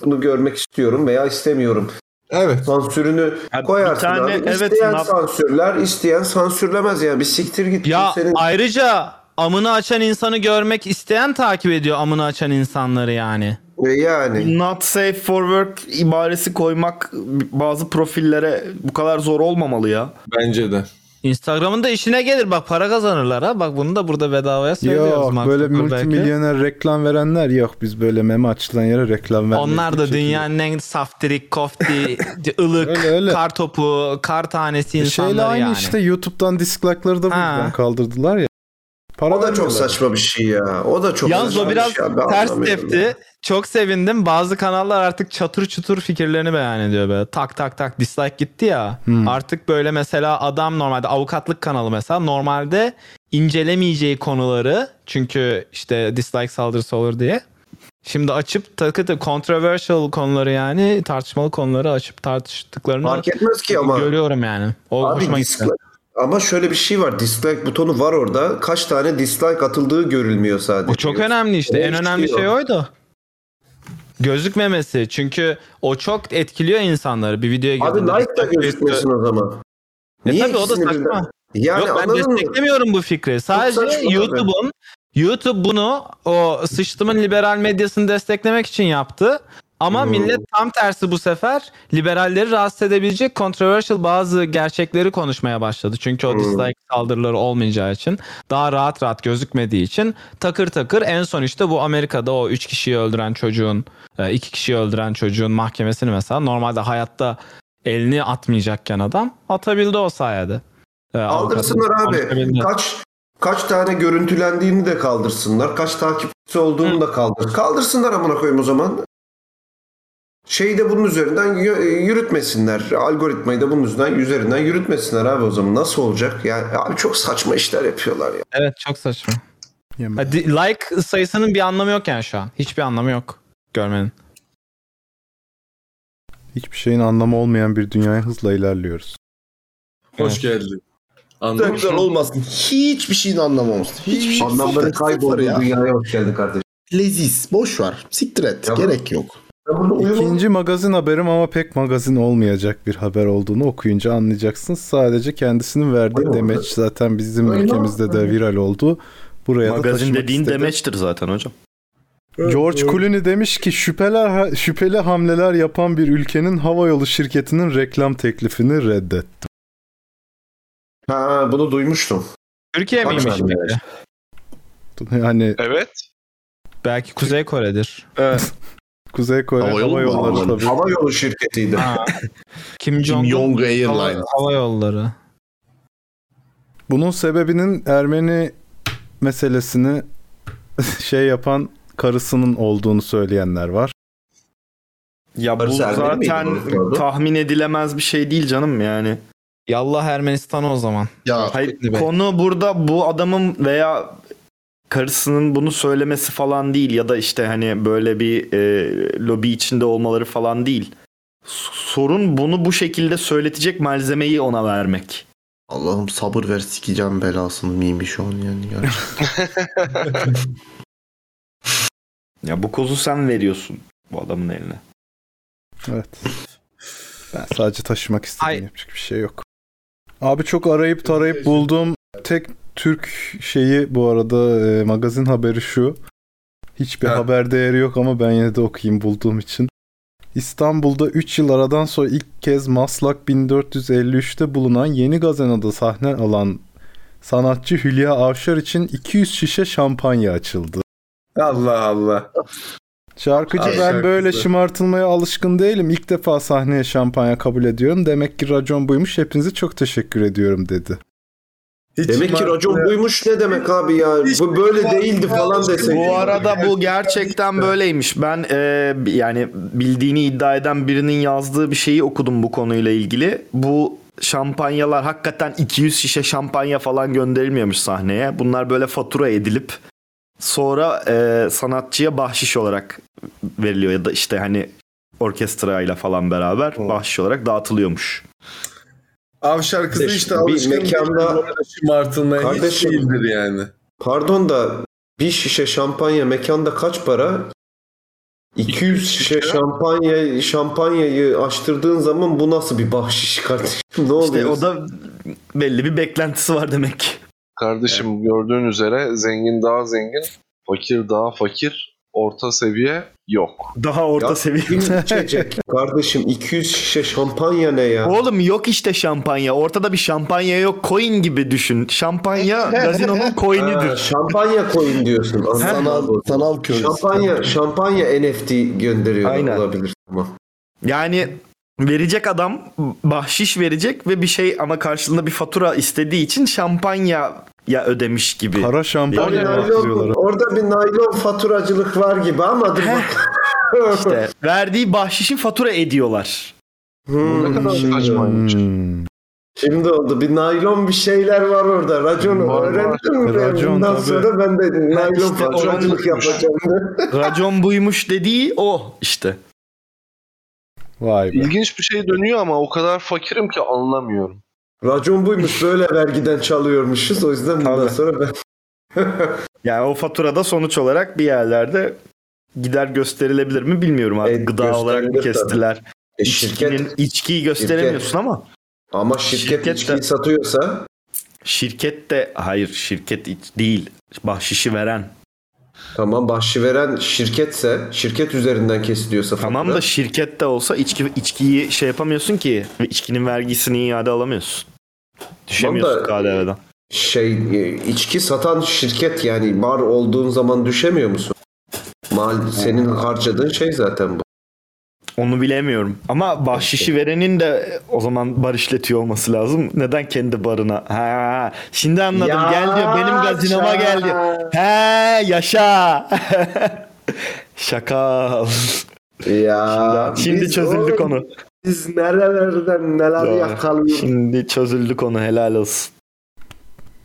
Speaker 8: bunu görmek istiyorum veya istemiyorum.
Speaker 5: Evet.
Speaker 8: Sansürünü koyarsın
Speaker 2: tane-
Speaker 8: abi.
Speaker 2: evet,
Speaker 8: isteyen
Speaker 2: nap-
Speaker 8: sansürler, isteyen sansürlemez yani. Bir siktir git.
Speaker 2: Ya
Speaker 3: Şey
Speaker 8: Senin-
Speaker 2: ayrıca amını açan insanı görmek isteyen takip ediyor amını açan insanları yani.
Speaker 8: e, yani.
Speaker 1: not safe for work ibaresi koymak bazı profillere bu kadar zor olmamalı ya.
Speaker 5: Bence de.
Speaker 2: Instagram'ın da işine gelir bak para kazanırlar ha bak bunu da burada bedavaya söylüyoruz.
Speaker 3: Yok
Speaker 2: Mark
Speaker 3: böyle
Speaker 2: Zuckerberg'e.
Speaker 3: multimilyoner reklam verenler yok. Biz böyle meme açılan yere reklam vermiyoruz.
Speaker 2: Onlar da dünyanın en saftirik, kofti, ılık, kar topu, kar tanesi insanları
Speaker 3: E, Şeyle aynı
Speaker 2: yani.
Speaker 3: işte YouTube'dan dislike'ları da bu yüzden kaldırdılar ya. Para
Speaker 8: o da çok saçma bir şey ya. O da çok
Speaker 2: Yalnız o
Speaker 8: saçma
Speaker 2: biraz
Speaker 8: bir şey abi. Ben
Speaker 2: ters
Speaker 8: anlamıyorum
Speaker 2: tepti. Çok sevindim. Bazı kanallar artık çatır çutur fikirlerini beyan ediyor böyle. Tak tak tak dislike gitti ya.
Speaker 3: Hmm.
Speaker 2: Artık böyle mesela adam normalde avukatlık kanalı mesela normalde incelemeyeceği konuları çünkü işte dislike saldırısı olur diye. Şimdi açıp takı da controversial konuları yani tartışmalı konuları açıp tartıştıklarını
Speaker 8: Fark etmez ki ama.
Speaker 2: görüyorum yani. O
Speaker 8: Abi
Speaker 2: hoşuma gitti.
Speaker 8: dislike- Ama şöyle bir şey var. Dislike butonu var orada. Kaç tane dislike atıldığı görülmüyor sadece.
Speaker 2: O çok önemli işte.
Speaker 8: Öyle
Speaker 2: en
Speaker 8: Hani bir
Speaker 2: önemli şey oydu. Gözükmemesi. Çünkü o çok etkiliyor insanları. Bir videoya
Speaker 8: Abi
Speaker 2: girdiğinde
Speaker 8: like da
Speaker 2: dislike
Speaker 8: gözükmesin
Speaker 2: çıktı.
Speaker 8: o zaman.
Speaker 2: E
Speaker 8: Niye
Speaker 2: tabii o da
Speaker 8: ikisini birden?
Speaker 2: saçma.
Speaker 8: Yani
Speaker 2: Yok ben
Speaker 8: anladın mı?
Speaker 2: desteklemiyorum bu fikri. Sadece
Speaker 8: saçma
Speaker 2: YouTube'un YouTube bunu o sıçtımın liberal medyasını desteklemek için yaptı. Ama
Speaker 8: Hmm.
Speaker 2: millet tam tersi bu sefer liberalleri rahatsız edebilecek controversial bazı gerçekleri konuşmaya başladı. Çünkü
Speaker 8: Hmm.
Speaker 2: o dislike saldırıları olmayacağı için daha rahat rahat gözükmediği için takır takır en son işte bu Amerika'da o 3 kişiyi öldüren çocuğun e, iki kişiyi öldüren çocuğun mahkemesini mesela normalde hayatta elini atmayacakken adam atabildi o sayede. E,
Speaker 8: Kaldırsınlar
Speaker 2: avukatın
Speaker 8: abi.
Speaker 2: konuşabildi.
Speaker 8: Kaç kaç tane görüntülendiğini de kaldırsınlar. Kaç takipçisi olduğunu da kaldır. Kaldırsınlar amına koyayım o zaman. Şeyi de bunun üzerinden yö- yürütmesinler. Algoritmayı da bunun üzerinden üzerinden yürütmesinler abi o zaman. Nasıl olacak? Yani abi çok saçma işler yapıyorlar ya.
Speaker 2: Evet çok saçma.
Speaker 3: Yeme.
Speaker 2: Ha, di- Like sayısının bir anlamı yok yani şu an. Hiçbir anlamı yok görmenin.
Speaker 3: Hiçbir şeyin anlamı olmayan bir dünyaya hızla ilerliyoruz.
Speaker 5: Hoş geldin.
Speaker 4: Anlamı
Speaker 5: Anlamış oldum.
Speaker 4: olmasın. Hiçbir şeyin anlamı olmasın. Hiçbir şey.
Speaker 8: Anlamları
Speaker 4: Sıfır, sıfır
Speaker 8: kayboldu.
Speaker 4: ya.
Speaker 8: Dünyaya hoş geldin kardeşim.
Speaker 4: Leziz. Boş ver. Siktir et. Gerek yok.
Speaker 3: İkinci magazin haberim ama pek magazin olmayacak bir haber olduğunu okuyunca anlayacaksın. Sadece kendisinin verdiği demeç zaten bizim
Speaker 1: Aynen.
Speaker 3: ülkemizde de viral oldu. Buraya da
Speaker 1: Magazin
Speaker 3: taşımak
Speaker 1: dediğin
Speaker 3: istedi.
Speaker 1: demeçtir zaten hocam.
Speaker 3: George Clooney demiş ki şüpheler şüpheli hamleler yapan bir ülkenin havayolu şirketinin reklam teklifini reddetti.
Speaker 8: Ha bunu duymuştum.
Speaker 2: Türkiye
Speaker 8: Bak
Speaker 2: miymiş?
Speaker 8: şimdi.
Speaker 2: peki?
Speaker 3: Yani
Speaker 7: Evet.
Speaker 2: Belki Kuzey Kore'dir.
Speaker 1: Evet.
Speaker 3: Kuzey Kore hava,
Speaker 2: Havayolu mu?
Speaker 3: yolları
Speaker 2: Havayolu.
Speaker 3: tabii.
Speaker 8: Hava yolu şirketiydi.
Speaker 2: Ha. Kim Jong-un
Speaker 4: Jong
Speaker 2: hava-
Speaker 4: Airlines.
Speaker 2: hava yolları.
Speaker 3: Bunun sebebinin Ermeni meselesini şey yapan karısının olduğunu söyleyenler var.
Speaker 1: Ya bu
Speaker 3: Barış Ermeni miydi
Speaker 1: zaten
Speaker 3: bu arada?
Speaker 1: tahmin edilemez bir şey değil canım yani.
Speaker 2: Yallah Ermenistan o zaman.
Speaker 4: Ya
Speaker 1: Hayır, konu burada bu adamın veya karısının bunu söylemesi falan değil ya da işte hani böyle bir e, lobi içinde olmaları falan değil. S- Sorun bunu bu şekilde söyletecek malzemeyi ona vermek.
Speaker 4: Allah'ım sabır ver sikeceğim belasını miymiş on yani gerçekten.
Speaker 1: ya bu kozu sen veriyorsun bu adamın eline.
Speaker 3: Evet. Ben sadece taşımak istedim. Yapacak bir şey yok. Abi çok arayıp tarayıp bulduğum tek Türk şeyi bu arada e, magazin haberi şu. Hiçbir haber değeri yok ama ben yine de okuyayım bulduğum için. İstanbul'da 3 yıl aradan sonra ilk kez Maslak 1453'te bulunan Yeni Gazena'da sahne alan sanatçı Hülya Avşar için 200 şişe şampanya açıldı.
Speaker 5: Allah Allah.
Speaker 3: Şarkıcı
Speaker 5: Ay,
Speaker 3: ben
Speaker 5: şarkısı.
Speaker 3: böyle şımartılmaya alışkın değilim. İlk defa sahneye şampanya kabul ediyorum. Demek ki racon buymuş. Hepinize çok teşekkür ediyorum dedi.
Speaker 8: demek ki racon buymuş ne demek abi ya? Bu böyle değildi falan desek.
Speaker 1: Bu arada bu gerçekten böyleymiş. Ben e, yani bildiğini iddia eden birinin yazdığı bir şeyi okudum bu konuyla ilgili. Bu şampanyalar hakikaten 200 şişe şampanya falan gönderilmiyormuş sahneye. Bunlar böyle fatura edilip sonra e, sanatçıya bahşiş olarak veriliyor ya da işte hani orkestrayla falan beraber bahşiş olarak dağıtılıyormuş.
Speaker 5: Avşar kızı
Speaker 8: Bir
Speaker 5: işte alışkın
Speaker 8: mekanda-
Speaker 5: değil, böyle şımartılmaya hiç
Speaker 8: Kardeşim.
Speaker 5: değildir yani.
Speaker 8: Pardon da bir şişe şampanya mekanda kaç para? 200 şişe şampanya şampanyayı açtırdığın zaman bu nasıl bir bahşiş kardeşim? Ne
Speaker 1: İşte
Speaker 8: oluyor?
Speaker 1: o da belli bir beklentisi var demek ki.
Speaker 7: Kardeşim gördüğün üzere zengin daha zengin, fakir daha fakir, orta seviye yok.
Speaker 1: Daha orta seviye.
Speaker 8: içecek. Kardeşim 200 şişe şampanya ne ya?
Speaker 1: Oğlum yok işte şampanya. Ortada bir şampanya yok. Coin gibi düşün. Şampanya gazinonun
Speaker 8: Ha,
Speaker 1: coin'idir.
Speaker 8: şampanya coin diyorsun.
Speaker 4: sanal, sanal köy.
Speaker 8: Şampanya, şampanya NFT gönderiyor olabilir. Tamam.
Speaker 1: Yani verecek adam bahşiş verecek ve bir şey ama karşılığında bir fatura istediği için şampanya ya ödemiş gibi.
Speaker 3: Kara
Speaker 8: Orada,
Speaker 3: şampanya
Speaker 8: naylon, orada bir naylon faturacılık var gibi ama dur bak.
Speaker 1: İşte verdiği bahşişi fatura ediyorlar.
Speaker 8: Hmm.
Speaker 7: Ne kadar saçmaymış.
Speaker 3: Hmm.
Speaker 8: Şimdi oldu. Bir naylon bir şeyler var orada. Raconu öğrendim mi?
Speaker 1: Racon,
Speaker 8: Bundan
Speaker 1: tabii.
Speaker 8: sonra ben de naylon
Speaker 1: işte
Speaker 8: faturacılık
Speaker 1: oranın-
Speaker 8: yapacağım.
Speaker 1: Racon buymuş dediği o işte.
Speaker 3: Vay
Speaker 7: İlginç bir şey dönüyor ama o kadar fakirim ki anlamıyorum.
Speaker 8: Racon buymuş. Böyle vergiden çalıyormuşuz. O yüzden bundan sonra ben...
Speaker 1: Yani o faturada sonuç olarak bir yerlerde gider gösterilebilir mi bilmiyorum artık. Gıda olarak
Speaker 8: gösterilir
Speaker 1: kestiler.
Speaker 8: E,
Speaker 1: İçkinin-
Speaker 8: şirket-
Speaker 1: içkiyi gösteremiyorsun
Speaker 8: şirket.
Speaker 1: ama.
Speaker 8: Ama şirket,
Speaker 1: Şirket de-
Speaker 8: içkiyi satıyorsa
Speaker 1: Şirket de hayır şirket iç- değil. Bahşişi veren.
Speaker 8: tamam bahşi veren şirketse şirket üzerinden kesiliyorsa
Speaker 1: Tamam da şirket de olsa içki içkiyi şey yapamıyorsun ki. Ve içkinin vergisini iade alamıyorsun. Düşemiyorsun KDV'den.
Speaker 8: şey e, içki satan şirket yani bar olduğun zaman düşemiyor musun? Mal senin harcadığın şey zaten bu.
Speaker 1: Onu bilemiyorum. Ama bahşişi verenin de o zaman bar işletiyor olması lazım. Neden kendi barına? Ha, şimdi anladım.
Speaker 12: Ya,
Speaker 1: gel diyor benim gazinoma
Speaker 12: ça.
Speaker 1: gel diyor. He yaşa. Şaka.
Speaker 8: Ya
Speaker 1: şimdi, şimdi
Speaker 8: biz
Speaker 1: çözüldü
Speaker 8: oğlum-
Speaker 1: konu.
Speaker 8: Biz nerelerden neler
Speaker 1: Doğru.
Speaker 8: yakalıyoruz.
Speaker 1: Şimdi çözüldü konu helal olsun.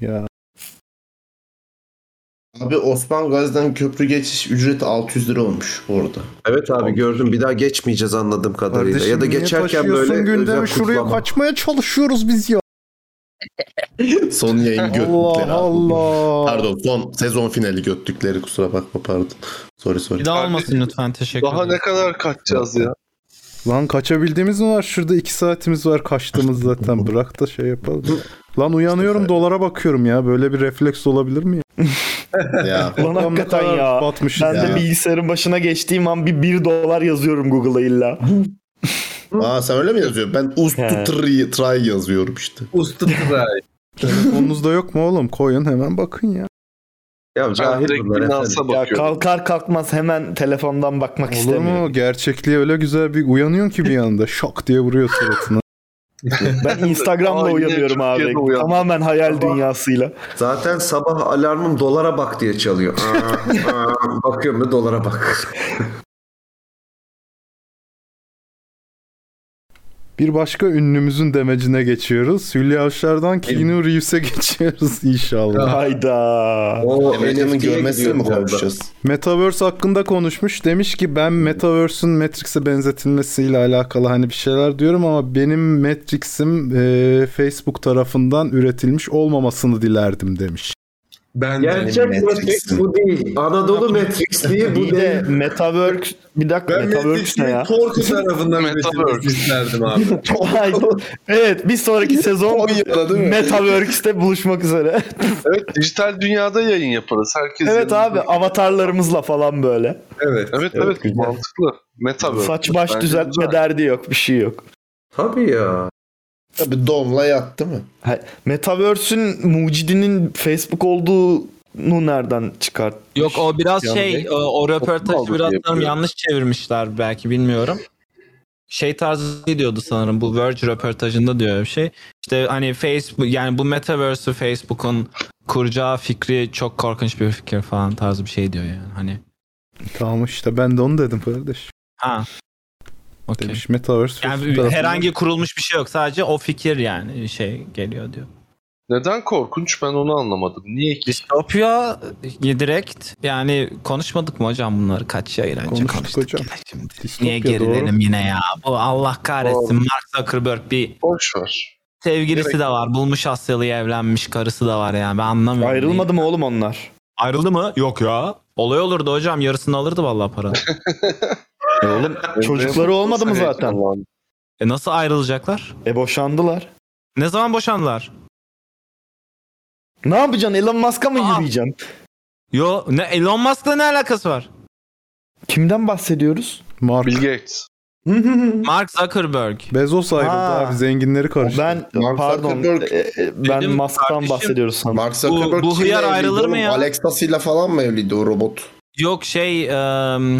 Speaker 3: Ya.
Speaker 4: Abi Osman Gazi'den köprü geçiş ücreti 600 lira olmuş bu arada.
Speaker 14: Evet abi gördüm. Bir daha geçmeyeceğiz anladığım kadarıyla.
Speaker 4: Kardeşim
Speaker 14: ya da
Speaker 4: niye
Speaker 14: geçerken
Speaker 4: taşıyorsun
Speaker 14: böyle
Speaker 4: gündemi?
Speaker 14: özel
Speaker 4: Şuraya
Speaker 14: kutlama.
Speaker 3: Kaçmaya çalışıyoruz biz ya.
Speaker 4: son yayın götlükleri.
Speaker 3: Allah Allah.
Speaker 4: Pardon son sezon finali götlükleri kusura bakma pardon. Sorry sorry.
Speaker 2: Bir daha olmasın lütfen teşekkür ederim.
Speaker 7: Daha ne kadar kaçacağız ya?
Speaker 3: Lan kaçabildiğimiz mi var? Şurada 2 saatimiz var kaçtığımız zaten. Bırak da şey yapalım. Lan uyanıyorum dolara bakıyorum ya. Böyle bir refleks olabilir mi ya?
Speaker 4: ya.
Speaker 3: Ulan
Speaker 1: Ulan hakikaten
Speaker 3: ne kadar
Speaker 1: ya.
Speaker 3: batmışız
Speaker 1: ben
Speaker 3: ya.
Speaker 1: de bilgisayarın başına geçtiğim an bir 1 dolar yazıyorum Google'a illa.
Speaker 4: Aa sen öyle mi yazıyorsun? Ben ustu try, try yazıyorum işte.
Speaker 5: Ustu try.
Speaker 3: Telefonunuzda yok mu oğlum? Koyun hemen bakın ya.
Speaker 14: Ya
Speaker 3: cahil bunlar efendim.
Speaker 1: Ya kalkar kalkmaz hemen telefondan bakmak
Speaker 3: Olur
Speaker 1: istemiyorum.
Speaker 3: mu? Gerçekliğe öyle güzel bir uyanıyorsun ki bir anda. Şok diye vuruyor suratına.
Speaker 1: Ben Instagram'la
Speaker 14: Aynen,
Speaker 1: uyanıyorum abi.
Speaker 14: Türkiye'de uyan.
Speaker 1: Tamamen hayal dünyasıyla.
Speaker 14: Zaten sabah alarmım dolara bak diye çalıyor. Aa, aa, Bakıyorum da dolara bak.
Speaker 3: Bir başka ünlümüzün demecine geçiyoruz. Hülya Avşar'dan Keanu Reeves'e geçiyoruz inşallah.
Speaker 1: Hayda.
Speaker 14: O
Speaker 4: Emrecan'ın görmesini mi konuşacağız?
Speaker 3: Metaverse hakkında konuşmuş. Demiş ki ben Metaverse'ün Matrix'e benzetilmesiyle alakalı hani bir şeyler diyorum ama benim Matrix'im e, Facebook tarafından üretilmiş olmamasını dilerdim demiş.
Speaker 5: Ben
Speaker 14: Gerçek Matrix bu değil. Anadolu Matrix değil bu
Speaker 1: Bir
Speaker 14: değil.
Speaker 1: de Metaverse bir dakika
Speaker 5: Ben
Speaker 1: Metaverse ne ya?
Speaker 5: Matrix'in hani korku tarafından üretilmesini isterdim abi.
Speaker 1: Ay, evet bir sonraki sezon
Speaker 7: mi?
Speaker 1: Metaverse'te buluşmak üzere.
Speaker 7: Evet dijital dünyada yayın yaparız. Herkes
Speaker 1: evet abi avatarlarımızla falan böyle.
Speaker 5: Evet.
Speaker 7: Evet evet, mantıklı. Metaverse.
Speaker 1: Saç baş
Speaker 7: Bence
Speaker 1: düzeltme derdi yok bir şey yok.
Speaker 14: Tabii ya.
Speaker 4: Tabii donla yattı mı?
Speaker 1: Ha, Metaverse'ün mucidinin Facebook olduğunu nereden çıkart?
Speaker 2: Yok o biraz
Speaker 1: Yani
Speaker 2: şey
Speaker 1: ne?
Speaker 2: o, o röportajı
Speaker 1: Oldu
Speaker 2: biraz
Speaker 1: diye
Speaker 2: sanırım
Speaker 1: biliyorum.
Speaker 2: yanlış çevirmişler belki bilmiyorum. Şey tarzı diyordu sanırım bu Verge röportajında diyor bir şey. İşte hani Facebook yani bu Metaverse'ü Facebook'un kuracağı fikri çok korkunç bir fikir falan tarzı bir şey diyor yani hani.
Speaker 3: Tamam işte ben de onu dedim kardeş.
Speaker 2: Ha. Okey.
Speaker 3: Demiş Metaverse.
Speaker 2: Yani
Speaker 3: Facebook tarafından-
Speaker 2: herhangi kurulmuş bir şey yok sadece o fikir yani şey geliyor diyor.
Speaker 7: Neden korkunç ben onu anlamadım. Niye ki?
Speaker 2: Distopya e, direkt yani konuşmadık mı hocam bunları kaç yayın önce konuştuk, hocam. şimdi. Niye
Speaker 7: Distopya,
Speaker 2: gerilelim
Speaker 7: doğru.
Speaker 2: yine ya? Bu Allah kahretsin
Speaker 7: Doğru.
Speaker 2: Mark Zuckerberg bir
Speaker 7: Boş ver.
Speaker 2: sevgilisi
Speaker 7: Gerek
Speaker 2: de var. Bulmuş Asyalı'yı evlenmiş karısı da var yani ben anlamıyorum.
Speaker 1: Ayrılmadı mı oğlum onlar?
Speaker 2: Ayrıldı mı? Yok ya. Olay olurdu hocam yarısını alırdı vallahi paranı.
Speaker 4: E
Speaker 1: oğlum çocukları olmadı mı zaten?
Speaker 2: E nasıl ayrılacaklar?
Speaker 1: E boşandılar.
Speaker 2: Ne zaman boşandılar?
Speaker 1: Ne yapacaksın? Elon Musk'a mı yürüyeceksin?
Speaker 2: Yo ne Elon Musk'la ne alakası var?
Speaker 1: Kimden bahsediyoruz?
Speaker 3: Mark.
Speaker 7: Bill Gates.
Speaker 2: Mark Zuckerberg.
Speaker 3: Bezos ayrıldı
Speaker 1: Ha.
Speaker 3: abi zenginleri karıştı.
Speaker 1: Ben pardon e, e, ben
Speaker 2: Dedim
Speaker 1: Musk'tan
Speaker 2: kardeşim,
Speaker 1: bahsediyoruz sanırım.
Speaker 4: Mark Zuckerberg
Speaker 2: bu
Speaker 4: kimle
Speaker 2: hıyar
Speaker 4: evliydi
Speaker 2: ayrılır
Speaker 4: oğlum?
Speaker 2: mı ya?
Speaker 4: Alexa'sıyla falan mı evliydi o robot?
Speaker 2: Yok şey em,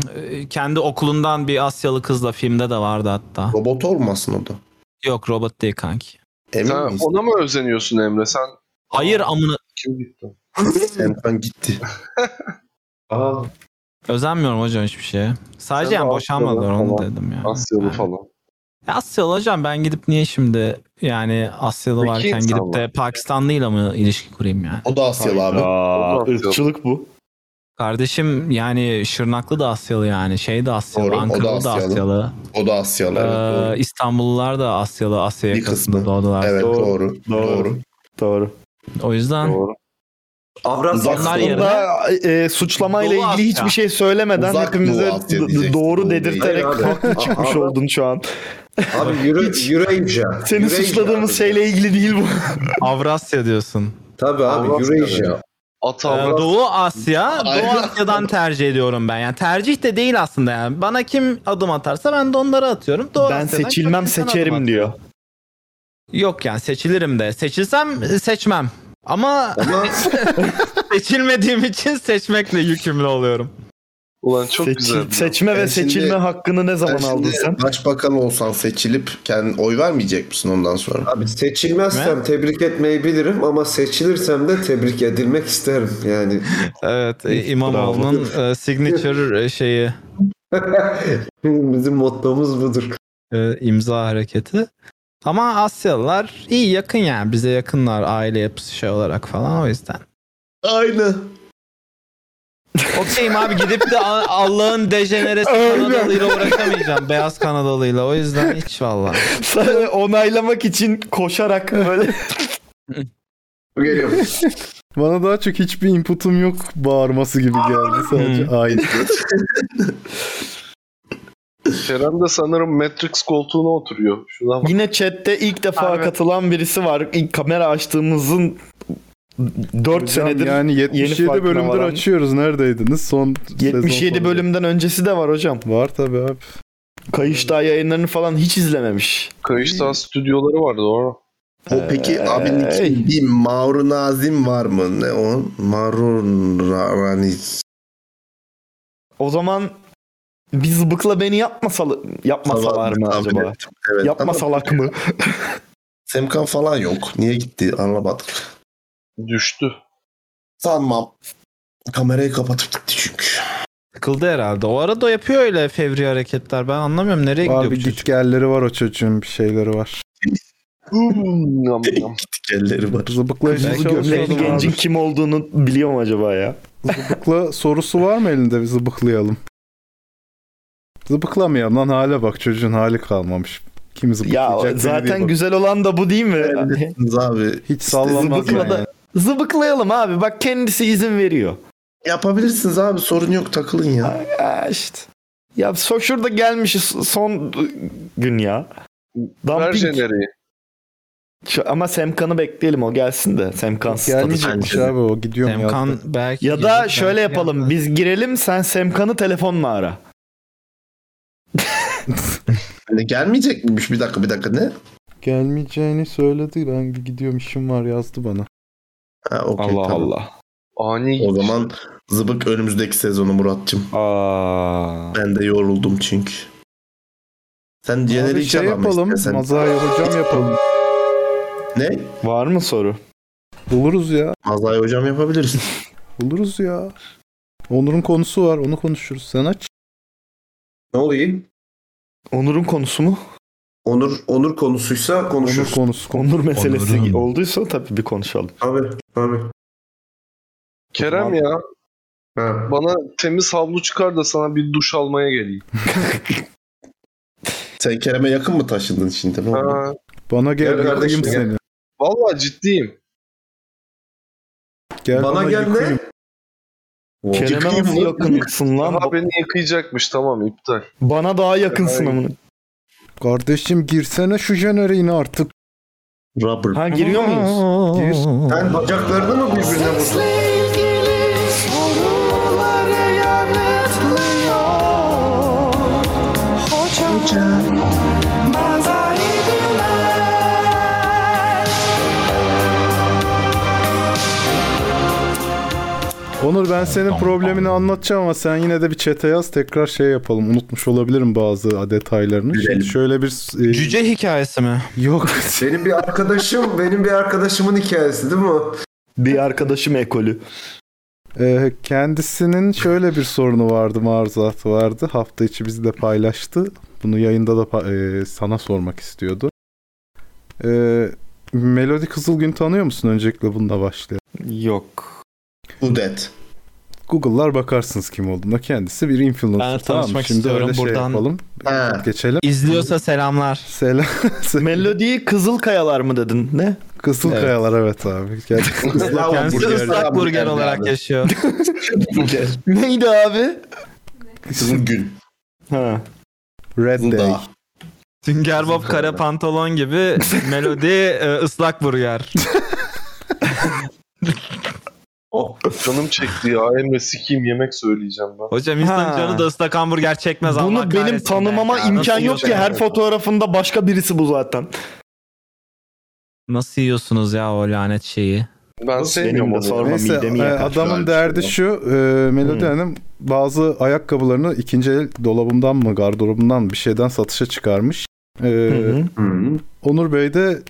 Speaker 2: kendi okulundan bir Asyalı kızla filmde de vardı hatta.
Speaker 4: Robot olmasın o da.
Speaker 2: Yok robot değil kanki.
Speaker 4: Emin
Speaker 7: Sen
Speaker 4: miyiz?
Speaker 7: ona mı özeniyorsun Emre? Sen
Speaker 2: Hayır amına
Speaker 7: kim gitti?
Speaker 4: Emkan gitti.
Speaker 7: Aa,
Speaker 2: özenmiyorum hocam hiçbir şeye. Sadece
Speaker 7: Sen
Speaker 2: yani
Speaker 7: de
Speaker 2: boşanmadılar
Speaker 7: Asyalı
Speaker 2: onu
Speaker 7: falan.
Speaker 2: dedim yani.
Speaker 7: Asyalı falan.
Speaker 2: Ya Asyalı hocam ben gidip niye şimdi yani Asyalı
Speaker 7: Peki,
Speaker 2: varken gidip de
Speaker 7: inşallah.
Speaker 2: Pakistanlıyla mı ilişki kurayım yani?
Speaker 4: O da Asyalı abi.
Speaker 1: Aa, ırkçılık bu.
Speaker 2: Kardeşim yani Şırnaklı da Asyalı yani şey de Asyalı,
Speaker 4: Doğru, o da
Speaker 2: Ankaralı da Asyalı.
Speaker 4: Asyalı. O da Asyalı. evet,
Speaker 2: Ee,
Speaker 4: doğru.
Speaker 2: İstanbullular da Asyalı, Asya
Speaker 4: Bir
Speaker 2: yakasında
Speaker 4: kısmı.
Speaker 2: doğdular.
Speaker 4: Evet
Speaker 1: Doğru,
Speaker 4: doğru. Doğru.
Speaker 1: doğru. Doğru.
Speaker 2: O yüzden
Speaker 14: Avrasya.
Speaker 2: Onlar yerine
Speaker 1: Aslında e, suçlamayla
Speaker 2: Doğu
Speaker 1: ilgili
Speaker 2: Asya.
Speaker 1: hiçbir şey söylemeden
Speaker 4: Uzak
Speaker 1: hepimize
Speaker 4: Doğu Asya
Speaker 1: d-
Speaker 4: diyeceksin.
Speaker 1: doğru
Speaker 4: Doğu değil.
Speaker 1: dedirterek
Speaker 14: Hayır abi.
Speaker 1: haklı çıkmış
Speaker 14: Abi-
Speaker 1: oldun şu an.
Speaker 14: Abi Euro- Eurasia.
Speaker 1: Seni
Speaker 14: Eurasia
Speaker 1: suçladığımız
Speaker 14: abi.
Speaker 1: şeyle ilgili değil bu.
Speaker 2: Avrasya diyorsun.
Speaker 14: Tabii abi
Speaker 7: Avrasya.
Speaker 14: Eurasia.
Speaker 7: At
Speaker 2: Ee,
Speaker 7: Avrasya.
Speaker 2: Doğu Asya, Doğu
Speaker 4: Aynen.
Speaker 2: Asya'dan tercih ediyorum ben. Yani tercih de değil aslında yani. Bana kim adım atarsa ben de onları atıyorum. Doğu
Speaker 1: Ben
Speaker 2: Asya'dan
Speaker 1: seçilmem
Speaker 2: çok insan adım
Speaker 1: seçerim
Speaker 2: atıyor.
Speaker 1: diyor.
Speaker 2: Yok yani seçilirim de. Seçilsem seçmem. Ama
Speaker 14: Ama
Speaker 2: seçilmediğim için seçmekle yükümlü oluyorum.
Speaker 7: Ulan çok
Speaker 1: Seçil-
Speaker 7: güzel.
Speaker 1: seçme ve
Speaker 4: Ben şimdi-
Speaker 1: seçilme hakkını ne zaman
Speaker 4: Sen
Speaker 1: aldın
Speaker 4: şimdi
Speaker 1: sen?
Speaker 4: Başbakan olsan seçilip kendin oy vermeyecek misin ondan sonra?
Speaker 14: abi seçilmezsem tebrik etmeyi bilirim ama seçilirsem de tebrik edilmek isterim yani.
Speaker 2: Evet e, İmamoğlu'nun e, signature e, şeyi
Speaker 14: Bizim mottomuz budur.
Speaker 2: e, imza hareketi. Ama Asyalılar iyi yakın yani bize yakınlar aile yapısı şey olarak falan o yüzden.
Speaker 4: Aynı.
Speaker 2: Okeyim abi gidip de A- Allah'ın dejeneresi Kanadalıyla uğraşamayacağım. Beyaz Kanadalıyla. O yüzden hiç valla.
Speaker 1: Sana onaylamak için koşarak böyle.
Speaker 8: Geliyor.
Speaker 3: Bana daha çok hiçbir inputum yok bağırması gibi geldi
Speaker 1: Hmm.
Speaker 3: sadece. Aynı.
Speaker 7: Kerem de sanırım Matrix koltuğuna oturuyor. Şuna bak.
Speaker 1: Yine chatte ilk defa katılan birisi var. İlk kamera açtığımızın 4 senedir
Speaker 3: yani 77
Speaker 1: farkına
Speaker 3: bölümdür
Speaker 1: varan-
Speaker 3: açıyoruz. Neredeydiniz? Son sezon
Speaker 1: 77
Speaker 3: sonu.
Speaker 1: bölümden öncesi de var hocam.
Speaker 3: Var tabi abi.
Speaker 1: Kayıştağ yayınlarını falan hiç izlememiş.
Speaker 7: Kayıştağ stüdyoları var doğru.
Speaker 4: O peki abinin ismi değil mi? Mağrur Nazim var mı? Ne o? Mağrur Raniz.
Speaker 1: O zaman bir zıbıkla beni yapmasal yapmasalar mı
Speaker 4: Tahmin
Speaker 1: acaba?
Speaker 4: ettim, evet.
Speaker 1: Yapmasalak mı?
Speaker 4: Semkan falan yok. Niye gitti anlamadık.
Speaker 7: Düştü.
Speaker 4: Sanmam. Kamerayı kapatıp gitti çünkü.
Speaker 2: Sıkıldı herhalde. O arada o yapıyor öyle fevri hareketler. Ben anlamıyorum nereye gidiyor bu
Speaker 3: Abi
Speaker 2: çocuk.
Speaker 3: gitgelleri var o çocuğun bir şeyleri var.
Speaker 4: Gitgelleri var.
Speaker 3: Zıbıklayıcı
Speaker 1: Belki
Speaker 3: çalışıyordum abi.
Speaker 1: gencin kim olduğunu biliyor mu acaba ya?
Speaker 3: Zıbıkla sorusu var mı elinde bir zıbıklayalım. Zıbıklamayalım lan hale bak çocuğun hali kalmamış. Kim
Speaker 1: Ya
Speaker 3: zıbıklayacak? beni diye
Speaker 1: zaten
Speaker 3: bak.
Speaker 1: güzel olan da bu değil mi?
Speaker 4: abi.
Speaker 3: Hiç sallanmaz
Speaker 1: Zıbıkla
Speaker 3: yani.
Speaker 1: da, zıbıklayalım abi. Bak kendisi izin veriyor.
Speaker 4: Yapabilirsiniz abi sorun yok takılın ya.
Speaker 1: Ya işte. Ya so şurada gelmişiz son gün ya. Dumping. Şu- ama Semkan'ı bekleyelim o gelsin de. Semkan
Speaker 3: Gelmeyecekmiş abi o gidiyor mu?
Speaker 2: Semkan
Speaker 3: yazdı?
Speaker 2: belki
Speaker 1: Ya da şöyle yapalım. Biz girelim sen Semkan'ı telefonla ara.
Speaker 4: Hani gelmeyecekmiş bir dakika bir dakika ne?
Speaker 3: Gelmeyeceğini söyledi. Ben bir gidiyorum işim var yazdı bana.
Speaker 4: Ha, okey, tamam.
Speaker 7: Ani
Speaker 4: O zaman zıbık önümüzdeki sezonu Murat'cığım.
Speaker 1: Aa.
Speaker 4: Ben de yoruldum çünkü. Sen
Speaker 3: Abi
Speaker 4: jenerik
Speaker 3: şey
Speaker 4: çalama
Speaker 3: yapalım.
Speaker 4: istersen.
Speaker 3: Mazaya hocam yapalım.
Speaker 4: Ne?
Speaker 1: Var mı soru?
Speaker 3: Buluruz ya.
Speaker 4: Mazay hocam yapabiliriz.
Speaker 3: Buluruz ya. Onur'un konusu var. Onu konuşuruz. Sen aç.
Speaker 8: Ne olayım?
Speaker 1: Onur'un konusu mu?
Speaker 8: Onur Onur konusuysa konuşuruz.
Speaker 3: Onur konusu.
Speaker 1: Onur meselesi
Speaker 8: Onur'un-
Speaker 1: olduysa tabii bir konuşalım.
Speaker 8: Abi abi.
Speaker 7: Kerem ya bana temiz havlu çıkar da sana bir duş almaya geleyim.
Speaker 4: Sen Kerem'e yakın mı taşındın şimdi? Ne oldu?
Speaker 7: Ha,
Speaker 3: Bana gel,
Speaker 7: Gel kardeşim,
Speaker 3: yakayım seni.
Speaker 7: gel. vallahi ciddiyim.
Speaker 3: Gel
Speaker 8: Bana gel ne?
Speaker 3: yakayım.
Speaker 1: Kerem'e
Speaker 4: Yakayım
Speaker 1: nasıl
Speaker 4: mı?
Speaker 1: yakınsın lan?
Speaker 7: Ha beni yıkayacakmış tamam iptal.
Speaker 1: Bana daha yakınsın amına.
Speaker 3: Kardeşim girsene şu jeneriğini artık.
Speaker 4: Rubber.
Speaker 1: Ha giriyor muyuz?
Speaker 3: Gir.
Speaker 8: Sen bacaklarını mı birbirine vurdun?
Speaker 3: Onur ben senin problemini anlatacağım ama sen yine de bir çete yaz tekrar şey yapalım. Unutmuş olabilirim bazı detaylarını. Şimdi şöyle bir... e,
Speaker 2: Cüce hikayesi mi?
Speaker 3: Yok.
Speaker 8: Benim bir arkadaşım, benim bir arkadaşımın hikayesi değil mi? o?
Speaker 1: Bir arkadaşım ekolü.
Speaker 3: e, kendisinin şöyle bir sorunu vardı maruzatı vardı. Hafta içi bizle paylaştı. Bunu yayında da pa- e, sana sormak istiyordu. E, Melodi Kızılgün tanıyor musun? Öncelikle bununla başlayalım.
Speaker 1: Yok.
Speaker 4: Bu det.
Speaker 3: Google'lar bakarsınız kim olduğuna. Kendisi bir influencer.
Speaker 2: Ben
Speaker 3: tamam mı?
Speaker 2: tanışmak
Speaker 3: Şimdi
Speaker 2: istiyorum.
Speaker 3: öyle şey
Speaker 2: Buradan-
Speaker 3: yapalım.
Speaker 4: Ha.
Speaker 3: Geçelim.
Speaker 2: İzliyorsa selamlar.
Speaker 3: Selam.
Speaker 1: Melodiyi Kızıl Kayalar mı dedin? Ne?
Speaker 3: Kızıl
Speaker 2: Evet.
Speaker 3: Kayalar evet abi. Gerçekten
Speaker 4: Islak
Speaker 2: Kendisi
Speaker 4: hamburger.
Speaker 2: ıslak burger olarak yaşıyor.
Speaker 4: Hamburger.
Speaker 1: Neydi abi?
Speaker 4: Kızıl gün.
Speaker 1: Ha.
Speaker 3: Red
Speaker 4: Kızıl
Speaker 3: Day.
Speaker 4: dağ.
Speaker 2: Sünger Bob kare pantolon gibi melodi e, ıslak burger.
Speaker 7: Oh, canım çekti ya Emre sikeyim yemek söyleyeceğim ben.
Speaker 2: Hocam insanın
Speaker 1: Ha.
Speaker 2: canı da ıslak hamburger çekmez Allah
Speaker 1: Bunu benim
Speaker 2: kahretsin
Speaker 1: tanımama
Speaker 2: be ya.
Speaker 1: imkan
Speaker 2: Nasıl
Speaker 1: yok ki
Speaker 2: yiyorsunuz?
Speaker 1: her fotoğrafında başka birisi bu zaten.
Speaker 2: Nasıl yiyorsunuz ya o lanet şeyi?
Speaker 7: Ben sevmiyorum
Speaker 1: benim de
Speaker 7: onu.
Speaker 1: sorma
Speaker 3: Neyse
Speaker 1: midemi
Speaker 3: e,
Speaker 1: yakar. şey
Speaker 3: adamın derdi şu e, Melodi Hanım bazı ayakkabılarını ikinci el dolabından mı gardırobundan mı bir şeyden satışa çıkarmış. E,
Speaker 1: hı.
Speaker 3: Onur Bey de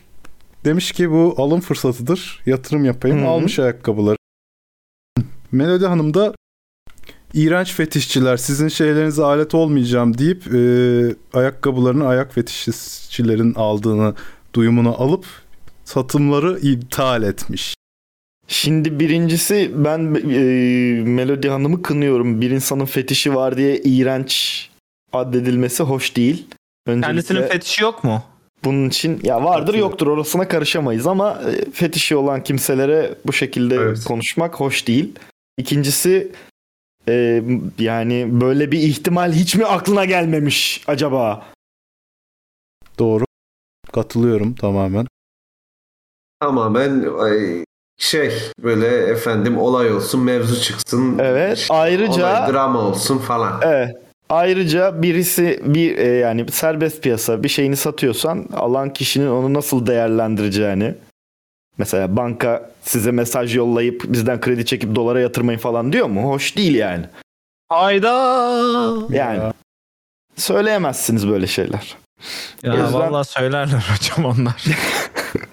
Speaker 3: demiş ki bu alım fırsatıdır yatırım yapayım
Speaker 1: Hı hı.
Speaker 3: almış ayakkabıları. Melodi Hanım da iğrenç fetişçiler sizin şeylerinize alet olmayacağım deyip e, ayakkabılarını ayak fetişçilerin aldığını duyumunu alıp satımları iptal etmiş.
Speaker 1: Şimdi birincisi ben e, Melody Hanım'ı kınıyorum. Bir insanın fetişi var diye iğrenç addedilmesi hoş değil.
Speaker 2: Kendisinin fetişi yok mu?
Speaker 1: Bunun için ya vardır yoktur orasına karışamayız ama e, fetişi olan kimselere bu şekilde konuşmak hoş değil. İkincisi e, yani böyle bir ihtimal hiç mi aklına gelmemiş acaba?
Speaker 3: Doğru. Katılıyorum tamamen.
Speaker 8: Tamamen ay, şey böyle efendim olay olsun mevzu çıksın.
Speaker 1: Evet. ayrıca-
Speaker 8: Olay, drama olsun falan.
Speaker 1: Evet. E, Ayrıca birisi bir e, yani serbest piyasa bir şeyini satıyorsan alan kişinin onu nasıl değerlendireceğini mesela banka size mesaj yollayıp bizden kredi çekip dolara yatırmayın falan diyor mu? Hoş değil yani.
Speaker 2: Hayda.
Speaker 1: Yani söyleyemezsiniz böyle şeyler.
Speaker 2: Ya
Speaker 1: O yüzden-
Speaker 2: vallahi söylerler hocam onlar.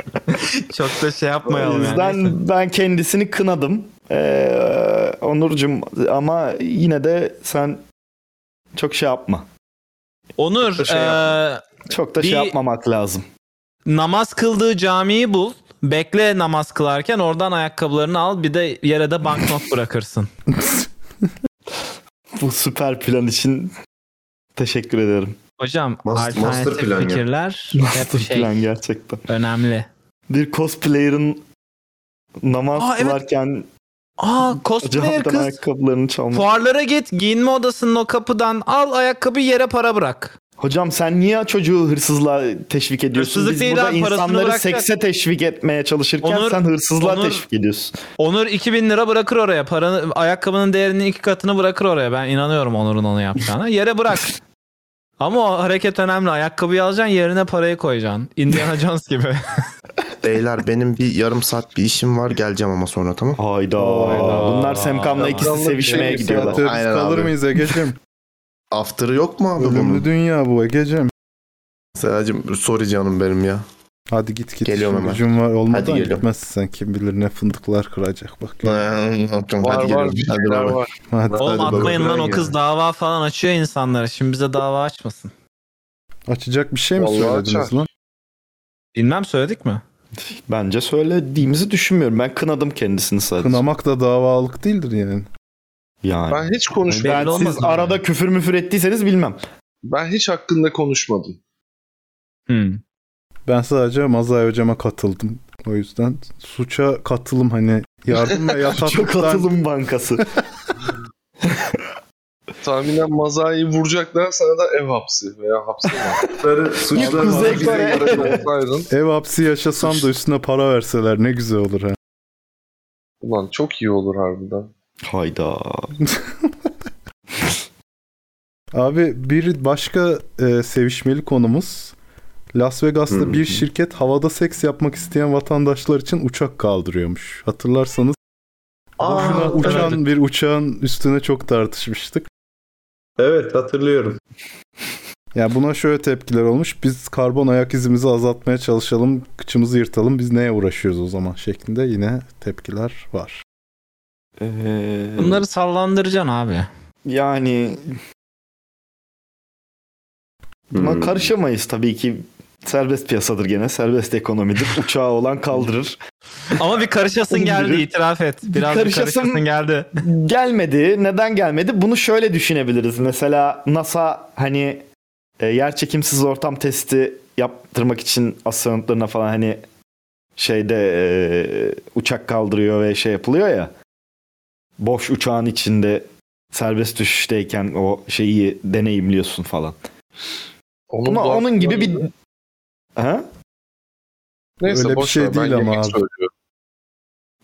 Speaker 2: Çok da şey
Speaker 1: O
Speaker 2: yapmayalım
Speaker 1: yüzden
Speaker 2: yani.
Speaker 1: ben kendisini kınadım. Ee, Onurcuğum ama yine de sen çok şey yapma.
Speaker 2: Onur e,
Speaker 1: şey
Speaker 2: eee,
Speaker 1: Çok da
Speaker 2: Bir-
Speaker 1: şey yapmamak lazım.
Speaker 2: namaz kıldığı camiyi bul. Bekle namaz kılarken oradan ayakkabılarını al bir de yere de banknot bırakırsın.
Speaker 1: Bu süper plan için teşekkür ederim.
Speaker 2: Hocam
Speaker 1: Master-
Speaker 2: alternatif
Speaker 1: master plan ya.
Speaker 2: fikirler hep
Speaker 1: Master
Speaker 2: şey.
Speaker 1: plan gerçekten.
Speaker 2: Önemli.
Speaker 1: Bir cosplayer'ın namaz
Speaker 2: Aa, evet.
Speaker 1: kılarken
Speaker 2: Aa cosplayer
Speaker 1: camdan
Speaker 2: kız
Speaker 1: ayakkabılarını çalmak.
Speaker 2: fuarlara git giyinme odasının o kapıdan al ayakkabı yere para bırak.
Speaker 1: Hocam sen niye çocuğu hırsızla teşvik ediyorsun?
Speaker 2: Hırsızlık
Speaker 1: Biz
Speaker 2: değil
Speaker 1: burada
Speaker 2: abi, parasını
Speaker 1: insanları
Speaker 2: bırakacak.
Speaker 1: sekse teşvik etmeye çalışırken
Speaker 2: Onur-
Speaker 1: sen hırsızlığa
Speaker 2: Onur-
Speaker 1: teşvik ediyorsun.
Speaker 2: Onur 2000 lira bırakır oraya. Paranı, ayakkabının değerinin iki katını bırakır oraya. Ben inanıyorum Onur'un onu yapacağına. Yere bırak. Ama o hareket önemli. Ayakkabıyı alacaksın yerine parayı koyacaksın. Indiana Jones gibi.
Speaker 4: Beyler benim bir yarım saat bir işim var geleceğim ama sonra tamam.
Speaker 1: Hayda. Bunlar Semkam'la ikisi sevişmeye gidiyorlar.
Speaker 3: şey, Biz kalır mıyız Ege'cim?
Speaker 4: After'ı yok mu abi bunun?
Speaker 3: Ölümlü dünya bu Ege'cim.
Speaker 4: Seracım sorry canım benim ya.
Speaker 3: Hadi git git.
Speaker 4: Geliyorum
Speaker 3: İşin
Speaker 4: hemen.
Speaker 3: gücün var
Speaker 4: Hadi
Speaker 3: olmadan
Speaker 4: geliyorum.
Speaker 3: gitmezsin sen kim bilir ne fındıklar kıracak bak.
Speaker 4: Hadi
Speaker 7: Var, var,
Speaker 4: geliyorum.
Speaker 7: bir
Speaker 4: Hadi
Speaker 7: şeyler
Speaker 4: bay bay.
Speaker 7: var.
Speaker 3: Hadi.
Speaker 2: Oğlum atmayın lan o kız dava falan açıyor insanlara. Şimdi bize dava açmasın.
Speaker 3: Açacak bir şey mi
Speaker 2: Vallahi
Speaker 3: söylediniz
Speaker 2: açar.
Speaker 3: lan?
Speaker 2: Bilmem söyledik mi?
Speaker 1: Bence söylediğimizi düşünmüyorum. Ben kınadım kendisini sadece.
Speaker 3: Kınamak da davalık değildir yani.
Speaker 1: Yani.
Speaker 7: Ben hiç konuşmadım.
Speaker 1: Ben siz arada küfür müfür ettiyseniz bilmem.
Speaker 7: Ben hiç hakkında konuşmadım.
Speaker 2: Hmm.
Speaker 3: Ben sadece Mazay hocama katıldım. O yüzden suça katılım hani yardım ve
Speaker 1: Çok
Speaker 3: yataklıktan
Speaker 1: katılım bankası.
Speaker 7: Tahminen mazayı vuracaklar sana da ev hapsi veya hapsi var.
Speaker 1: suçlar Kuzey bize Kore.
Speaker 7: yararlansaydın.
Speaker 3: ev hapsi yaşasam da üstüne para verseler ne güzel olur ha.
Speaker 7: Ulan çok iyi olur harbiden.
Speaker 1: Hayda.
Speaker 3: Abi bir başka e, sevişmeli konumuz Las Vegas'ta
Speaker 1: Hı
Speaker 3: bir
Speaker 1: hı.
Speaker 3: şirket havada seks yapmak isteyen vatandaşlar için uçak kaldırıyormuş. Hatırlarsanız boşuna uçan bir uçağın üstüne çok tartışmıştık.
Speaker 8: Evet hatırlıyorum.
Speaker 3: Yani buna şöyle tepkiler olmuş. Biz karbon ayak izimizi azaltmaya çalışalım, kıçımızı yırtalım. Biz neye uğraşıyoruz o zaman şeklinde yine tepkiler var.
Speaker 2: Bunları sallandıracaksın abi.
Speaker 1: Ee, Yani buna
Speaker 2: Hmm.
Speaker 1: karışamayız tabii ki. Serbest piyasadır gene. Serbest ekonomidir. Uçağı olan kaldırır.
Speaker 2: Ama bir karışasın geldi
Speaker 1: Indirir.
Speaker 2: itiraf et.
Speaker 1: Bir
Speaker 2: Biraz bir
Speaker 1: karışasın-
Speaker 2: karışasın geldi.
Speaker 1: gelmedi. Neden gelmedi? Bunu şöyle düşünebiliriz. Mesela NASA hani e, yer çekimsiz ortam testi yaptırmak için astronotlarına falan hani şeyde e, uçak kaldırıyor ve şey yapılıyor ya. Boş uçağın içinde serbest düşüşteyken o şeyi deneyimliyorsun falan.
Speaker 7: Onun,
Speaker 1: Buna,
Speaker 7: da-
Speaker 1: onun gibi bir ha?
Speaker 7: Neyse
Speaker 1: Öyle bir
Speaker 7: boş
Speaker 1: şey
Speaker 7: ver, ben
Speaker 1: değil ama
Speaker 7: yemek
Speaker 1: abi.
Speaker 7: söylüyorum.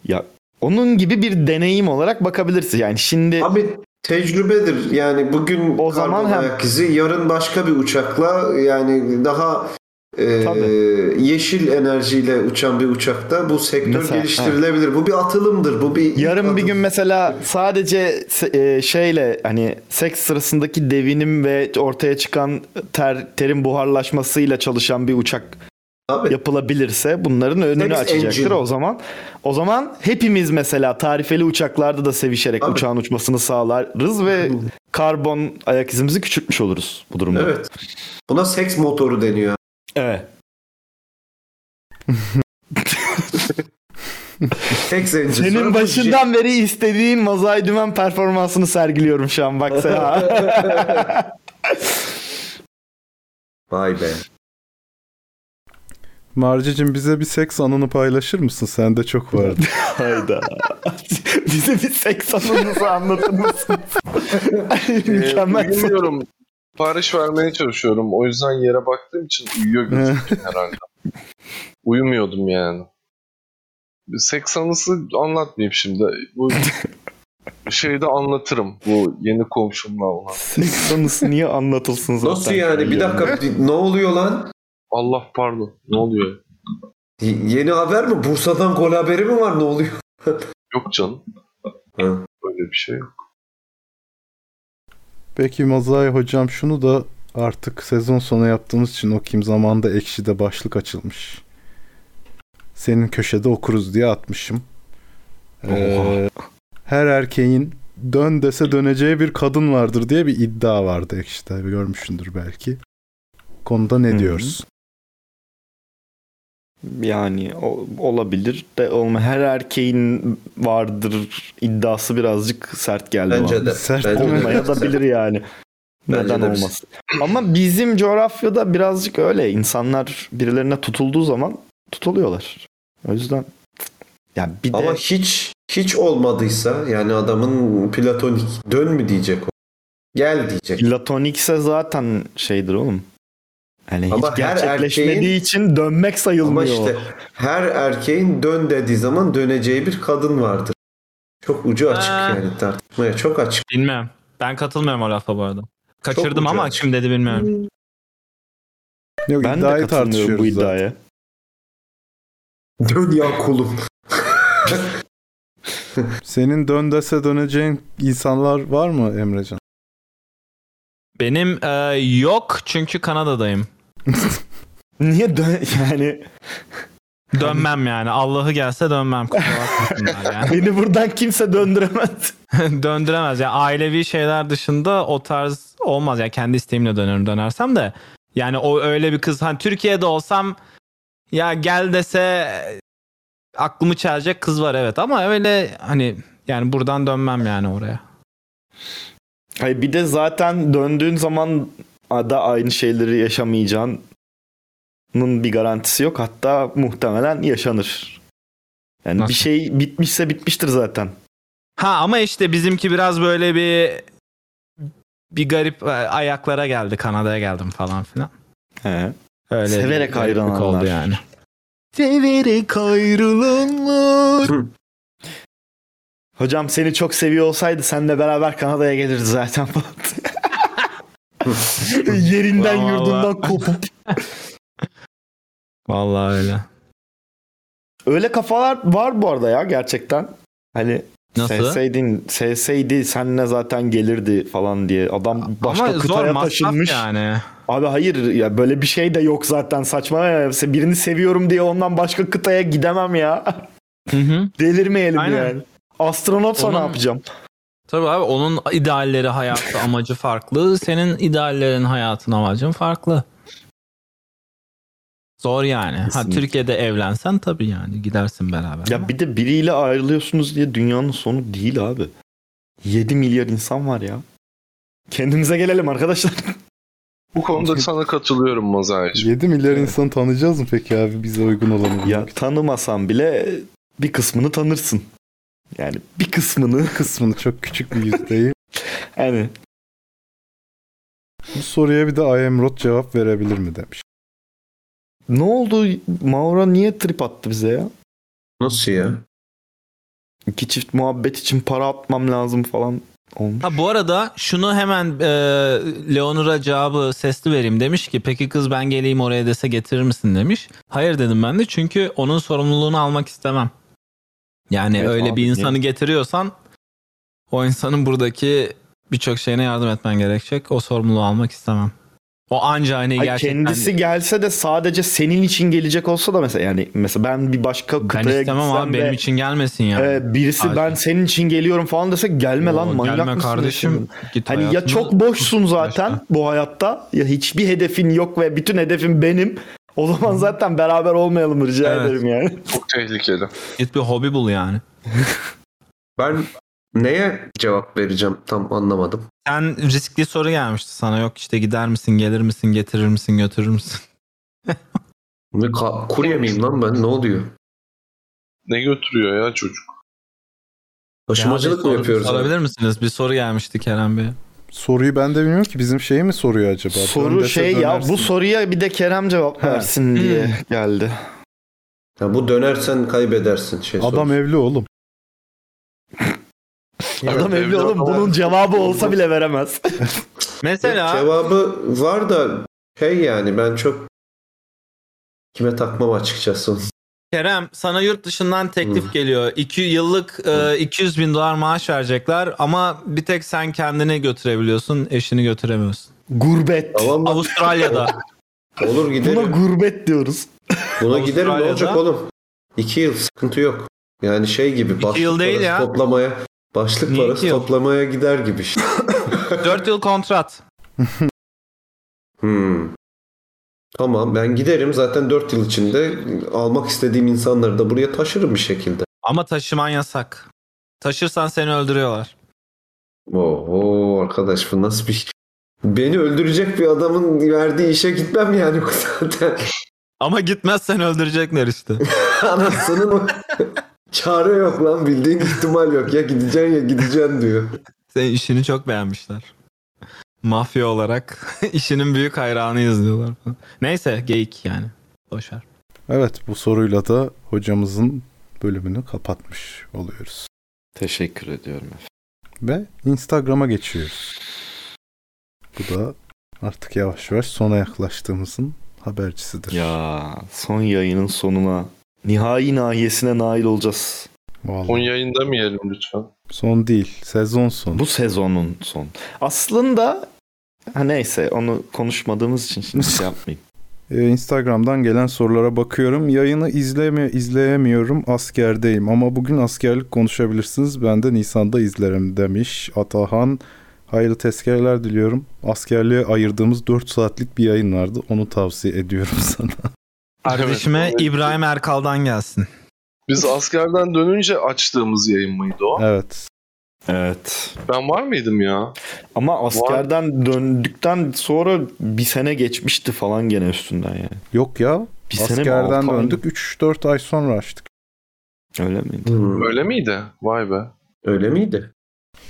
Speaker 1: Ya onun gibi bir deneyim olarak bakabilirsin. Yani şimdi
Speaker 8: Abi tecrübedir. Yani bugün o zaman
Speaker 1: E, hem-
Speaker 8: ayak izi, yarın başka bir uçakla yani daha e, yeşil enerjiyle uçan bir uçakta bu sektör
Speaker 1: Mesela,
Speaker 8: geliştirilebilir. Bu bir atılımdır. Bu bir
Speaker 1: Yarın bir gün mesela sadece se- e, şeyle hani seks sırasındaki devinim ve ortaya çıkan ter, terin buharlaşmasıyla çalışan bir uçak yapılabilirse bunların önünü
Speaker 8: Sex
Speaker 1: açacaktır
Speaker 8: engine.
Speaker 1: o zaman. O zaman hepimiz mesela tarifeli uçaklarda da sevişerek uçağın uçmasını sağlarız ve karbon ayak izimizi küçültmüş oluruz bu durumda.
Speaker 8: Evet. Buna seks motoru deniyor.
Speaker 1: Evet.
Speaker 8: Tek zenci.
Speaker 1: Senin başından beri istediğin Mazai Dümen performansını sergiliyorum şu an baksana.
Speaker 8: Vay be.
Speaker 3: Marcicim bize bir seks anını paylaşır mısın? Sende çok vardı.
Speaker 1: Hayda. Bize bir seks anınızı anlatır mısın?
Speaker 8: Ee,
Speaker 7: Mükemmel. Ee, Bilmiyorum. Sipariş vermeye çalışıyorum. O yüzden yere baktığım için uyuyor gözüküyor herhalde. Uyumuyordum yani. Seks anısı anlatmayayım şimdi. Bu şeyi de anlatırım. Bu yeni komşumla olan.
Speaker 1: Seks anısı niye anlatılsın zaten?
Speaker 8: Nasıl yani? Bir dakika ne oluyor lan?
Speaker 7: Allah pardon. Ne oluyor?
Speaker 8: Y- Yeni haber mi? Bursa'dan gol haberi mi var? Ne oluyor?
Speaker 7: Yok canım. Öyle bir şey yok.
Speaker 3: Peki Mazai hocam şunu da artık sezon sonu yaptığımız için o kim zamanda ekşide başlık açılmış. Senin köşede okuruz diye atmışım. Ee, her erkeğin dön dese döneceği bir kadın vardır diye bir iddia vardı ekşide. Görmüşsündür belki. Konuda ne diyoruz?
Speaker 1: Yani o- olabilir de olma. Her erkeğin vardır iddiası birazcık sert geldi
Speaker 8: Bence
Speaker 1: bana.
Speaker 8: de. Sert Bence de.
Speaker 1: olmaya da bilir yani.
Speaker 8: Bence
Speaker 1: Neden
Speaker 8: de biz-
Speaker 1: olmasın? Ama bizim coğrafyada birazcık öyle. İnsanlar birilerine tutulduğu zaman tutuluyorlar. O yüzden ya bir de
Speaker 8: Ama hiç hiç olmadıysa yani adamın platonik dön mü diyecek o? Gel diyecek.
Speaker 1: platonikse zaten şeydir oğlum. Yani
Speaker 8: Ama
Speaker 1: hiç
Speaker 8: her
Speaker 1: gerçekleşmediği
Speaker 8: erkeğin-
Speaker 1: için dönmek
Speaker 8: Ama
Speaker 1: sayılmıyor.
Speaker 8: işte her erkeğin dön dediği zaman döneceği bir kadın vardır. Çok ucu açık
Speaker 2: Ha.
Speaker 8: yani tartışmaya çok açık.
Speaker 2: Bilmem. Ben katılmıyorum o lafa bu arada. Kaçırdım
Speaker 8: ucu
Speaker 2: ama
Speaker 8: açık.
Speaker 2: kim dedi bilmiyorum.
Speaker 3: Yok,
Speaker 1: ben de
Speaker 3: iddiayı
Speaker 1: katılmıyorum bu
Speaker 3: tartışıyoruz zaten.
Speaker 1: iddiaya.
Speaker 8: Dön ya kulum.
Speaker 3: Senin dön dese döneceğin insanlar var mı Emrecan?
Speaker 2: Benim e, yok çünkü Kanada'dayım.
Speaker 1: Niye dön yani
Speaker 2: Dönmem yani. Allah'ı gelse dönmem. Kusura bakmasınlar yani.
Speaker 1: beni buradan kimse döndüremez.
Speaker 2: döndüremez. Yani ailevi şeyler dışında o tarz olmaz. Yani kendi isteğimle dönerim dönersem de. Yani o öyle bir kız. Hani Türkiye'de olsam ya gel dese e, aklımı çelecek kız var evet ama öyle hani yani buradan dönmem yani oraya.
Speaker 1: Hayır bir de zaten döndüğün zaman da aynı şeyleri yaşamayacağının bir garantisi yok. Hatta muhtemelen yaşanır. Yani
Speaker 2: Nasıl?
Speaker 1: bir şey bitmişse bitmiştir zaten.
Speaker 2: Ha ama işte bizimki biraz böyle bir bir garip e, ayaklara geldi. Kanada'ya geldim falan filan.
Speaker 1: He.
Speaker 2: Öyle
Speaker 1: Severek
Speaker 2: bir gariplik
Speaker 1: ayrılanlar.
Speaker 2: oldu yani.
Speaker 1: Severek ayrılanlar. Hocam seni çok seviyor olsaydı senle beraber Kanada'ya gelirdi zaten falan. Yerinden
Speaker 2: Vallahi.
Speaker 1: yurdundan kopup.
Speaker 2: Vallahi öyle.
Speaker 1: Öyle kafalar var bu arada ya gerçekten. Hani
Speaker 2: Nasıl?
Speaker 1: sevseydin, sevseydi senle zaten gelirdi falan diye. Adam başka
Speaker 2: ama zor
Speaker 1: kıtaya
Speaker 2: masraf
Speaker 1: taşınmış.
Speaker 2: yani.
Speaker 1: Abi hayır ya böyle bir şey de yok zaten saçma ya. Se- Birini seviyorum diye ondan başka kıtaya gidemem ya.
Speaker 2: Hı hı.
Speaker 1: Delirmeyelim
Speaker 2: Aynen.
Speaker 1: yani. Astronot sonra
Speaker 2: Onun-
Speaker 1: ne yapacağım?
Speaker 2: Tabii abi onun idealleri hayatı amacı farklı. Senin ideallerin hayatın amacın farklı. Zor yani. Ha
Speaker 1: Kesinlikle.
Speaker 2: Türkiye'de evlensen tabii yani gidersin beraber.
Speaker 1: Ya bir de biriyle ayrılıyorsunuz diye dünyanın sonu değil abi. 7 milyar insan var ya. Kendimize gelelim arkadaşlar.
Speaker 7: Bu konuda sana katılıyorum Mazai'cim.
Speaker 3: 7 milyar insanı tanıyacağız mı peki abi bize uygun olanı?
Speaker 1: ya tanımasan bile bir kısmını tanırsın. Yani bir kısmını.
Speaker 3: kısmını çok küçük bir yüzdeyi.
Speaker 1: Yani
Speaker 3: Bu soruya bir de I am Rod cevap verebilir mi demiş.
Speaker 1: ne oldu? Maura niye trip attı bize ya?
Speaker 8: Nasıl ya?
Speaker 1: İki çift muhabbet için para atmam lazım falan olmuş.
Speaker 2: Ha bu arada şunu hemen e, Leonora cevabı sesli vereyim demiş ki peki kız ben geleyim oraya dese getirir misin demiş. Hayır dedim ben de çünkü onun sorumluluğunu almak istemem. Yani
Speaker 1: Evet
Speaker 2: öyle
Speaker 1: abi,
Speaker 2: bir
Speaker 1: niye?
Speaker 2: insanı getiriyorsan o insanın buradaki birçok şeyine yardım etmen gerekecek. O sorumluluğu almak istemem. O anca hani
Speaker 1: Ay,
Speaker 2: gerçekten
Speaker 1: kendisi gelse de sadece senin için gelecek olsa da mesela yani mesela ben bir başka
Speaker 2: ben
Speaker 1: kıtaya
Speaker 2: istemem
Speaker 1: gitsem
Speaker 2: abi
Speaker 1: de-
Speaker 2: benim için gelmesin yani.
Speaker 1: Ee, birisi
Speaker 2: Abi.
Speaker 1: ben senin için geliyorum falan dese gelme
Speaker 2: Oo,
Speaker 1: lan manyak
Speaker 2: gelme
Speaker 1: mısın?
Speaker 2: kardeşim,
Speaker 1: diyorsun.
Speaker 2: git
Speaker 1: hani ya
Speaker 2: hayatını
Speaker 1: çok boşsun zaten
Speaker 2: başla.
Speaker 1: bu hayatta ya hiçbir hedefin yok ve bütün hedefin benim. O zaman zaten beraber olmayalım rica
Speaker 7: Evet.
Speaker 1: ederim yani.
Speaker 7: Çok tehlikeli.
Speaker 2: Git bir hobi bul yani.
Speaker 8: Ben neye cevap vereceğim tam anlamadım.
Speaker 2: Sen riskli soru gelmişti sana. Yok işte gider misin, gelir misin, getirir misin, götürür müsün?
Speaker 8: Ne ka- kurye miyim lan ben ne oluyor?
Speaker 7: Ne götürüyor ya çocuk?
Speaker 8: Taşımacılık mı yapıyoruz? abi?
Speaker 2: Alabilir misiniz? Bir soru gelmişti Kerem Bey.
Speaker 3: Soruyu ben de bilmiyorum ki bizim şey mi soruyor acaba?
Speaker 1: Soru
Speaker 3: Dön dese
Speaker 1: şey ya
Speaker 3: dönersin.
Speaker 1: bu soruya bir de Kerem cevap versin diye geldi.
Speaker 8: Ya bu dönersen kaybedersin şey
Speaker 3: Adam evli oğlum.
Speaker 1: Adam evli oğlum bunun cevabı olsa bile veremez.
Speaker 2: Mesela
Speaker 8: Cevabı var da şey yani ben çok kime takmam açıkçası.
Speaker 2: Kerem sana yurt dışından teklif
Speaker 8: Hmm.
Speaker 2: geliyor. 2 yıllık e, 200 bin dolar maaş verecekler ama bir tek sen kendini götürebiliyorsun, eşini götüremiyorsun.
Speaker 1: Gurbet.
Speaker 2: Avustralya'da.
Speaker 8: Olur giderim.
Speaker 1: Buna gurbet diyoruz.
Speaker 8: Buna giderim ne
Speaker 2: Avustralya'da-
Speaker 8: olacak oğlum? İki yıl sıkıntı yok. Yani şey gibi başlık
Speaker 2: yıl değil
Speaker 8: parası
Speaker 2: ya.
Speaker 8: toplamaya başlık parası toplamaya gider gibi işte.
Speaker 2: 4 yıl kontrat.
Speaker 8: Hmm. Tamam ben giderim zaten 4 yıl içinde almak istediğim insanları da buraya taşırım bir şekilde.
Speaker 2: Ama taşıman yasak. Taşırsan seni öldürüyorlar.
Speaker 8: Oo arkadaş bu nasıl bir şey? beni öldürecek bir adamın verdiği işe gitmem yani zaten.
Speaker 2: Ama gitmezsen öldürecekler işte.
Speaker 8: Anasının o- çare yok lan bildiğin ihtimal yok ya gideceksin ya gideceksin diyor.
Speaker 2: Senin işini çok beğenmişler. Mafya olarak işinin büyük hayranıyız diyorlar. falan. Neyse geyik yani. Boşver.
Speaker 3: Evet bu soruyla da hocamızın bölümünü kapatmış oluyoruz.
Speaker 1: Teşekkür ediyorum efendim.
Speaker 3: Ve Instagram'a geçiyoruz. Bu da artık yavaş yavaş sona yaklaştığımızın habercisidir.
Speaker 1: Ya son yayının sonuna nihai nahiyesine nail olacağız.
Speaker 7: Son yayında mı yiyelim lütfen?
Speaker 3: Son değil. Sezon sonu.
Speaker 1: Bu sezonun son. Aslında ha neyse onu konuşmadığımız için şimdi şey yapmayayım.
Speaker 3: Ee, Instagram'dan gelen sorulara bakıyorum. Yayını izleme izleyemiyorum. Askerdeyim ama bugün askerlik konuşabilirsiniz. Ben de Nisan'da izlerim demiş Atahan. Hayırlı tezkereler diliyorum. Askerliğe ayırdığımız 4 saatlik bir yayın vardı. Onu tavsiye ediyorum sana.
Speaker 2: Kardeşime İbrahim Erkal'dan gelsin.
Speaker 7: Biz askerden dönünce açtığımız yayın mıydı o?
Speaker 3: Evet.
Speaker 1: Evet.
Speaker 7: Ben var mıydım ya?
Speaker 1: Ama askerden döndükten sonra bir sene geçmişti falan gene üstünden yani.
Speaker 3: Yok ya.
Speaker 1: Bir sene mi,
Speaker 3: askerden
Speaker 1: altı ay mı?
Speaker 3: döndük. 3-4 ay sonra açtık.
Speaker 1: Öyle miydi?
Speaker 7: Öyle miydi? Vay be.
Speaker 8: Hmm. Öyle miydi?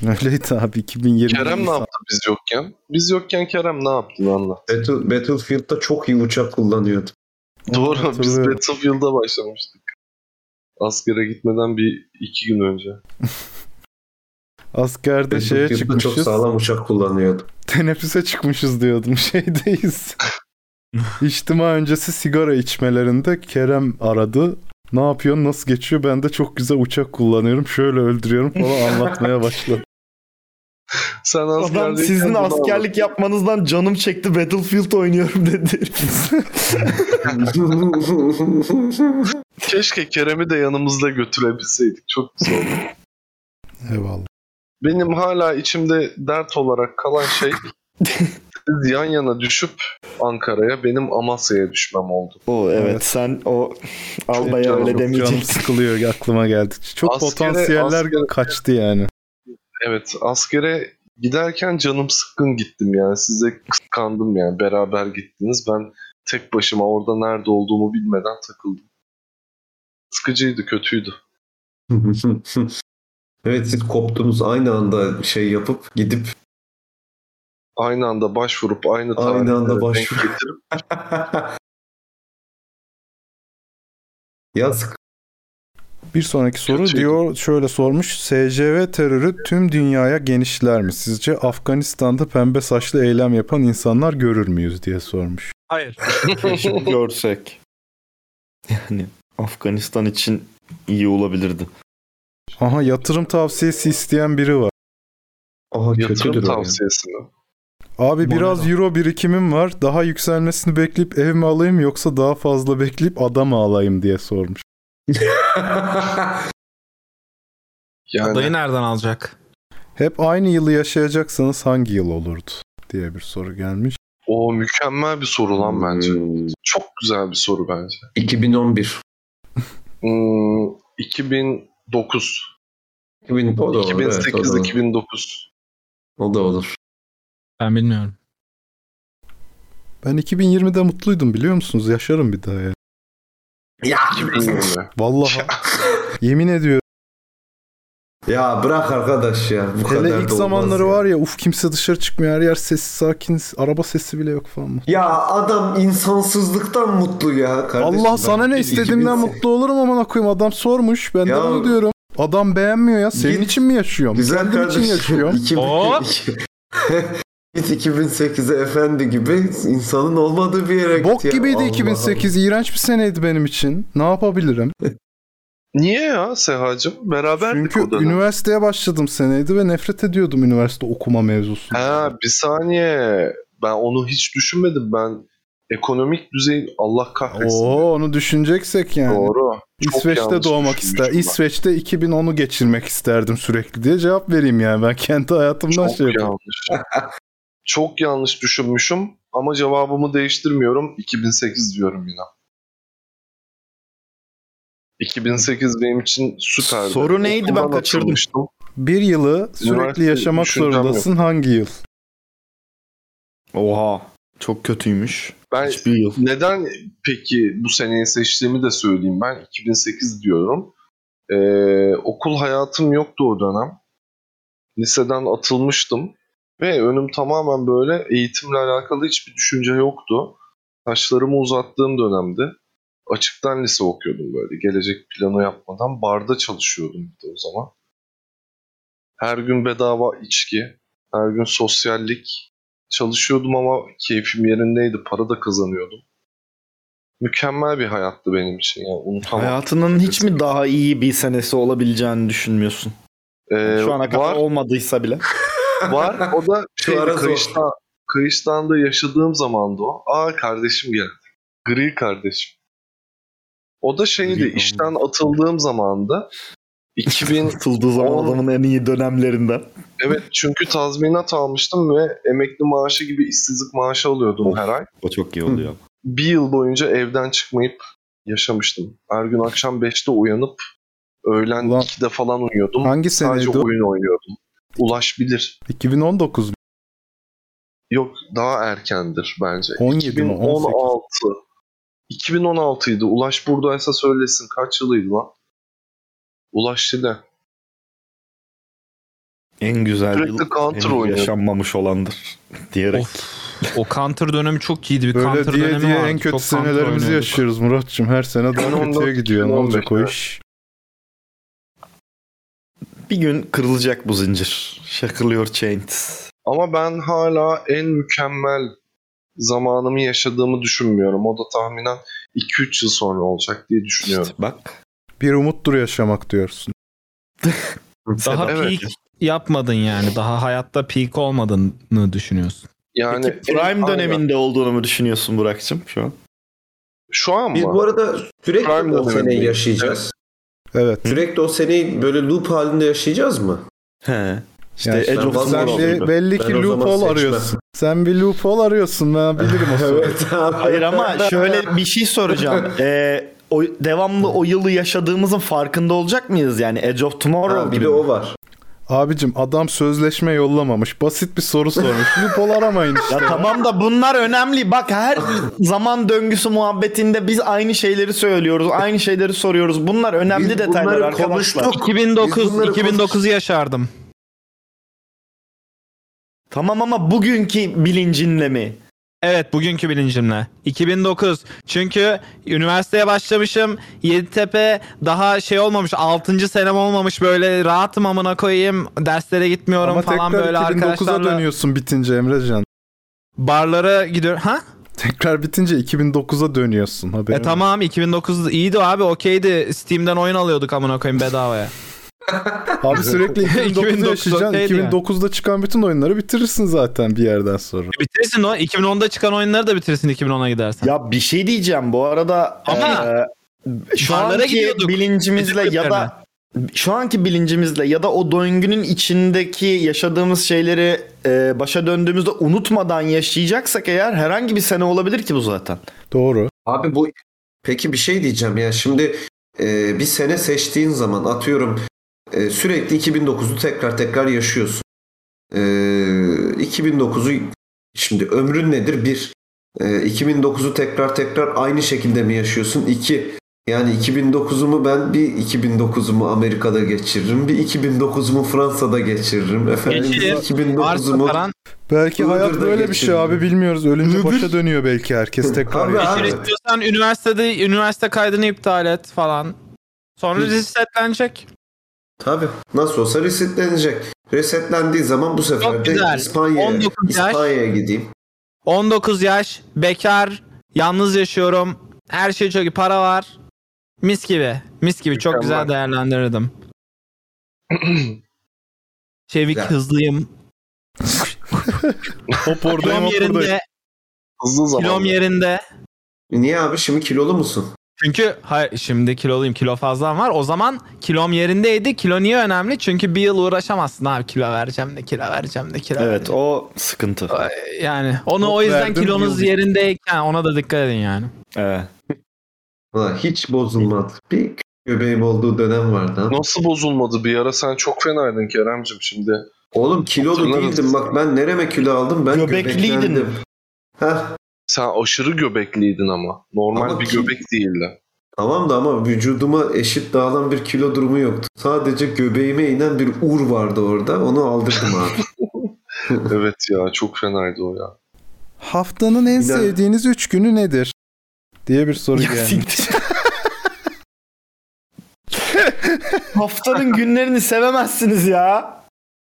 Speaker 3: Öyleydi abi 2020.
Speaker 7: Kerem ne
Speaker 3: Nisan.
Speaker 7: yaptı biz yokken? Biz yokken Kerem ne yaptı anla.
Speaker 8: Battle, Battlefield'da çok iyi uçak kullanıyordu.
Speaker 7: Doğru biz
Speaker 8: hatırlıyorum.
Speaker 7: Battlefield'a başlamıştık. Askere gitmeden bir iki gün önce.
Speaker 3: Askerde şeye
Speaker 8: Battlefield'da çok
Speaker 3: çıkmışız.
Speaker 8: sağlam uçak kullanıyordu.
Speaker 3: teneffüse çıkmışız diyordum şeydeyiz. İçtima öncesi sigara içmelerinde Kerem aradı. Ne yapıyorsun nasıl geçiyor ben de çok güzel uçak kullanıyorum şöyle öldürüyorum falan anlatmaya başladı.
Speaker 7: Sen
Speaker 1: Adam sizin askerlik yapmanızdan canım çekti Battlefield oynuyorum dedi.
Speaker 7: Keşke Kerem'i de yanımızda götürebilseydik. Çok güzel olurdu.
Speaker 3: Eyvallah.
Speaker 7: Benim hala içimde dert olarak kalan şey siz yan yana düşüp Ankara'ya benim Amasya'ya düşmem oldu.
Speaker 1: o evet,
Speaker 7: Evet.
Speaker 1: sen o albaya
Speaker 7: canım-
Speaker 1: öyle
Speaker 7: çok
Speaker 3: Canım
Speaker 1: demeyeceksin.
Speaker 3: sıkılıyor aklıma geldi. Çok
Speaker 7: Askere-
Speaker 3: potansiyeller
Speaker 7: askere-
Speaker 3: kaçtı yani.
Speaker 7: Evet askere giderken canım sıkkın gittim yani size kıskandım yani beraber gittiniz ben tek başıma orada nerede olduğumu bilmeden takıldım. Sıkıcıydı kötüydü.
Speaker 8: evet siz koptuğumuz aynı anda şey yapıp gidip
Speaker 7: Aynı anda başvurup aynı tarihlere
Speaker 8: anda
Speaker 7: denk
Speaker 8: başvurup.
Speaker 7: getirip
Speaker 8: yazık.
Speaker 3: Bir sonraki soru diyor şöyle sormuş. SCV terörü tüm dünyaya genişler mi? Sizce Afganistan'da pembe saçlı eylem yapan insanlar görür müyüz diye sormuş.
Speaker 2: Hayır.
Speaker 1: Keşke görsek. Yani Afganistan için iyi olabilirdi.
Speaker 3: Aha yatırım tavsiyesi isteyen biri var.
Speaker 8: Aha
Speaker 7: yatırım tavsiyesi mi?
Speaker 3: Abi biraz euro birikimim var. Daha yükselmesini bekleyip ev mi alayım yoksa daha fazla bekleyip adam mı alayım diye sormuş.
Speaker 7: Yani
Speaker 2: Adayı nereden alacak?
Speaker 3: Hep aynı yılı yaşayacaksanız hangi yıl olurdu diye bir soru gelmiş.
Speaker 7: O mükemmel bir soru
Speaker 14: Hmm.
Speaker 7: lan bence. Çok güzel bir soru bence.
Speaker 14: 2011.
Speaker 7: Hmm, 2009.
Speaker 14: 2000, o da olur, evet,
Speaker 7: 2008
Speaker 14: o da olur.
Speaker 7: 2009.
Speaker 14: O da olur.
Speaker 2: Ben bilmiyorum.
Speaker 3: Ben 2020'de mutluydum biliyor musunuz? Yaşarım bir daha ya.
Speaker 7: Ya
Speaker 3: Vallahi. Yemin ediyorum.
Speaker 8: Ya bırak arkadaş ya. Bu kadar da
Speaker 3: Hele ilk
Speaker 8: olmaz
Speaker 3: zamanları
Speaker 8: ya.
Speaker 3: var ya uf kimse dışarı çıkmıyor her yer sessiz sakin araba sesi bile yok falan.
Speaker 8: Ya adam insansızlıktan mutlu ya kardeşim.
Speaker 3: Allah
Speaker 8: Ben
Speaker 3: sana ne
Speaker 8: iki-
Speaker 3: istediğimden
Speaker 8: 2008
Speaker 3: mutlu olurum aman koyayım adam sormuş ben de
Speaker 8: Ya-
Speaker 3: onu diyorum. Adam beğenmiyor ya senin
Speaker 8: Git.
Speaker 3: için mi yaşıyorum?
Speaker 8: Güzel
Speaker 3: Kendim
Speaker 8: kardeşim.
Speaker 3: için yaşıyorum.
Speaker 8: 2000 Git 2008'e efendi gibi insanın olmadığı bir yere
Speaker 3: Bok
Speaker 8: git ya.
Speaker 3: gibiydi
Speaker 8: Allah
Speaker 3: 2008 iğrenç bir seneydi benim için. Ne yapabilirim?
Speaker 7: Niye ya Sehacım? Beraberdik o
Speaker 3: Çünkü
Speaker 7: dönem.
Speaker 3: üniversiteye başladım seneydi ve nefret ediyordum üniversite okuma mevzusu.
Speaker 7: Ha bir saniye. Ben onu hiç düşünmedim. Ben ekonomik düzeyin Allah kahretsin.
Speaker 3: Oo onu düşüneceksek yani.
Speaker 7: Doğru. Çok
Speaker 3: İsveç'te
Speaker 7: yanlış
Speaker 3: doğmak ister.
Speaker 7: düşünmüşüm ben.
Speaker 3: İsveç'te 2010'u geçirmek isterdim sürekli diye cevap vereyim yani. Ben kendi hayatımdan
Speaker 7: Çok
Speaker 3: şey yapıyorum.
Speaker 7: yanlış. Çok yanlış düşünmüşüm ama cevabımı değiştirmiyorum. 2008 diyorum yine. 2008 benim için süperdi.
Speaker 1: Soru neydi? Ben
Speaker 7: Okuldan
Speaker 1: kaçırdım.
Speaker 7: atılmıştım.
Speaker 3: Bir yılı sürekli
Speaker 7: Üniversite
Speaker 3: yaşamak
Speaker 7: düşüncem
Speaker 3: zorundasın. Hangi yıl?
Speaker 1: Oha. Çok kötüymüş.
Speaker 7: Ben
Speaker 1: Hiçbir yıl.
Speaker 7: neden peki bu seneyi seçtiğimi de söyleyeyim. Ben 2008 diyorum. Ee, okul hayatım yoktu o dönem. Liseden atılmıştım. Ve önüm tamamen böyle eğitimle alakalı hiçbir düşünce yoktu. Saçlarımı uzattığım dönemde açıktan lise okuyordum böyle. Gelecek planı yapmadan barda çalışıyordum bir de o zaman. Her gün bedava içki, her gün sosyallik. Çalışıyordum ama keyfim yerindeydi. Para da kazanıyordum. Mükemmel bir hayattı benim için. Yani unutamam.
Speaker 1: Hayatının hiç mi daha iyi bir senesi olabileceğini düşünmüyorsun?
Speaker 7: Ee,
Speaker 1: Şu ana kadar
Speaker 7: var,
Speaker 1: olmadıysa bile.
Speaker 7: var. O da
Speaker 1: Şu
Speaker 7: şeydi,
Speaker 1: ara zor.
Speaker 7: kayıştan, kayıştanda yaşadığım zamandı o. Aa kardeşim geldi. Gri kardeşim. O da şeydi işten atıldığım zamanda 2000
Speaker 1: atıldığı zaman adamın en iyi dönemlerinden.
Speaker 7: Evet çünkü tazminat almıştım ve emekli maaşı gibi işsizlik maaşı alıyordum her ay.
Speaker 1: O çok iyi oluyor.
Speaker 7: Bir yıl boyunca evden çıkmayıp yaşamıştım. Her gün akşam 5'te uyanıp öğlen 2'de falan uyuyordum.
Speaker 3: Hangi
Speaker 7: Sadece
Speaker 3: seneydi o?
Speaker 7: oyun oynuyordum. Ulaş bilir.
Speaker 3: 2019 mu?
Speaker 7: Yok daha erkendir bence.
Speaker 3: 17 mi? 18.
Speaker 7: 2016. 2016 idi. Ulaş buradaysa söylesin kaç yılıydı lan? Ulaş Dile.
Speaker 1: En güzel
Speaker 7: Sürekli
Speaker 1: yıl
Speaker 7: counter
Speaker 1: henüz
Speaker 7: oynuyor.
Speaker 1: yaşanmamış olandır diyerek.
Speaker 2: O counter dönemi çok iyiydi. Bir
Speaker 3: Böyle
Speaker 2: counter
Speaker 3: diye
Speaker 2: dönemi
Speaker 3: diye
Speaker 2: vardı.
Speaker 3: en kötü
Speaker 2: Çok counter
Speaker 3: senelerimizi
Speaker 2: oynuyorduk.
Speaker 3: yaşıyoruz Muratçım. Her sene daha
Speaker 1: 2014,
Speaker 3: kötüye gidiyor. Ne olacak o
Speaker 1: 2015,
Speaker 3: iş?
Speaker 1: Bir gün kırılacak bu zincir. Şakırlıyor Chains.
Speaker 7: Ama ben hala en mükemmel zamanımı yaşadığımı düşünmüyorum. O da tahminen 2-3 yıl sonra olacak diye düşünüyorum.
Speaker 1: bak.
Speaker 3: Bir umuttur yaşamak diyorsun.
Speaker 2: Daha
Speaker 7: Evet.
Speaker 2: peak yapmadın yani. Daha hayatta peak olmadığını düşünüyorsun.
Speaker 7: Yani
Speaker 1: Peki prime
Speaker 7: en-
Speaker 1: döneminde olduğunu mu düşünüyorsun Burak'cığım şu an?
Speaker 7: Şu an
Speaker 8: Biz bu arada sürekli
Speaker 1: Prime
Speaker 8: o seneyi
Speaker 1: döneminde.
Speaker 8: yaşayacağız.
Speaker 3: Evet.
Speaker 8: Sürekli o seneyi böyle loop halinde yaşayacağız mı?
Speaker 1: He. İşte
Speaker 8: Yani
Speaker 1: Edge
Speaker 8: sen
Speaker 1: of
Speaker 8: bazen
Speaker 1: Tomorrow
Speaker 8: bir-
Speaker 1: gibi.
Speaker 3: Belli
Speaker 8: Ben
Speaker 3: ki
Speaker 8: o zaman
Speaker 3: loophole
Speaker 8: seçmem.
Speaker 3: arıyorsun. Sen bir loophole arıyorsun ben bilirim o soruyu.
Speaker 1: Hayır ama şöyle bir şey soracağım. Ee, o, devamlı o yılı yaşadığımızın farkında olacak mıyız? Yani Edge of Tomorrow gibi. mi?
Speaker 8: var.
Speaker 3: Abicim adam sözleşme yollamamış. Basit bir soru sormuş. Loophole aramayın işte.
Speaker 1: Ya tamam da bunlar önemli. Bak her zaman döngüsü muhabbetinde biz aynı şeyleri söylüyoruz. Aynı şeyleri soruyoruz. Bunlar önemli
Speaker 8: Biz
Speaker 1: detaylar
Speaker 8: bunları
Speaker 1: arkadaşlar.
Speaker 8: konuştuk.
Speaker 2: 2009 2009'u yaşardım.
Speaker 1: Tamam ama bugünkü bilincinle mi?
Speaker 2: Evet bugünkü bilincimle. 2009. Çünkü üniversiteye başlamışım. Yeditepe daha şey olmamış. 6. senem olmamış. Böyle rahatım amına koyayım. Derslere gitmiyorum
Speaker 3: Ama
Speaker 2: falan
Speaker 3: tekrar
Speaker 2: böyle
Speaker 3: 2009'a
Speaker 2: arkadaşlarla.
Speaker 3: dönüyorsun bitince Emrecan.
Speaker 2: Barlara gidiyorum. Ha?
Speaker 3: Tekrar bitince 2009'a dönüyorsun. Haberin
Speaker 2: E tamam 2009 iyiydi abi okeydi. Steam'den oyun alıyorduk amına koyayım bedavaya.
Speaker 3: Abi sürekli 2009'da
Speaker 2: 2009
Speaker 3: yaşayacaksın.
Speaker 2: okeydi yani.
Speaker 3: 2009'da çıkan bütün oyunları bitirirsin zaten bir yerden sonra.
Speaker 2: Bitirsin o. 2010'da çıkan oyunları da bitirsin 2010'a gidersen.
Speaker 1: Ya bir şey diyeceğim bu arada.
Speaker 2: Ama
Speaker 1: e, şu
Speaker 2: barlara
Speaker 1: anki
Speaker 2: gidiyorduk.
Speaker 1: bilincimizle
Speaker 2: Bizim
Speaker 1: ya
Speaker 2: kulüplerine.
Speaker 1: da şu anki bilincimizle ya da o döngünün içindeki yaşadığımız şeyleri e, başa döndüğümüzde unutmadan yaşayacaksak eğer herhangi bir sene olabilir ki bu zaten.
Speaker 3: Doğru.
Speaker 8: Abi bu peki bir şey diyeceğim ya şimdi e, bir sene seçtiğin zaman atıyorum e, sürekli 2009'u tekrar tekrar yaşıyorsun. E, 2009'u şimdi ömrün nedir? Bir. E, 2009'u tekrar tekrar aynı şekilde mi yaşıyorsun? İki. Yani 2009'umu ben bir 2009'umu Amerika'da geçiririm. Bir 2009'umu Fransa'da geçiririm. Efendim bir
Speaker 2: Geçirir. Varsa
Speaker 8: 2009'umu
Speaker 2: paran.
Speaker 3: Belki
Speaker 8: Iğdır'da
Speaker 3: hayat böyle bir şey
Speaker 8: geçirdim.
Speaker 3: abi bilmiyoruz. Ölünce başa dönüyor belki herkes tekrar.
Speaker 8: Abi,
Speaker 3: yaşıyor.
Speaker 8: abi.
Speaker 2: İstiyorsan üniversitede üniversite kaydını iptal et falan. Sonra resetlenecek.
Speaker 8: Tabii. Nasıl olsa resetlenecek. Resetlendiği zaman bu sefer de
Speaker 2: güzel.
Speaker 8: İspanya'ya
Speaker 2: 19 yaş.
Speaker 8: İspanya'ya gideyim.
Speaker 2: 19 yaş, bekar, yalnız yaşıyorum. Her şey çok iyi, para var. Mis gibi. Mis gibi çok güzel değerlendirirdim. Çevik
Speaker 12: Güzel.
Speaker 2: Şey, hızlıyım.
Speaker 3: Hop
Speaker 2: Kilom yerinde.
Speaker 8: Hızlı
Speaker 2: Kilom yerinde.
Speaker 8: E, Niye abi şimdi kilolu musun?
Speaker 2: Çünkü hayır, şimdi kiloluyum kilo fazlam var. O zaman kilom yerindeydi. Kilo niye önemli? Çünkü bir yıl uğraşamazsın abi kilo vereceğim de kilo vereceğim de kilo
Speaker 1: Evet o sıkıntı.
Speaker 2: vereceğim. Yani onu
Speaker 1: Not
Speaker 2: o yüzden
Speaker 1: verdim,
Speaker 2: kilonuz
Speaker 1: yıl-
Speaker 2: yerindeyken ona da dikkat edin yani.
Speaker 1: Evet.
Speaker 8: Ulan hiç bozulmadı. Bir göbeğim olduğu dönem vardı. ama.
Speaker 7: Nasıl bozulmadı bir ara sen çok fenaydın Kerem'cim şimdi.
Speaker 8: Oğlum kilolu
Speaker 7: Hatırlarız.
Speaker 8: değildim bak ben nereme kilo aldım ben
Speaker 7: Göbekliydin.
Speaker 8: göbeklendim. Heh,
Speaker 7: Sen aşırı göbekliydin ama. Normal
Speaker 8: Ama
Speaker 7: bir
Speaker 8: ki-
Speaker 7: göbek değildi.
Speaker 8: tamam da ama vücuduma eşit dağılan bir kilo durumu yoktu. Sadece göbeğime inen bir ur vardı orada onu aldırdım abi.
Speaker 7: evet ya çok fenaydı o ya.
Speaker 3: Haftanın en
Speaker 7: Bilal-
Speaker 3: sevdiğiniz 3 günü nedir? diye bir soru geldi.
Speaker 1: Haftanın günlerini sevemezsiniz ya.
Speaker 8: Niye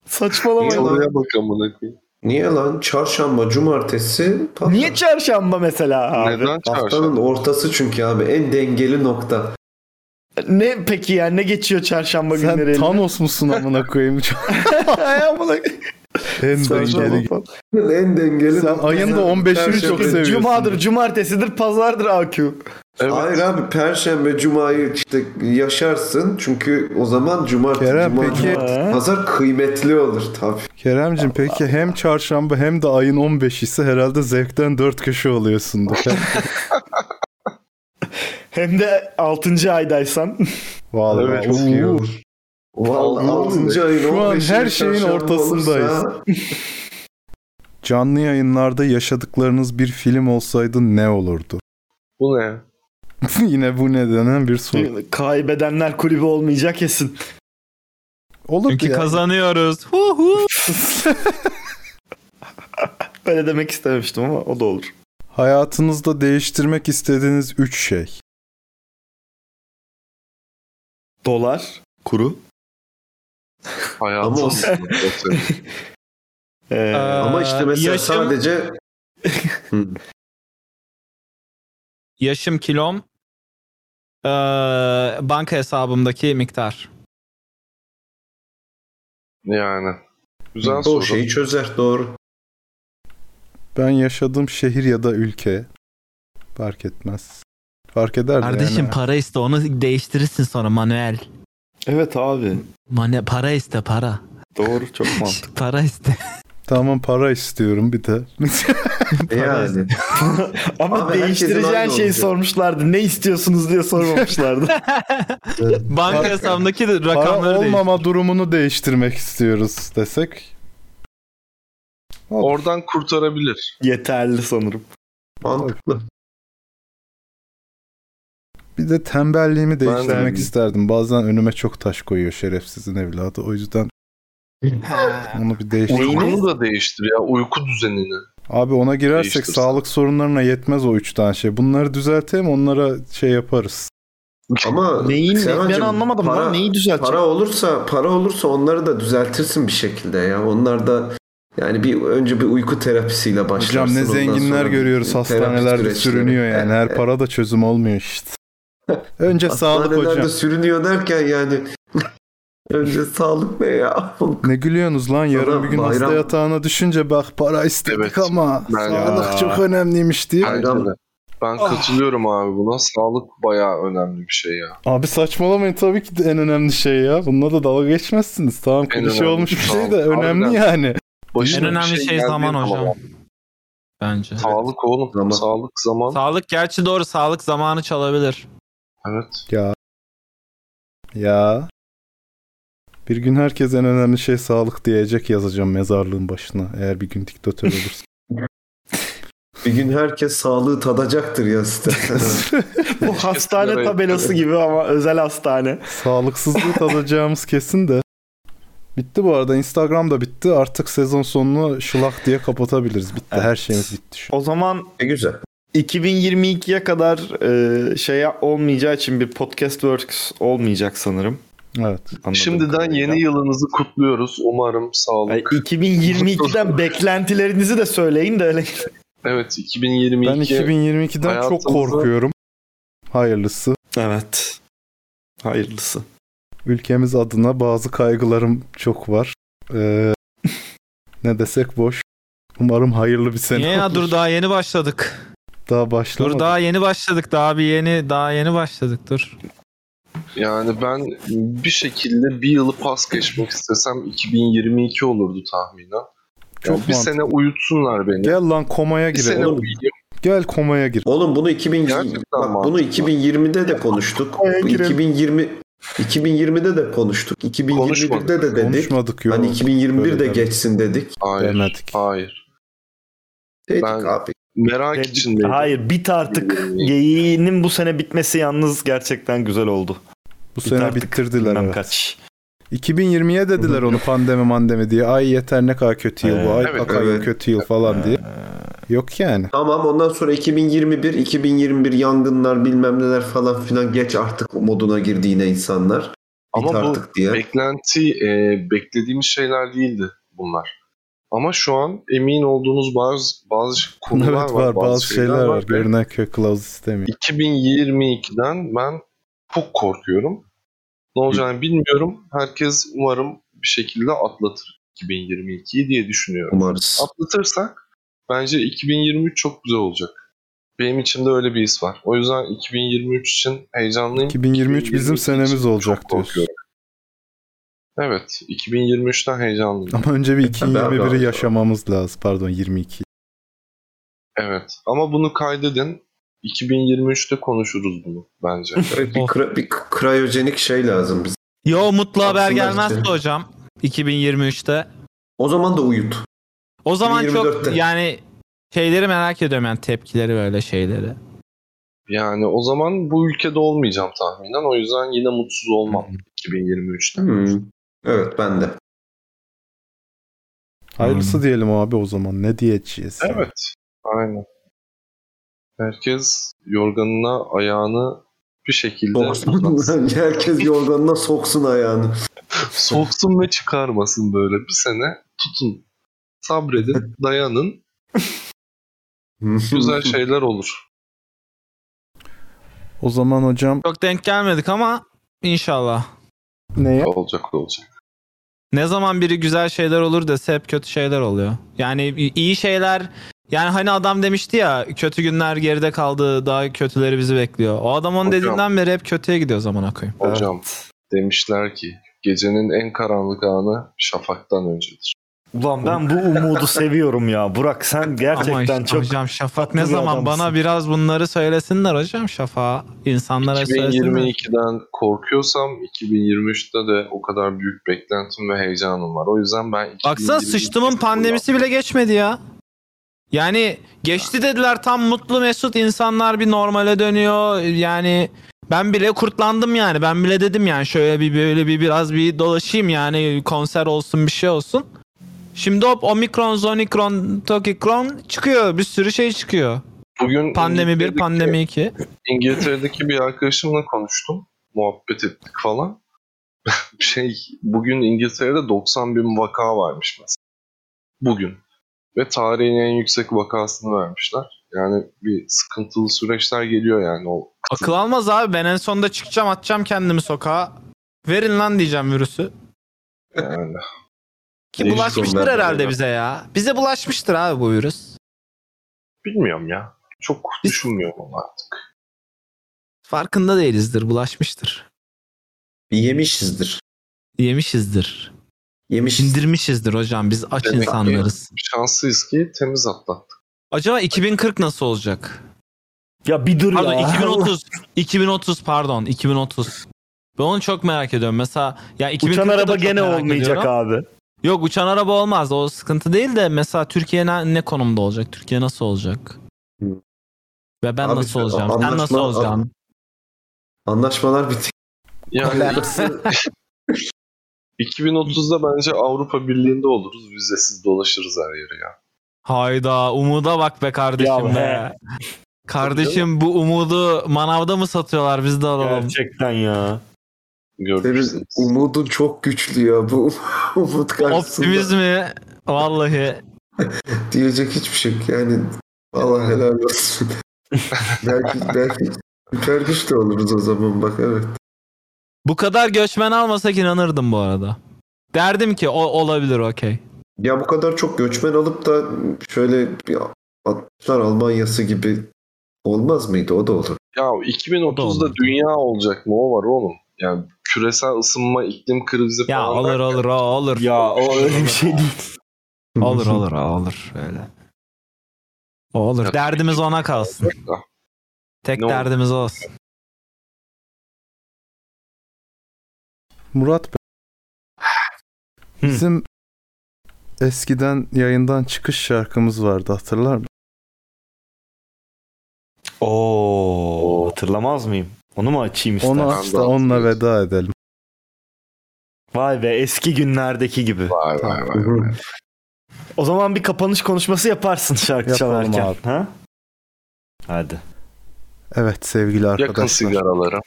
Speaker 1: Saçmalamayın.
Speaker 8: oraya
Speaker 7: bak amına koyayım.
Speaker 8: Niye lan çarşamba cumartesi pazar.
Speaker 1: Niye çarşamba mesela abi?
Speaker 8: Haftanın ortası çünkü abi en dengeli nokta.
Speaker 1: Ne peki yani ne geçiyor çarşamba günleri?
Speaker 3: Sen
Speaker 1: eline?
Speaker 3: Thanos musun amına koyayım?
Speaker 1: Amına-
Speaker 3: en dengeli.
Speaker 8: en dengeli
Speaker 3: Sen
Speaker 8: nokta.
Speaker 3: ayın da
Speaker 8: Sen
Speaker 3: 15'ini çok
Speaker 8: Perşembe,
Speaker 3: seviyorsun.
Speaker 1: Cumadır, cumartesidir, pazardır AQ.
Speaker 8: Hayır abi perşembe cumayı işte yaşarsın çünkü o zaman cumartesi
Speaker 3: Kerem,
Speaker 8: cuma,
Speaker 3: peki-
Speaker 8: cumartesi, pazar kıymetli olur tabii.
Speaker 3: Keremcim peki hem çarşamba hem de ayın 15'i ise herhalde zevkten dört köşe oluyorsundur.
Speaker 1: Hem de 6. aydaysan.
Speaker 3: Vallahi.
Speaker 1: Evet, çok iyi
Speaker 3: Oo.
Speaker 1: olur.
Speaker 8: Vallahi altıncı ayın
Speaker 3: Şu an
Speaker 8: 15'i
Speaker 3: her şeyin
Speaker 8: çarşamba
Speaker 3: ortasındayız.
Speaker 8: olursa-
Speaker 3: Canlı yayınlarda yaşadıklarınız bir film olsaydı ne olurdu?
Speaker 7: Bu ne?
Speaker 3: Yine bu nedenen bir soru.
Speaker 1: Kaybedenler kulübü olmayacak kesin.
Speaker 3: Olur
Speaker 2: Çünkü
Speaker 1: ya.
Speaker 2: kazanıyoruz. Hu hu.
Speaker 1: Öyle demek istememiştim ama o da olur.
Speaker 3: Hayatınızda değiştirmek istediğiniz 3 şey.
Speaker 1: Dolar, kuru.
Speaker 7: Hayatım.
Speaker 8: Ama o-
Speaker 7: şey?
Speaker 1: Ee,
Speaker 8: Ama işte mesela
Speaker 2: yaşım-
Speaker 8: sadece
Speaker 2: Yaşım kilom. Ee, banka hesabımdaki miktar.
Speaker 7: Yani. Güzel
Speaker 8: o
Speaker 7: soru.
Speaker 8: şeyi çözer doğru.
Speaker 3: Ben yaşadığım şehir ya da ülke fark etmez. Fark eder de
Speaker 2: Kardeşim
Speaker 3: yani.
Speaker 2: para iste onu değiştirirsin sonra manuel.
Speaker 1: Evet abi.
Speaker 2: Mane para iste para.
Speaker 1: Doğru çok mantıklı.
Speaker 2: Para iste.
Speaker 3: Tamam para istiyorum bir de.
Speaker 8: E Yani.
Speaker 1: Ama
Speaker 8: Abi, herkesin
Speaker 1: değiştireceğin
Speaker 8: aynı
Speaker 1: şeyi
Speaker 8: olacak.
Speaker 1: sormuşlardı. Ne istiyorsunuz diye sormamışlardı.
Speaker 2: Banka hesabımdaki de
Speaker 3: Para
Speaker 2: rakamları değil.
Speaker 3: olmama durumunu değiştirmek istiyoruz desek.
Speaker 7: Oradan kurtarabilir.
Speaker 1: Yeterli sanırım.
Speaker 8: Mantıklı.
Speaker 3: Bir de tembelliğimi değiştirmek
Speaker 1: de-
Speaker 3: isterdim. Bazen önüme çok taş koyuyor şerefsizin evladı. O yüzden onu bir
Speaker 8: E,
Speaker 3: değiştirmek.
Speaker 7: Uykunu da değiştir ya. Uyku düzenini.
Speaker 3: Abi ona girersek
Speaker 7: Değiştirsin.
Speaker 3: sağlık sorunlarına yetmez o üç tane şey. Bunları düzeltelim onlara şey yaparız.
Speaker 8: Ama
Speaker 1: Neyin-
Speaker 8: Sevancım,
Speaker 1: ben anlamadım lan, neyi düzeltecek?
Speaker 8: Para olursa para olursa onları da düzeltirsin bir şekilde ya. Onlar da yani bir önce bir uyku terapisiyle başlarsın.
Speaker 3: Hocam ne
Speaker 8: ondan
Speaker 3: zenginler
Speaker 8: sonra
Speaker 3: görüyoruz
Speaker 8: terapi
Speaker 3: hastanelerde
Speaker 8: süreçleri.
Speaker 3: sürünüyor yani. Her
Speaker 8: Evet.
Speaker 3: para da çözüm olmuyor işte. Önce sağlık
Speaker 8: Hastanelerde
Speaker 3: hocam.
Speaker 8: sürünüyor derken yani önce sağlık ne ya?
Speaker 3: Ne gülüyorsunuz lan yarın
Speaker 8: Adam
Speaker 3: bir gün hasta
Speaker 8: bayram-
Speaker 3: yatağına düşünce bak para istedik ama
Speaker 7: Ben-
Speaker 3: sağlık
Speaker 7: Ya.
Speaker 3: çok önemliymiş diye.
Speaker 7: Bence de. Ben
Speaker 2: Ah.
Speaker 7: katılıyorum abi buna. Sağlık bayağı önemli bir şey ya.
Speaker 3: Abi saçmalamayın tabii ki de en önemli şey ya. Bununla da dalga geçmezsiniz. Tamam
Speaker 7: En
Speaker 3: klişe
Speaker 7: önemli
Speaker 3: olmuş bir
Speaker 7: şey.
Speaker 3: şey de
Speaker 7: Harbiden.
Speaker 3: önemli yani.
Speaker 7: Başına
Speaker 2: en
Speaker 7: bir
Speaker 2: önemli şey,
Speaker 7: geldiği
Speaker 2: zaman
Speaker 7: zaman.
Speaker 2: hocam. Bence.
Speaker 7: Sağlık oğlum. Sağlık zaman.
Speaker 2: Sağlık gerçi doğru sağlık zamanı çalabilir.
Speaker 7: Evet.
Speaker 3: Ya. Ya. Bir gün herkes en önemli şey sağlık diyecek yazacağım mezarlığın başına. Eğer bir gün diktatör olursa.
Speaker 14: Bir gün herkes sağlığı tadacaktır ya sitede.
Speaker 1: Bu hastane tabelası gibi ama özel hastane.
Speaker 3: Sağlıksızlığı tadacağımız kesin de. Bitti bu arada. Instagram da bitti. Artık sezon sonunu şılak diye kapatabiliriz. Bitti. Her şeyimiz bitti.
Speaker 1: O zaman
Speaker 14: güzel.
Speaker 1: 2022'ye kadar e, şey yap- olmayacağı için bir podcast works olmayacak sanırım.
Speaker 3: Evet.
Speaker 7: Şimdiden yeni yılınızı kutluyoruz. Umarım sağlık.
Speaker 1: 2022'den beklentilerinizi de söyleyin de öyle.
Speaker 7: Evet 2022.
Speaker 3: Ben 2022'den çok
Speaker 7: hayatımızı-
Speaker 3: korkuyorum. Hayırlısı.
Speaker 1: Evet. Hayırlısı.
Speaker 3: Ülkemiz adına bazı kaygılarım çok var. Ee, ne desek boş. Umarım hayırlı bir sene
Speaker 2: Niye ya
Speaker 3: olur.
Speaker 2: dur daha yeni başladık.
Speaker 3: Daha başlamadı.
Speaker 2: Dur daha yeni başladık. Daha bir yeni daha yeni başladık. Dur.
Speaker 7: Yani ben bir şekilde bir yılı pas geçmek istesem 2022 olurdu tahminen.
Speaker 3: Çok
Speaker 7: Çok bir
Speaker 3: mantıklı.
Speaker 7: sene uyutsunlar beni.
Speaker 3: Gel lan komaya
Speaker 7: bir sene
Speaker 3: girelim. Oğlum,
Speaker 7: uyuyayım.
Speaker 3: Gel komaya gir.
Speaker 14: Oğlum bunu 2000
Speaker 7: Gerçekten
Speaker 14: bak, bunu
Speaker 7: mantıklı.
Speaker 14: 2020'de de konuştuk. Bu 2020 2020'de de konuştuk. 2021'de de dedik.
Speaker 3: Konuşmadık yok.
Speaker 14: Hani 2021 de
Speaker 3: Böyle
Speaker 14: geçsin dedik.
Speaker 7: Hayır.
Speaker 3: Demedik.
Speaker 7: Hayır.
Speaker 14: Dedik
Speaker 7: Ben
Speaker 14: abi.
Speaker 7: merak
Speaker 1: Dedik.
Speaker 7: için dedim.
Speaker 1: Hayır bit artık. Geyiğinin bu sene bitmesi yalnız gerçekten güzel oldu.
Speaker 3: Bu sene
Speaker 1: artık,
Speaker 3: bitirdiler
Speaker 1: bilmem
Speaker 3: evet.
Speaker 1: kaç.
Speaker 3: 2020'ye dediler onu pandemi mandemi diye. Ay yeter ne kadar kötü yıl bu. Ay
Speaker 14: Evet,
Speaker 3: bak ay
Speaker 14: evet.
Speaker 3: kötü yıl falan diye. Yok yani.
Speaker 14: Tamam ondan sonra 2021, 2021 yangınlar bilmem neler falan filan geç artık moduna girdi yine insanlar. Bit
Speaker 7: Ama bu
Speaker 14: artık diye.
Speaker 7: beklenti e, beklediğimiz şeyler değildi bunlar. Ama şu an emin olduğunuz bazı bazı konular
Speaker 3: evet
Speaker 7: var,
Speaker 3: var bazı şeyler var.
Speaker 7: ve
Speaker 3: Görünen köy kılavuz istemiyor.
Speaker 7: 2022'den ben çok korkuyorum. Ne olacağını bilmiyorum. Herkes umarım bir şekilde atlatır 2022'yi diye düşünüyorum.
Speaker 14: Umarız.
Speaker 7: Atlatırsak bence 2023 çok güzel olacak. Benim içimde öyle bir his var. O yüzden 2023 için heyecanlıyım.
Speaker 3: 2023 bizim senemiz olacak diyorsun.
Speaker 7: Evet, 2023'ten heyecanlıyım.
Speaker 3: Ama önce bir
Speaker 7: Ben de-
Speaker 3: 2021'i yaşamamız lazım. Pardon 22.
Speaker 7: Evet. Ama bunu kaydedin. 2023'te konuşuruz bunu bence.
Speaker 14: Evet, bir, kra- bir k- kriyojenik şey lazım bize.
Speaker 2: Yo mutlu haber
Speaker 14: Aslında
Speaker 2: gelmezse
Speaker 14: işte.
Speaker 2: hocam 2023'te.
Speaker 14: O zaman da uyut.
Speaker 2: O zaman çok
Speaker 14: 2024'te.
Speaker 2: yani şeyleri merak ediyorum yani tepkileri böyle şeyleri.
Speaker 7: Yani o zaman bu ülkede olmayacağım tahminen. O yüzden yine mutsuz olmam 2023'te.
Speaker 14: Evet ben de.
Speaker 3: Hayırlısı diyelim abi o zaman. Ne diyeceğiz?
Speaker 7: Evet. Aynen. Herkes yorganına ayağını bir şekilde
Speaker 14: Soksun. Herkes yorganına soksun ayağını.
Speaker 7: soksun ve çıkarmasın böyle. Bir sene tutun. Sabredin, dayanın. Güzel şey. şeyler olur.
Speaker 3: O zaman hocam
Speaker 2: Çok denk gelmedik ama inşallah.
Speaker 3: neye?
Speaker 7: Olacak olacak.
Speaker 2: Ne zaman biri güzel şeyler olur dese hep kötü şeyler oluyor. Yani iyi şeyler yani hani adam demişti ya kötü günler geride kaldı daha kötüleri bizi bekliyor. O adam onu
Speaker 7: Hocam.
Speaker 2: dediğinden beri hep kötüye gidiyor zaman koyayım.
Speaker 7: Hocam demişler ki gecenin en karanlık anı şafaktan öncedir.
Speaker 1: Ulan ben bu umudu seviyorum ya. Burak sen
Speaker 2: Ama
Speaker 1: gerçekten
Speaker 2: işte
Speaker 1: çok...
Speaker 2: hocam Şafak
Speaker 1: tatlı
Speaker 2: ne
Speaker 1: bir
Speaker 2: zaman
Speaker 1: adamsın.
Speaker 2: bana biraz bunları söylesinler hocam Şafak'a. insanlara söylesinler.
Speaker 7: 2022'den korkuyorsam 2023'te de o kadar büyük beklentim ve heyecanım var. O yüzden ben
Speaker 2: Baksana
Speaker 7: 2022
Speaker 2: sıçtımın pandemisi bile geçmedi ya. Yani geçti dediler tam mutlu mesut insanlar bir normale dönüyor. Yani ben bile kurtlandım yani. Ben bile dedim yani şöyle bir böyle bir biraz bir dolaşayım yani konser olsun bir şey olsun. Şimdi hop omikron, zonikron, tokikron çıkıyor. Bir sürü şey çıkıyor.
Speaker 7: bugün
Speaker 2: Pandemi 1,
Speaker 7: İngiltere'deki-
Speaker 2: pandemi 2.
Speaker 7: İngiltere'deki bir arkadaşımla konuştum. Muhabbet ettik falan. şey bugün İngiltere'de 90 bin vaka varmış mesela. Bugün. Ve tarihin en yüksek vakasını vermişler. Yani bir sıkıntılı süreçler geliyor yani o
Speaker 2: Akıl almaz abi ben en sonunda çıkacağım atacağım kendimi sokağa. Verin lan diyeceğim virüsü.
Speaker 7: yani.
Speaker 2: Ki
Speaker 7: Değişik
Speaker 2: bulaşmıştır
Speaker 7: konular
Speaker 2: herhalde
Speaker 7: bunlar.
Speaker 2: bize ya. Bize bulaşmıştır abi bu virüs.
Speaker 7: Bilmiyorum ya. Çok düşünmüyorum onu artık.
Speaker 2: Farkında değilizdir, bulaşmıştır.
Speaker 8: Yemişizdir.
Speaker 2: Yemişizdir.
Speaker 8: Yemiş.
Speaker 2: İndirmişizdir hocam. Biz aç
Speaker 7: Demek ki
Speaker 2: insanlarız.
Speaker 7: Şanslıyız ki temiz atlattık.
Speaker 2: Acaba 2040 nasıl olacak?
Speaker 1: Ya bir dur
Speaker 2: Pardon
Speaker 1: ya.
Speaker 2: 2030. 2030 pardon 2030. Ben onu çok merak ediyorum. Mesela ya 2040
Speaker 1: Uçan
Speaker 2: 'da
Speaker 1: araba
Speaker 2: çok
Speaker 1: gene
Speaker 2: merak
Speaker 1: olmayacak
Speaker 2: ediyorum.
Speaker 1: abi.
Speaker 2: Yok uçan araba olmaz. O sıkıntı değil de mesela Türkiye ne, ne konumda olacak? Türkiye nasıl olacak?
Speaker 7: Hmm.
Speaker 2: Ve ben
Speaker 8: Abi,
Speaker 2: nasıl olacağım? Sen
Speaker 8: anlaşma-
Speaker 2: nasıl olacaksın?
Speaker 8: Anlaşmalar bitti.
Speaker 7: Yani 2030'da bence Avrupa Birliği'nde oluruz. Vizesiz dolaşırız her yere ya.
Speaker 2: Hayda umuda bak be kardeşim
Speaker 7: Ya
Speaker 2: be.
Speaker 7: he.
Speaker 2: Kardeşim bu umudu manavda mı satıyorlar biz de alalım.
Speaker 1: Gerçekten ya.
Speaker 8: Senin umudun çok güçlü ya. Bu umut karşısında
Speaker 2: Optimizmi vallahi
Speaker 8: diyecek hiçbir şey yok. Yani Allah helal olsun. belki belki süper güç de oluruz o zaman bak evet.
Speaker 2: bu kadar göçmen almasak inanırdım bu arada. Derdim ki o olabilir okey.
Speaker 8: Ya bu kadar çok göçmen alıp da şöyle bir 60'lar Almanyası gibi olmaz mıydı? O da olur.
Speaker 7: Ya 2030'da dünya olacak mı o var oğlum. Yani küresel ısınma, iklim krizi
Speaker 2: Ya
Speaker 7: falan.
Speaker 2: olur olur o olur. Ya
Speaker 1: o öyle bir şey değil.
Speaker 2: Olur olur o olur öyle. O olur. Derdimiz ona kalsın. Tek
Speaker 3: Ne olur.
Speaker 2: derdimiz olsun.
Speaker 3: Murat Bey. Bizim eskiden yayından çıkış şarkımız vardı hatırlar mısın?
Speaker 1: Oo, hatırlamaz mıyım? Onu mu açayım istersen?
Speaker 3: Onu aç da onunla veda edelim.
Speaker 1: Vay be eski günlerdeki gibi. Vay vay vay. O zaman bir kapanış konuşması yaparsın şarkı
Speaker 3: Yapalım
Speaker 1: çalarken.
Speaker 3: abi.
Speaker 1: Ha? Hadi.
Speaker 3: Evet sevgili
Speaker 7: Yakın
Speaker 3: arkadaşlar.
Speaker 7: sigaralara.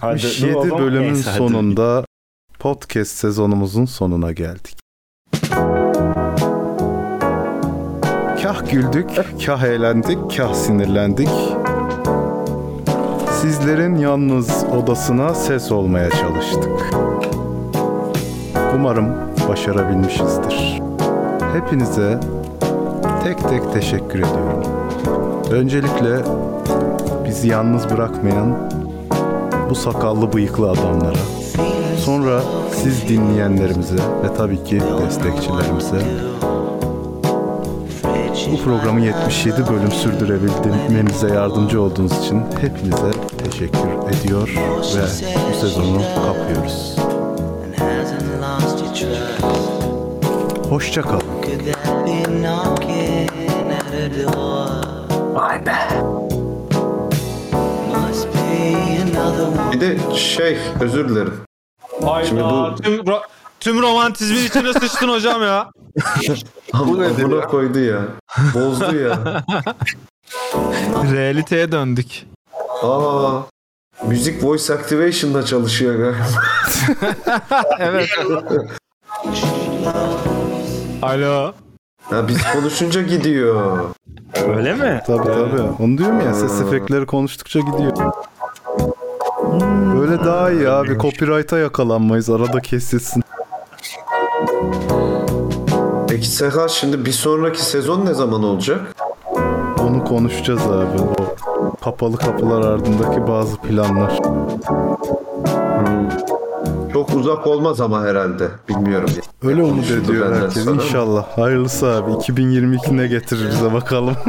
Speaker 1: Hadi, dur
Speaker 3: 77
Speaker 1: o zaman.
Speaker 3: bölümün
Speaker 1: Neyse, hadi.
Speaker 3: sonunda podcast sezonumuzun sonuna geldik. Kah güldük, kah eğlendik, kah sinirlendik. Sizlerin yalnız odasına ses olmaya çalıştık. Umarım başarabilmişizdir. Hepinize tek tek teşekkür ediyorum. Öncelikle bizi yalnız bırakmayan bu sakallı bıyıklı adamlara. Sonra siz dinleyenlerimize ve tabii ki destekçilerimize bu programı 77 bölüm sürdürebilmenize yardımcı olduğunuz için hepinize teşekkür ediyor ve bu sezonu kapıyoruz.
Speaker 12: Hasn't lost your trust.
Speaker 3: Hoşça kalın.
Speaker 12: Could that be knocking at a door? My bad. Must be another one.
Speaker 8: Bir de şey özür dilerim. Şimdi bu
Speaker 2: Tüm, ro- tüm romantizmin içine sıçtın hocam ya.
Speaker 8: bu buna koydu ya. Bozdu ya.
Speaker 2: Realiteye döndük.
Speaker 8: Aa. Müzik voice activation'da çalışıyor galiba.
Speaker 2: evet. Alo.
Speaker 8: Ya biz konuşunca gidiyor.
Speaker 1: Öyle mi?
Speaker 3: Tabii tabii. Ee, Onu diyorum ya ses efektleri konuştukça gidiyor. Böyle daha iyi abi. Copyright'a yakalanmayız. Arada kesilsin.
Speaker 8: Peki Seha şimdi bir sonraki sezon ne zaman olacak?
Speaker 3: Onu konuşacağız abi. O kapalı kapılar ardındaki bazı planlar.
Speaker 8: Çok uzak olmaz ama herhalde. Bilmiyorum.
Speaker 3: Öyle umut
Speaker 8: Konuşuldu
Speaker 3: ediyor
Speaker 8: benden
Speaker 3: herkes.
Speaker 8: sonra.
Speaker 3: İnşallah. Hayırlısı abi. 2022 ne getirir bize bakalım.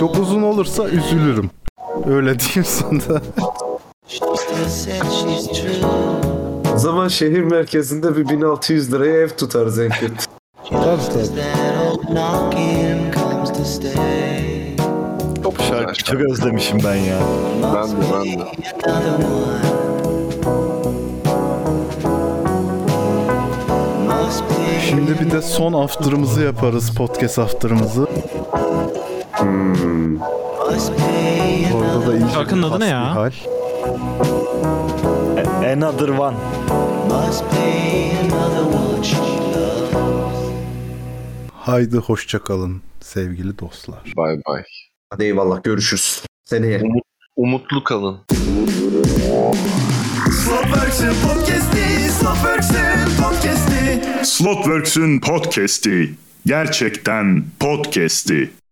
Speaker 3: Çok uzun olursa üzülürüm. Öyle diyeyim sana.
Speaker 12: Still said she's true.
Speaker 8: O zaman şehir merkezinde bir 1600 liraya ev tutarız en kötü.
Speaker 12: That old knocking comes to stay.
Speaker 1: Çok şarkı çok özlemişim ben ya.
Speaker 7: Ben de ben de.
Speaker 12: Another one. Must be
Speaker 3: Şimdi bir de son after'ımızı yaparız. Podcast after'ımızı. Orada da iyice
Speaker 2: Şarkının adı ne ya?
Speaker 3: hal.
Speaker 1: Another one.
Speaker 12: must be another one she loves.
Speaker 3: Haydi hoşça kalın sevgili dostlar.
Speaker 7: Bay bay.
Speaker 8: Hadi eyvallah görüşürüz. Seneye.
Speaker 7: Umutlu kalın.
Speaker 12: Slotworks'ün podcast'i, Slotworks'ün podcast'i.
Speaker 15: Slotworks'ün podcast'i.
Speaker 1: gerçekten podcast'i